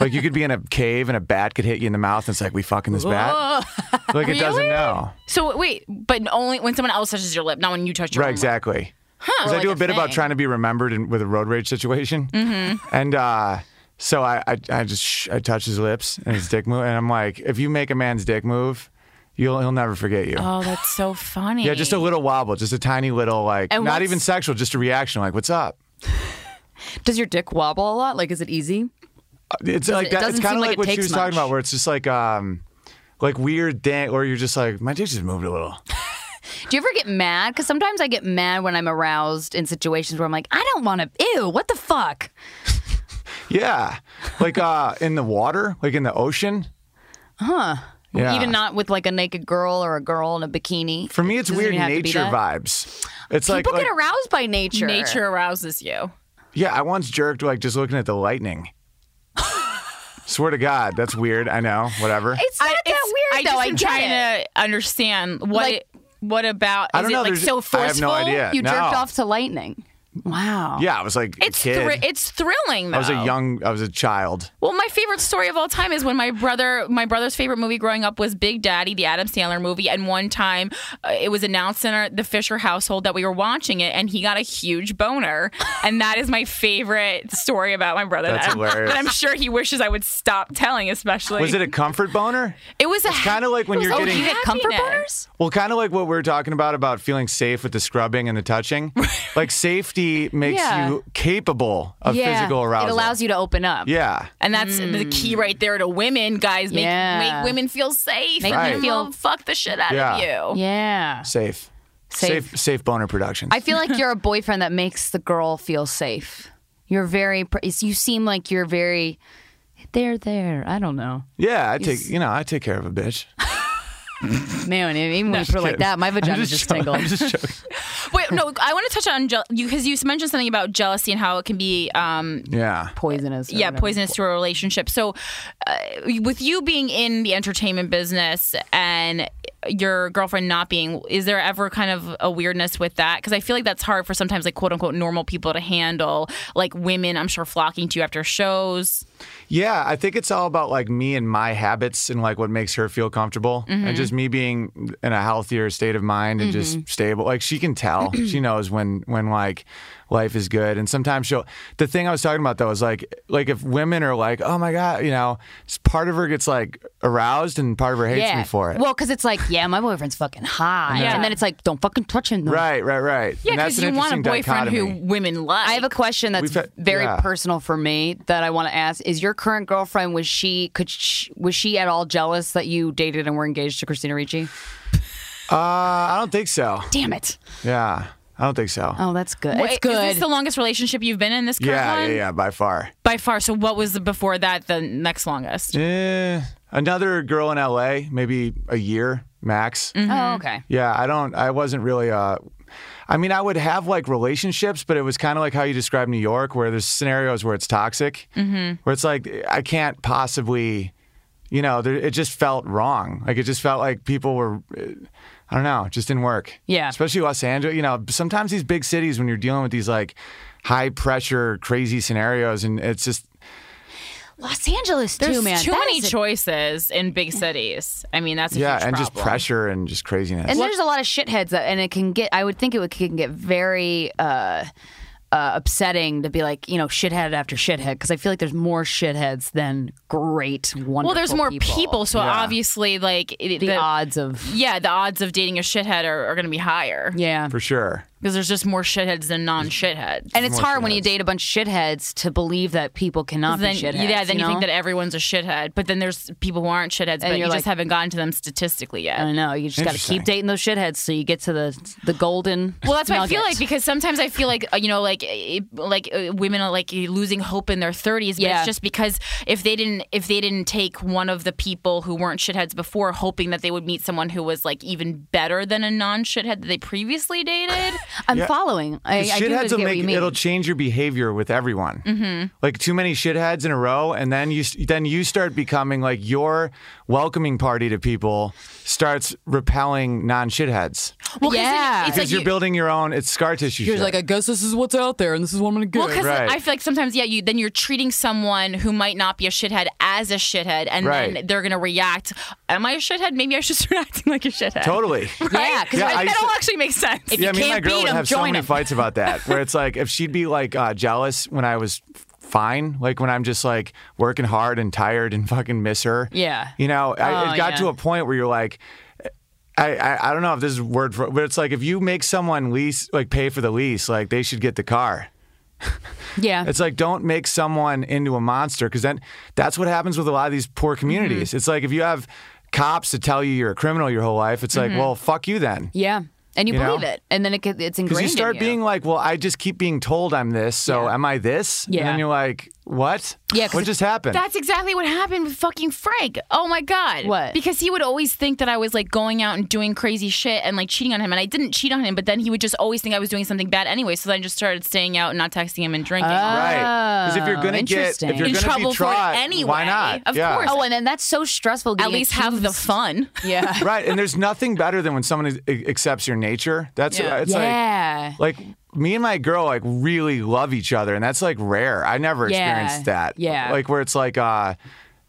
D: Like you could be in a cave and a bat could hit you in the mouth and it's like, we fucking this bat? Like it doesn't know.
A: So wait, but only when someone else touches your lip, not when you touch your
D: Right,
A: own lip.
D: exactly. Because
A: Or
D: I do
A: like
D: a bit
A: a
D: about
A: thing.
D: trying to be remembered in, with a road rage situation. Mm-hmm. And uh, so I, I, I just sh- I touch his lips and his dick move. And I'm like, if you make a man's dick move, you'll, he'll never forget you.
A: Oh, that's so funny.
D: Yeah, just a little wobble, just a tiny little, like,
B: And
D: not
B: what's-
D: even sexual, just a reaction, like, what's up?
B: Does your dick wobble a lot? Like, is it easy?
D: It's like
B: it
D: that. It's
B: doesn't
D: kind
B: seem
D: of
B: like
D: like,
B: it
D: what she
B: takes
D: was
B: much.
D: talking about, where it's just like, um, like weird dang, or you're just like, my dick just moved a little.
B: Do you ever get mad? Because sometimes I get mad when I'm aroused in situations where I'm like, I don't want to. Ew, what the fuck?
D: Yeah, like uh, in the water, like in the ocean. Huh. Yeah.
B: Even not with like a naked girl or a girl in a bikini.
D: For me, it's
B: Doesn't
D: weird
B: even have to be
D: nature
B: that.
D: vibes. It's like,
B: People
D: like-
B: get aroused by nature.
A: nature arouses you.
D: yeah, I once jerked like just looking at the lightning. Swear to God, that's weird. I know. Whatever.
B: It's not that
A: it's-
B: weird
A: I
B: though.
A: just
B: I
A: am
B: get
A: trying
B: it.
A: to understand what
B: Like-
A: it, what about is
D: I don't
A: it
D: know,
A: like
D: there's-
A: so forceful?
D: I have no idea.
B: You
D: No.
B: jerked off to lightning. Wow.
D: yeah, I was like
A: It's
D: a kid.
A: thri- it's thrilling though.
D: I was a young. I was a child.
A: Well, my favorite story of all time is when my brother, my brother's favorite movie growing up was Big Daddy, the Adam Sandler movie. And one time, uh, it was announced in our, the Fisher household that we were watching it, and he got a huge boner. And that is my favorite story about my brother.
D: That's
A: that,
D: hilarious.
A: that I'm sure he wishes I would stop telling, especially.
D: Was it a comfort boner?
A: It was a.
D: kinda like when
A: it was
D: you're
A: a
D: getting-
B: Oh, You get comfort
A: happiness.
B: boners?
D: Well, kind of like what we were talking about about feeling safe with the scrubbing and the touching. like safety makes
B: Yeah.
D: you capable of physical arousal.
B: It allows you to open up.
D: Yeah.
A: And that's the key
D: Hmm.
A: right there to women, guys. Make,
B: Yeah.
A: make women feel safe. Make
D: Right.
A: them feel fuck the shit out
D: Yeah.
A: of you.
B: Yeah.
D: Safe.
B: Safe.
D: Safe, safe boner productions.
B: I feel like you're a boyfriend that makes the girl feel safe. You're very. pr- You seem like you're very. They're there. I don't know.
D: yeah, I take you know I take care of a bitch.
B: Man, even when you put it like that, my vagina just, tingled.
D: I'm just joking.
A: Wait, no, I want to touch on je- you because you mentioned something about jealousy and how it can be um,
D: Yeah.
B: Poisonous. or
A: yeah
B: whatever.
A: poisonous to a relationship so uh, with you being in the entertainment business and your girlfriend not being is there ever kind of a weirdness with that because i feel like that's hard for sometimes like quote unquote normal people to handle like women i'm sure flocking to you after shows
D: Yeah, I think it's all about like me and my habits and like what makes her feel comfortable
A: Mm-hmm.
D: and just me being in a healthier state of mind and just stable. Like she can tell. she knows when when like life is good and sometimes she'll the thing I was talking about though is like like if women are like, "Oh my god, you know, s- part of her gets like aroused and part of her hates
B: Yeah.
D: me for it."
B: Well, because it's like, yeah, my boyfriend's fucking hot.
A: Yeah.
B: And then it's like, don't fucking touch him. though.
D: right, right, right.
A: yeah
D: And that's
A: because
D: an
A: you want a
D: interesting
A: boyfriend who
D: dichotomy.
A: women like
B: I have a question that's
D: We've had-
B: very
D: yeah.
B: personal for me that I want to ask. Is your current girlfriend was she could she, was she at all jealous that you dated and were engaged to Christina Ricci?
D: Uh, I don't think so.
B: Damn it!
D: Yeah. I don't think so.
B: Oh, that's good.
A: Wait,
B: it's good.
A: Is this the longest relationship you've been in this current
D: yeah,
A: one?
D: yeah, yeah, by far.
A: By far. So what was the, before that the next longest?
D: Eh, another girl in LA, maybe a year max.
A: Mm-hmm.
B: oh, okay.
D: Yeah, I don't. I wasn't really. Uh, I mean, I would have like relationships, but it was kind of like how you describe New York, where there's scenarios where it's toxic,
A: Mm-hmm.
D: where it's like I can't possibly, you know, there, it just felt wrong. Like it just felt like people were. I don't know, it just didn't work.
B: Yeah.
D: Especially Los Angeles. You know, sometimes these big cities, when you're dealing with these like high pressure, crazy scenarios, and it's just
B: Los Angeles
A: There's
B: too, man.
A: too
B: That
A: many
B: is a-
A: choices in big cities. I mean, that's a
D: yeah,
A: huge
D: and just
A: problem.
D: pressure and just craziness.
B: And there's a lot of shitheads that, and it can get. I would think it would, can get very uh, uh, upsetting to be like, you know, shithead after shithead, because I feel like there's more shitheads than great, wonderful.
A: Well, there's more people, so
D: Yeah.
A: obviously, like it,
B: The, odds of
A: yeah, the odds of dating a shithead are, are going to be higher
B: yeah,
D: for sure.
A: because there's just more shitheads than non-shitheads.
B: and it's hard when you date a bunch of shitheads to believe that people cannot
A: then
B: be shitheads.
A: yeah, then you,
B: know?
A: think that everyone's a shithead, but then there's people who aren't shitheads, but you
B: you're
A: just
B: like-
A: haven't gotten to them statistically yet.
B: I know you just got to
D: Interesting.
B: keep dating those shitheads so you get to the the golden.
A: Well, that's what I feel
B: nugget.
A: like because sometimes I feel like uh, you know, like eh, like uh, women are like losing hope in their thirties. But
B: Yeah.
A: it's just because if they didn't if they didn't take one of the people who weren't shitheads before, hoping that they would meet someone who was like even better than a non shithead that they previously dated.
B: I'm following. I, I do
D: shitheads
B: get
D: will
B: what
D: make
B: you mean. Mm-hmm.
D: it'll change your behavior with everyone. Like too many shitheads in a row, and then you s- then you start becoming like your welcoming party to people starts repelling non shitheads
A: Well, 'cause then
B: Yeah.
A: it's
D: because
A: like
D: you're
A: you-
D: building your own. It's scar tissue. Shit.
B: I guess this is what's out there, and this is what I'm gonna get.
A: Well, because
D: Right.
A: I feel like sometimes, yeah, you then you're treating someone who might not be a shithead as a shithead, and then
D: Right.
A: they're gonna react. Am I a shithead? Maybe I should start acting like a shithead.
D: totally.
B: Yeah, because
D: Yeah, I
A: That
D: used to-
A: all actually makes sense.
D: yeah, me and my
B: can't
D: girl
B: beat
D: would
B: 'em,
D: have so
B: join
D: many
B: 'em.
D: fights about that. Where it's like if she'd be like uh, jealous when I was fine, like when I'm just like working hard and tired and fucking miss her.
B: Yeah.
D: you know, I,
B: Oh,
D: it got
B: yeah.
D: to a point where you're like. I, I, I don't know if this is word for but it's like if you make someone lease like pay for the lease like they should get the car
B: yeah,
D: it's like don't make someone into a monster because then that's what happens with a lot of these poor
B: Mm-hmm.
D: communities it's like if you have cops to tell you you're a criminal your whole life it's
B: Mm-hmm.
D: like well fuck you then
B: yeah, and you,
D: You
B: believe
D: know?
B: it, and then it gets, it's ingrained.
D: because you start
B: in
D: being like, well, I just keep being told I'm this, so am I this?
B: Yeah.
D: And then you're like, what?
B: Yeah, 'cause
D: What
B: it-
D: just happened?
A: That's exactly what happened with fucking Frank. Oh my god.
B: What?
A: Because he would always think that I was like going out and doing crazy shit and like cheating on him, and I didn't cheat on him. But then he would just always think I was doing something bad anyway. So then I just started staying out and not texting him and drinking.
D: Oh. right. Because if you're gonna
B: Oh,
D: get,
B: interesting.
D: if you're
A: In
D: gonna
A: trouble
D: be
A: for it
D: tried,
A: anyway.
D: why not?
A: Of
D: yeah.
A: course.
B: Oh, and then that's so stressful.
A: At
B: getting
A: least have the
B: accused.
A: fun.
B: Yeah,
D: Right. And there's nothing better than when someone is, accepts your nature. That's
A: Yeah.
D: it's
B: yeah.
D: like. Like me and my girl like really love each other and that's like rare. I never
B: Yeah.
D: experienced that.
B: Yeah.
D: Like where it's like uh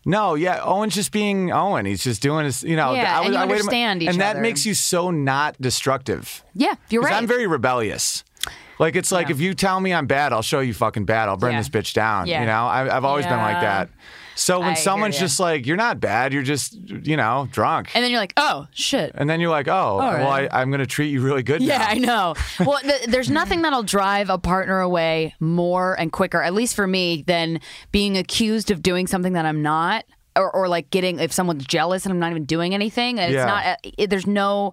D: no, yeah, Owen's just being Owen. He's just doing his you know,
B: Yeah,
D: I
B: and
D: was
B: you
D: I waited-
B: understand each
D: And that
B: other.
D: makes you so not destructive.
B: yeah, you're
D: 'Cause
B: right.
D: I'm very rebellious. Like it's like if you tell me I'm bad, I'll show you fucking bad. I'll burn
B: Yeah.
D: this bitch down.
B: Yeah.
D: You know, I, I've always been like
B: Yeah.
D: that. So when
B: I hear
D: someone's
B: ya.
D: just like, "You're not bad. You're just you know drunk," and,
B: and then you're like, oh shit.
D: then you're like, "Oh, well,
B: right.
D: I, I'm gonna treat you really good."
B: Yeah,
D: now.
B: I know. Well, th- there's nothing that'll drive a partner away more and quicker, at least for me, than being accused of doing something that I'm not. Or, or like getting if someone's jealous and I'm not even doing anything and
D: Yeah.
B: it's not uh, it, there's no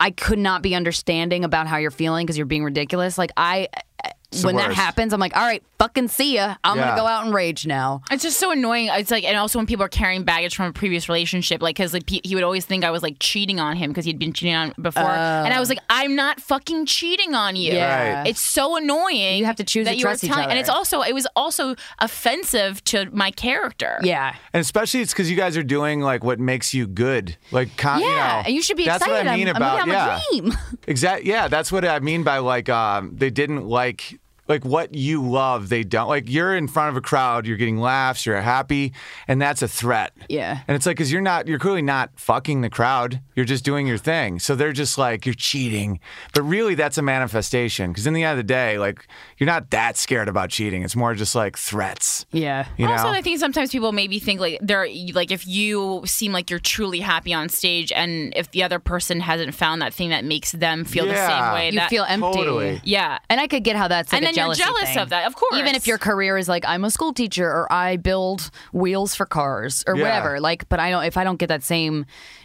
B: I could not be understanding about how you're feeling because you're being ridiculous like I uh,
D: the
B: when that
D: worst.
B: happens I'm like all right fucking see ya I'm
D: Yeah.
B: gonna go out and rage now
A: It's just so annoying. It's like, and also when people are carrying baggage from a previous relationship, like, because like, pe- he would always think I was like cheating on him because he'd been cheating on before, and I was like, I'm not fucking cheating on you.
B: Yeah. Right.
A: It's so annoying.
B: You have to choose
A: that
B: to
A: you were
B: trust each
A: telling- and
B: other.
A: it's also it was also offensive to my character.
B: yeah
D: And especially it's because you guys are doing like what makes you good. Like, con- Uh, you
B: yeah
D: know,
B: and you should be
D: that's
B: excited
D: What I mean
B: I'm,
D: about
B: I'm,
D: yeah.
B: a dream
D: Exactly. Yeah, that's what I mean by like um, they didn't like like what you love. They don't like you're in front of a crowd. You're getting laughs. You're happy, and that's a threat.
B: Yeah.
D: And it's like because you're not you're clearly not fucking the crowd. You're just doing your thing. So they're just like you're cheating, but really that's a manifestation. Because in the end of the day, like you're not that scared about cheating. It's more just like threats.
B: yeah
D: You know.
A: also, I think sometimes people maybe think like they're like if you seem like you're truly happy on stage, and if the other person hasn't found that thing that makes them feel the
D: Yeah.
A: same way,
B: you
A: that,
B: feel empty
D: Totally.
A: yeah,
B: And I could get how that's like
A: And
B: a
A: then you're
B: jealousy
A: jealous
B: thing.
A: of that, of course.
B: Even if your career is like I'm a school teacher or I build wheels for cars or
D: Yeah.
B: whatever, like, but I don't. If I don't get that same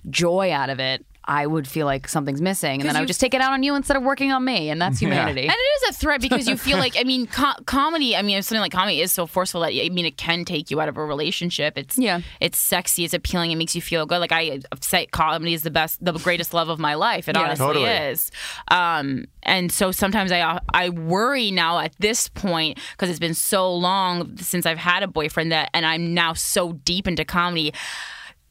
B: joy out of it, I would feel like something's missing, and then I
A: you-
B: would just take it out on you instead of working on me, and that's humanity.
A: And it is a threat because you feel like I mean, co- comedy. I mean, if something like comedy is so forceful that I mean, it can take you out of a relationship. It's
B: Yeah.
A: it's sexy, it's appealing, it makes you feel good. Like I say, comedy is the best, the greatest love of my life. It honestly
D: Totally.
A: is. Um, and so sometimes I uh, I worry now at this point because it's been so long since I've had a boyfriend that, and I'm now so deep into comedy.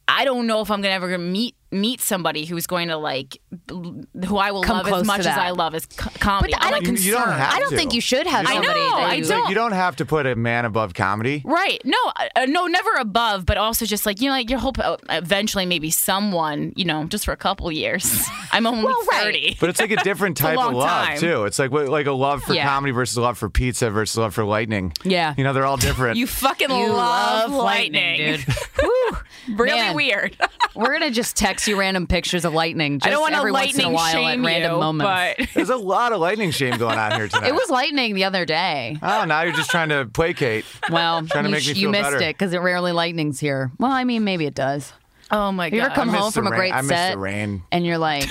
A: I don't know if I'm gonna ever meet meet somebody who's going to like l- who I will
B: Come
A: love
B: close
A: as
B: to
A: much as
B: that.
A: I love is co- comedy.
B: But I
A: I'm,
B: don't-
A: like,
D: You, you don't
B: concerned.
D: have
B: I don't
D: to.
B: think you should have
D: You
A: I
D: don't-
B: somebody.
A: know,
B: that
A: I
B: you-
D: Like,
A: don't.
D: you don't have to put a man above comedy.
A: Right. No, uh, no, never above, but also just like, you know, like your hope uh, eventually maybe someone, you know, just for a couple years. I'm only
B: Well, right.
A: 30.
D: But it's like a different
A: a
D: type of
A: long
D: love
A: time.
D: too. It's like like a love for
A: Yeah.
D: comedy versus love for pizza versus love for lightning.
B: Yeah.
D: you know they're all different.
A: You fucking love, lightning.
B: Woo.
A: Really
B: Man,
A: weird.
B: We're gonna just text you random pictures of lightning. Just
A: I don't want to
B: every once in a
A: lightning
B: while
A: shame
B: at random
A: you,
B: moments.
A: but
D: There's a lot of lightning shame going on here tonight.
B: It was lightning the other day.
D: oh, now you're just trying to placate.
B: Well,
D: Trying to
B: you,
D: make me
B: you
D: feel
B: missed
D: better.
B: it because it rarely lightnings here. Well, I mean, maybe it does.
A: oh my
B: You ever
A: god.
B: come
D: I miss
B: home
D: the
B: from a
D: rain-
B: great
D: I miss the
B: set
D: rain.
B: and you're like,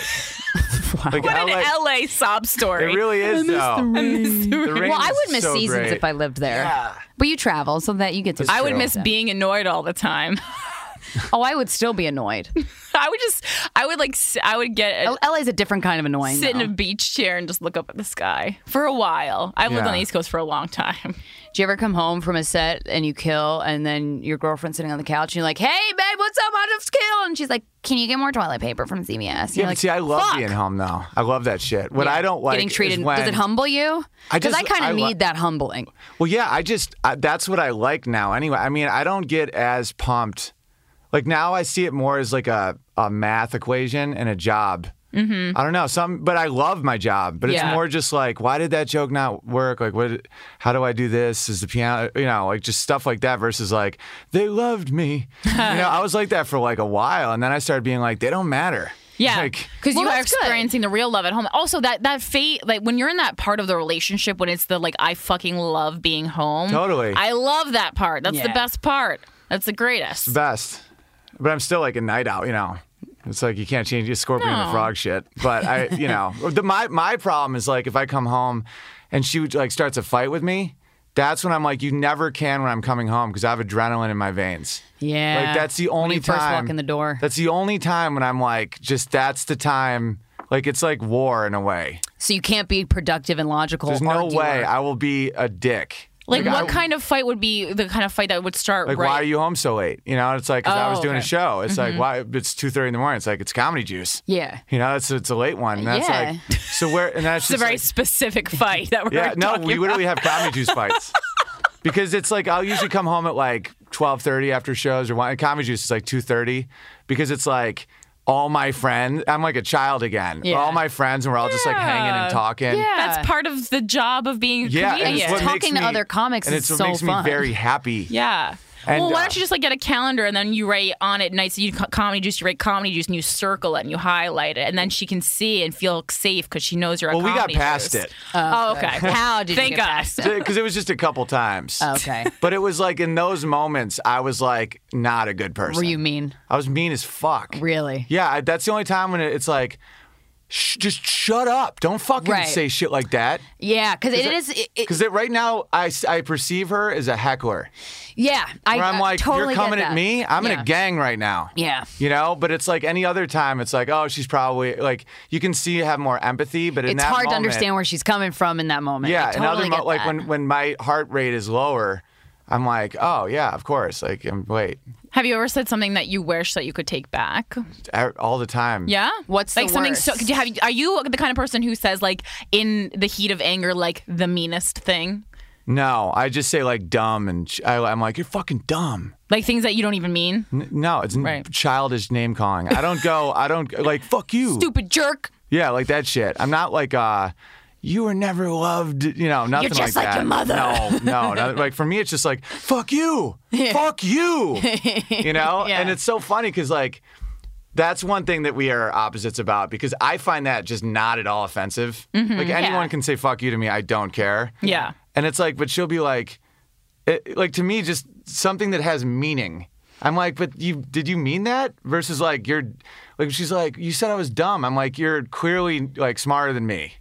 B: wow.
D: Like, I
A: what an
D: like-
A: LA sob
D: It
A: story.
D: really is though. The rain
B: well, I
D: is
B: would miss
D: so
B: seasons
D: great.
B: if I lived there.
D: Yeah.
B: But you travel, so that you get to.
A: I would
D: true.
A: miss being annoyed all the time.
B: Oh, I would still be annoyed.
A: I would just I would like s- I would get a,
B: LA's a different kind of annoying.
A: sit in
B: though.
A: a beach chair and just look up at the sky for a while. I've lived on the
D: Yeah.
A: East Coast for a long time.
B: Do you ever come home from a set and you kill, and then your girlfriend's sitting on the couch and you're like, "Hey, babe, what's up? I just killed," and she's like, "Can you get more toilet paper from CVS?" And
D: Yeah,
B: you're
D: but
B: like,
D: see, I love
B: "Fuck."
D: being home though. I love that shit. What I don't like
B: getting
D: is
B: treated.
D: when-
B: does it humble you?
D: I
B: Because I
D: just-
B: kind
D: I
B: of
D: li-
B: need that humbling.
D: Well, yeah, I just I, that's what I like now. Anyway, I mean, I don't get as pumped. Like now, I see it more as like a a math equation and a job. Mm-hmm. I don't know some, but I love my job. But it's
A: Yeah.
D: more just like, why did that joke not work? Like, what? How do I do this? Is the piano? You know, like just stuff like that. Versus like, they loved me. you know, I was like that for like a while, and then I started being like, they don't matter.
A: Yeah,
D: Like,
A: because
B: Well,
A: you are
B: that's good.
A: experiencing the real love at home. Also, that that fate, like when you're in that part of the relationship when it's the like I fucking love being home.
D: Totally.
A: I love that part. That's the
B: Yeah.
A: best part. That's the greatest.
D: best. But I'm still like a night out, you know. It's like you can't change your scorpion and
A: No.
D: frog shit. But I, you know, the, my my problem is like if I come home and she would, like starts a fight with me, that's when I'm like, you never can when I'm coming home because I have adrenaline in my veins.
B: Yeah.
D: like that's the
B: When
D: only
B: you
D: time.
B: first walk in the door.
D: That's the only time when I'm like, just that's the time. Like it's like war in a way.
B: So you can't be productive and logical.
D: There's no
B: arguer.
D: way I will be a dick.
A: Like,
D: I-
A: what kind of fight would be the kind of fight that would start?
D: like
A: right?
D: why are you home so late you know it's like 'cause i
A: Oh,
D: was doing
A: okay.
D: a show it's like why it's 2.30 in the morning it's like it's comedy juice
B: Mm-hmm. Yeah.
D: you know it's, it's a late one and that's
B: Yeah.
D: like so where and that's
A: It's a
D: just
A: very
D: like-
A: specific fight that we're
D: yeah no
A: talking
D: we literally have comedy juice fights because it's like i'll usually come home at like 12.30 after shows or one and comedy juice is like 2.30 because it's like all my friends i'm like a child again
B: Yeah.
D: all my friends and we're all just like hanging
A: Yeah.
D: and talking
B: Yeah.
A: That's part of the job of being a
D: yeah and
A: comedian.
D: it's what
B: Talking
D: makes
B: to
D: me-
B: other comics
D: and
B: is
D: it's what
B: so
D: makes
B: fun.
D: me very happy
A: yeah.
D: And,
A: well, why
D: uh,
A: don't you just like get a calendar and then you write on it nights you co- comedy juice, you write comedy juice, and you circle it and you highlight it, and then she can see and feel safe because she knows you're.
D: well
A: a
D: we got
A: comedy
D: past
A: juice.
D: it
A: Oh, okay.
B: How did you
A: Thank
B: get
A: God.
B: past it?
D: because it was just a couple times.
B: Okay.
D: But it was like in those moments, I was like not a good person.
B: Were you mean?
D: I was mean as fuck.
B: Really?
D: Yeah, I, that's the only time when it, it's like, sh- just shut up. Don't fucking
B: Right.
D: say shit like that.
B: Yeah, because it is. It, it-
D: Because right now, I, s- I perceive her as a heckler.
B: yeah, I,
D: Where I'm
B: I
D: like,
B: totally
D: you're
B: get
D: coming
B: that.
D: at me. I'm in
B: Yeah.
D: a gang right now.
B: Yeah.
D: You know, but it's like any other time, it's like, oh, she's probably like, you can see you have more empathy, but in
B: It's
D: that
B: hard to
D: moment-
B: understand where she's coming from in that moment.
D: Yeah,
B: I totally
D: and other
B: get
D: mo- like
B: that.
D: when when my heart rate is lower, I'm like, oh yeah, of course. Like, I'm, wait,
A: Have you ever said something that you wish that you could take back?
D: a- e, all the time.
A: Yeah.
B: What's
A: like
B: the
A: something?
B: worst?
A: So, could you have? Are you the kind of person who says like in the heat of anger like the meanest thing,
D: No, I just say like dumb, and ch- I, I'm like, you're fucking dumb.
A: like things that you don't even mean?
D: N- No, it's n-
A: Right.
D: childish name calling. I don't go. I don't like fuck you.
B: stupid jerk.
D: Yeah, like that shit. I'm not like uh. You were never loved, you know, nothing
B: just
D: like
B: like
D: that.
B: your mother.
D: No, no, no. Like for me, it's just like, fuck you, fuck you, you know?
B: Yeah.
D: And it's so funny because, like, that's one thing that we are opposites about because I find that just not at all offensive. like, anyone
B: Mm-hmm. yeah.
D: can say fuck you to me, I don't care.
A: Yeah.
D: And it's like, but she'll be like, it, like to me, just something that has meaning. I'm like, but you did you mean that? Versus like you're, like she's like, you said I was dumb. I'm like, you're clearly like smarter than me.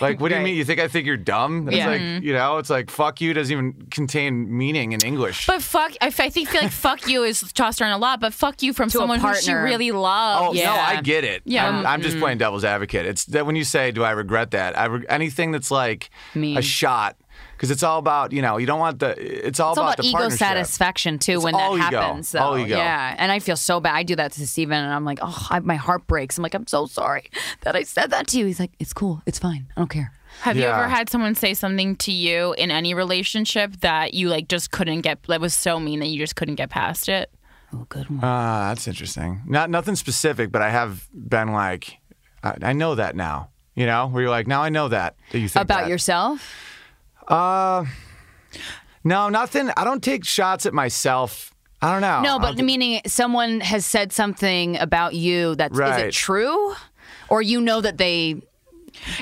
D: like, what do you mean? You think I think you're dumb? It's
B: Yeah. Mm-hmm.
D: like, you know, it's like fuck you doesn't even contain meaning in English.
A: But fuck, I, f- I think feel like fuck you is tossed around a lot. But fuck you from
B: a
A: someone who she
B: partner.
A: really
D: Oh
A: loves.
D: no,
B: Yeah. Mm-hmm.
D: I get it.
A: Yeah.
D: I'm, I'm just playing devil's advocate. It's that when you say, "Do I regret that?" I re- anything that's like
B: Mean.
D: a shot because it's all about you know you don't want the it's all
B: It's all
D: about,
B: about
D: the
B: ego
D: partnership.
B: satisfaction too when
D: all
B: that
D: ego.
B: happens. So,
D: All ego.
B: Yeah, and I feel so bad. I do that to Steven and I'm like, oh, I, my heart breaks. I'm like, I'm so sorry that I said that to you. He's like, it's cool, it's fine, I don't care.
A: Have you
D: Yeah.
A: ever had someone say something to you in any relationship that you like just couldn't get that was so mean that you just couldn't get past it?
B: Oh, good one.
D: Ah, that's interesting. Not nothing specific, but I have been like, I, I know that now. You know, where you're like, now I know that. that you think
B: About
D: that.
B: yourself?
D: No, nothing. I don't take shots at myself. I don't know.
B: No,
D: I
B: but
D: don't-
B: meaning someone has said something about you that's is it
D: Right.
B: true, or you know that they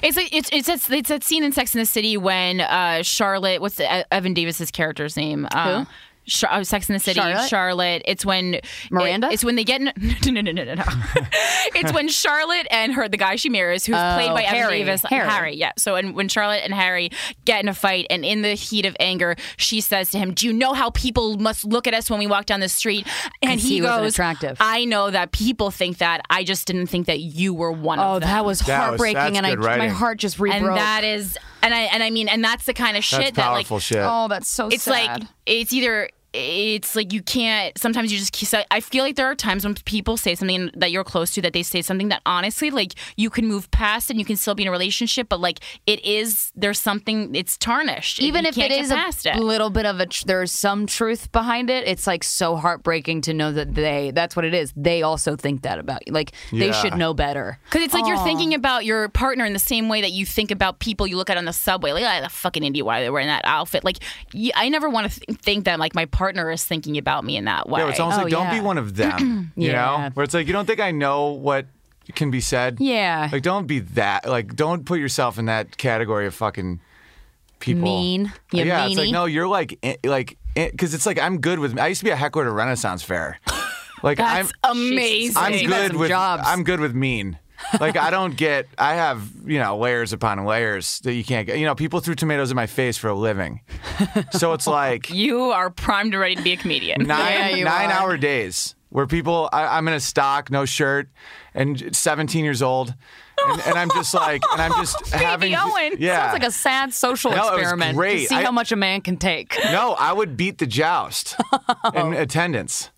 A: It's like it's it's it's, it's that scene in Sex in the City when uh, Charlotte, what's the, Evan Davis's character's name? Uh, Char- uh, Sex in the City,
B: Charlotte?
A: Charlotte. It's when
B: Miranda?
A: it- it's when they get in, no, no, no, no, no, no. it's when Charlotte and her the guy she marries, who's played by
B: Oh, Harry.
A: Evan Davis,
B: Harry.
A: Yeah. So and when Charlotte and Harry get in a fight, and in the heat of anger, she says to him, "Do you know how people must look at us when we walk down the street?" And
B: 'Cause
A: he
B: he wasn't
A: goes,
B: attractive.
A: "I know that people think that. I just didn't think that you were one
B: Oh,
A: of them."
B: that was
D: was-
B: heartbreaking,
D: that's
B: and I
D: good writing.
B: my heart just rebroke.
A: and that is and i and i mean and that's the kind of shit
D: that's
A: that like
D: powerful shit.
B: oh, that's so
A: it's
B: sad.
A: like it's either it's like you can't sometimes you just keep- so i feel like there are times when people say something that you're close to that they say something that honestly like you can move past and you can still be in a relationship but like it is there's something it's tarnished
B: even
A: you
B: if
A: can't
B: it
A: get
B: is
A: past
B: a
A: it
B: little bit of a tr- there's some truth behind it it's like so heartbreaking to know that they that's what it is they also think that about you like they
D: Yeah.
B: should know better
A: because it's like you're thinking about your partner in the same way that you think about people you look at on the subway. Like, ah, the fucking idiot, why they wearing that outfit? Like, y- I never want to th- think that like my partner is thinking about me in that way.
D: yeah, it's almost
B: Oh,
D: like don't
B: yeah.
D: be one of them. You
B: Yeah.
D: know, where it's like you don't think I know what can be said.
B: Yeah.
D: Like don't be that. Like don't put yourself in that category of fucking people.
B: Mean. You
D: yeah, it's
B: meanie.
D: like no, you're like i- like because it's like I'm good with. I used to be a heckler at a Renaissance fair. Like
A: That's
D: I'm
A: amazing.
D: I'm
B: She's got
D: good
B: some
D: with
B: jobs.
D: I'm good with mean. Like I don't get I have, you know, layers upon layers that you can't get. You know, people threw tomatoes in my face for a living. So it's like
A: You are primed and ready to be a
D: Oh
A: comedian.
B: Yeah,
D: nine
B: you
D: nine
B: are.
D: hour days where people I, I'm in a stock, no shirt, and 17 years old, and, and I'm just like, and I'm just having,
A: Baby Owen.
D: yeah,
B: sounds like a sad social
D: No, it was
B: experiment to
D: great.
B: see
D: I-
B: how much a man can take
D: no, I would beat the joust in attendance.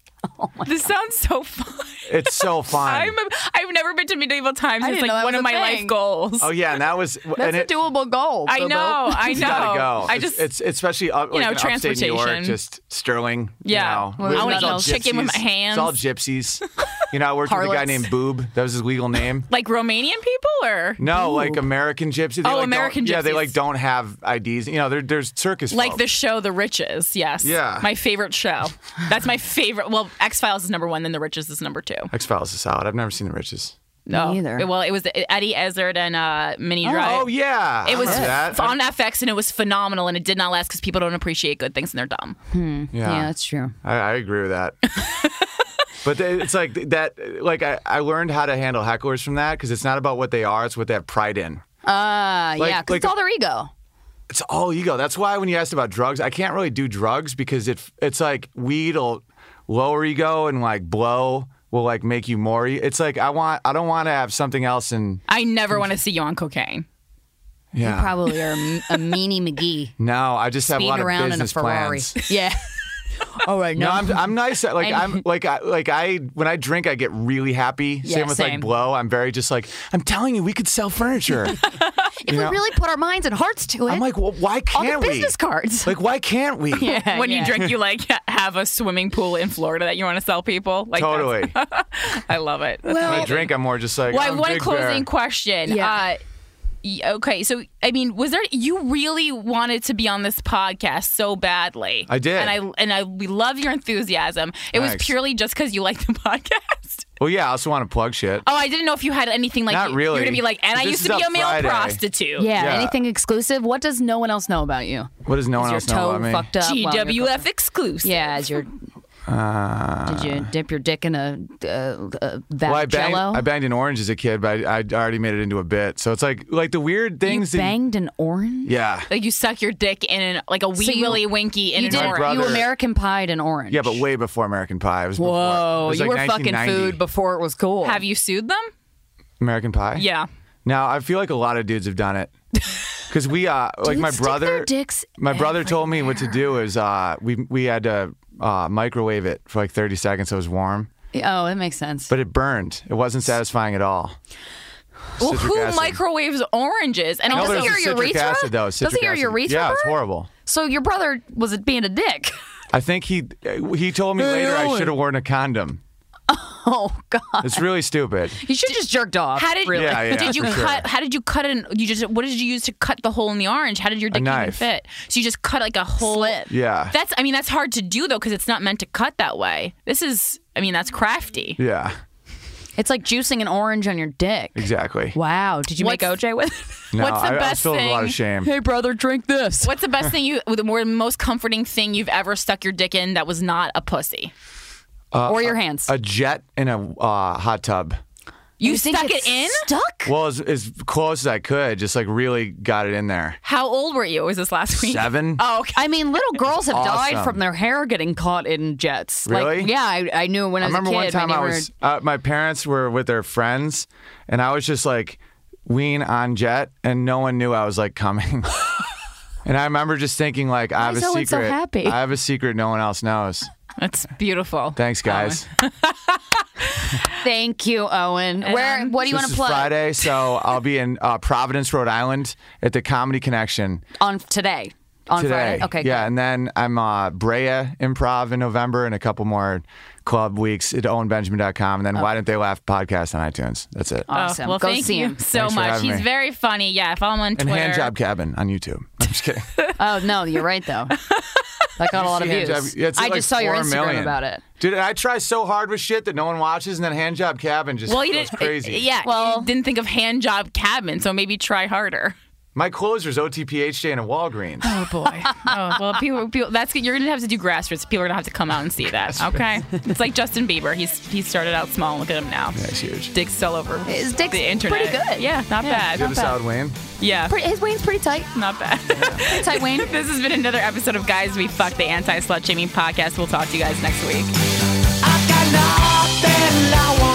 A: this sounds so fun.
D: It's so fun.
A: I'm a, I've never been to medieval times.
B: I
A: It's
B: didn't know
A: like
B: that
A: one
B: was
A: of
B: a
A: my
B: thing.
A: life goals.
D: oh yeah, and that was
B: that's
D: and
B: a
D: it,
B: doable goal
A: I
B: Bilbo.
A: know. I know.
D: Gotta go.
A: I
D: It's-
A: just
D: it's, especially up, like
A: know,
D: in upstate New York,
A: transportation.
D: just Sterling. you
A: Yeah.
D: know.
A: Well,
D: We're-
A: I wanna
D: it's all
A: eat chicken with
D: gypsies.
A: my hands.
D: It's all gypsies. You know, I worked with a guy
B: Harlots.
D: named Boob. That was his legal name.
A: like Romanian people or
D: No, like American gypsy. They
A: Oh,
D: like
A: American
D: don't, Yeah, they
A: gypsies.
D: like don't have IDs. You know, there, there's circus.
A: like
D: folk.
A: the show The Riches. Yes.
D: Yeah.
A: My favorite show. That's my favorite. Well, X Files is number one, then The Riches is number two.
D: X Files is solid. I've never seen The Riches.
A: No,
B: either.
A: Well, it was Eddie Izzard and uh, Minnie Drive.
D: Oh yeah,
A: It was
D: that.
A: on FX and it was phenomenal and it did not last because people don't appreciate good things and they're dumb.
B: yeah
D: yeah,
B: that's true
D: I, I agree with that. but th- it's like th- that. Like I, I learned how to handle hecklers from that because it's not about what they are; it's what they have pride in.
B: uh, yeah because
D: like-
B: it's all their ego
D: It's all ego. That's why when you asked about drugs, I can't really do drugs because it it's like weed will lower ego and like blow will like make you more. e- It's like I want I don't want to have something else and
A: I
D: Mm.
A: never want to see you on cocaine.
D: yeah.
B: probably are a m- a meanie mcgee
D: no, I just have a
B: being
D: lot of
B: around
D: business
B: in a ferrari
D: plans.
B: yeah all right
D: No,
B: no,
D: I'm, I'm nice. at- Like I'm like I like I when I drink, I get really happy.
B: Yeah,
D: same with
B: same.
D: like blow. I'm very just like I'm telling you, we could sell furniture.
B: if we
D: know-
B: really put our minds and hearts to it
D: I'm like, well, why
B: all the
D: can't we?
B: business cards
D: Like, why can't we?
A: when
B: yeah.
A: you drink, you like have a swimming pool in Florida that you want to sell people. Like that's-
D: Totally.
A: I love it. That's
D: when I
A: amazing.
D: drink, I'm more just like.
A: Well, I
D: I'm
A: have one
D: Big
A: closing
D: Bear.
A: question.
B: Yeah.
A: Uh, y- okay, so I mean, was there you really wanted to be on this podcast so badly?
D: I did.
A: and I and I we love your enthusiasm. It was
D: Thanks.
A: purely just because you like the podcast.
D: Well, yeah, I also want to plug shit.
A: Oh, I didn't know if you had anything like
D: Not
A: you,
D: really.
A: You're gonna be like, and I
D: This
A: used
D: is
A: to be
D: up
A: a male
D: Friday.
A: prostitute.
B: Yeah,
D: Yeah.
B: anything exclusive? What does no one else know about you?
D: What does no
B: Is
D: one
B: your
D: else
B: toe
D: know about me?
B: fucked up? while you're-
A: GWF exclusive.
B: yeah, is your did you dip your dick in a uh, uh, that
D: Uh, Well, I banged,
B: jello?
D: I banged an orange as a kid, but I, I already made it into a bit. So it's like like the weird
B: you
D: things. that-
B: banged an orange.
D: yeah.
A: Like you suck your dick in an, like a wee
B: So you-
A: willy winky in
B: you
A: an
B: did.
A: orange.
D: brother-
B: You American pied an orange.
D: Yeah, but way before American Pie. It was before. it
B: Whoa,
D: was
B: you
D: like
B: were fucking
D: 1990.
B: food before it was cool.
A: Have you sued them?
D: American Pie.
A: Yeah.
D: Now I feel like a lot of dudes have done it. because we uh like my
B: Dudes stick their
D: brother
B: dicks
D: my brother told me what to do is uh we we had to uh microwave it for like 30 seconds so it was warm
B: Oh, that makes sense.
D: but it burned it wasn't satisfying at all
A: Well,
D: Citric
A: who
D: acid.
A: microwaves oranges? And
D: no,
A: also
D: but it was
A: your
D: a citric
A: urethra?
D: acid though
B: Doesn't
D: citric
B: your
D: acid.
B: urethra
D: yeah it's
B: burn?
D: horrible
B: so your brother was it being a dick?
D: I think he he told me later I
B: Owen.
D: should have worn a condom
B: Oh God!
D: it's really stupid
B: You should just jerked off.
A: How did
B: really?
D: Yeah, yeah,
A: did you
D: for
A: cut?
D: sure.
A: How did you cut an? You just what did you use to cut the hole in the orange? How did your dick even
D: knife.
A: fit? So you just cut like a hole.
B: Slit.
D: Yeah.
A: That's I mean that's hard to do though because it's not meant to cut that way. This is I mean that's crafty.
D: yeah
B: It's like juicing an orange on your dick.
D: exactly
B: Wow! Did you make
A: What's-
B: OJ with? it?
D: no
A: What's the
D: I, I
A: best
D: was filled with a lot of
A: thing?
D: shame
B: hey, brother, drink this.
A: What's the best thing you? The more most comforting thing you've ever stuck your dick in that was not a pussy.
D: Uh,
B: or your hands?
D: a jet in a uh, hot tub
A: You,
B: think
A: stuck it
B: it's
A: in?
B: Stuck?
D: well as, as close as I could just like really got it in there
A: How old were you? Was this last week?
D: seven
A: Oh, okay.
B: I mean, little girls have died
D: awesome.
B: from their hair getting caught in jets.
D: Really?
B: Like, yeah, I, I knew when I
D: I
B: was
D: remember
B: a kid.
D: one time
B: my
D: I
B: neighbor-
D: was uh, my parents were with their friends, and I was just like wean on jet, and no one knew I was like coming. and I remember just thinking like I have
B: is
D: a
B: Owen
D: secret.
B: so happy?
D: I have a secret no one else knows.
A: That's beautiful.
D: Thanks, guys.
B: Thank you, Owen. Where?
A: um,
B: What do you want
D: this
B: to
D: is
B: play
D: Friday, so I'll be in uh, Providence, Rhode Island, at the Comedy Connection
B: on today? On
D: today.
B: Friday? Okay.
D: yeah,
B: good.
D: and then I'm uh, Brea Improv in November, and a couple more club weeks at OwenBenjamin.com, and then Why Didn't They Laugh podcast on iTunes. That's it.
A: Oh,
B: Awesome.
A: well,
B: Go
A: thank
B: see
A: you
B: him.
A: so
D: Thanks for
A: much.
D: having
A: He's
D: me.
A: very funny. Yeah, follow him on
D: and
A: Twitter.
D: Handjob Cabin on YouTube. I'm just kidding.
B: Oh no, you're right though. That got a lot of
D: Hand
B: views.
D: job- yeah, it's
B: I
D: like
B: just saw your
D: four
B: Instagram
D: million.
B: about it.
D: Dude, I try so hard with shit that no one watches, and then hand job cabin just
A: Well, you
D: goes
A: didn't. eh,
D: crazy.
A: Yeah. Well,
B: Well-
A: didn't think of hand job cabin, so maybe try harder.
D: My closer's OTPH day in a Walgreens.
A: Oh boy. oh well, people. people that's good. you're gonna have to do grassroots. People are gonna have to come out and see that. Okay. it's like Justin Bieber. He's he started out small. Look at him now.
D: That's huge.
A: Dick's all over
B: His dick's
A: the internet.
B: pretty good.
A: Yeah, not
D: You have
A: bad.
D: a solid win.
A: Yeah,
B: Pretty, his wing's pretty tight.
A: not bad.
B: Tight wing.
A: this has been another episode of Guys We Fuck, the anti slut shaming podcast. We'll talk to you guys next week.
C: I got nothing I want.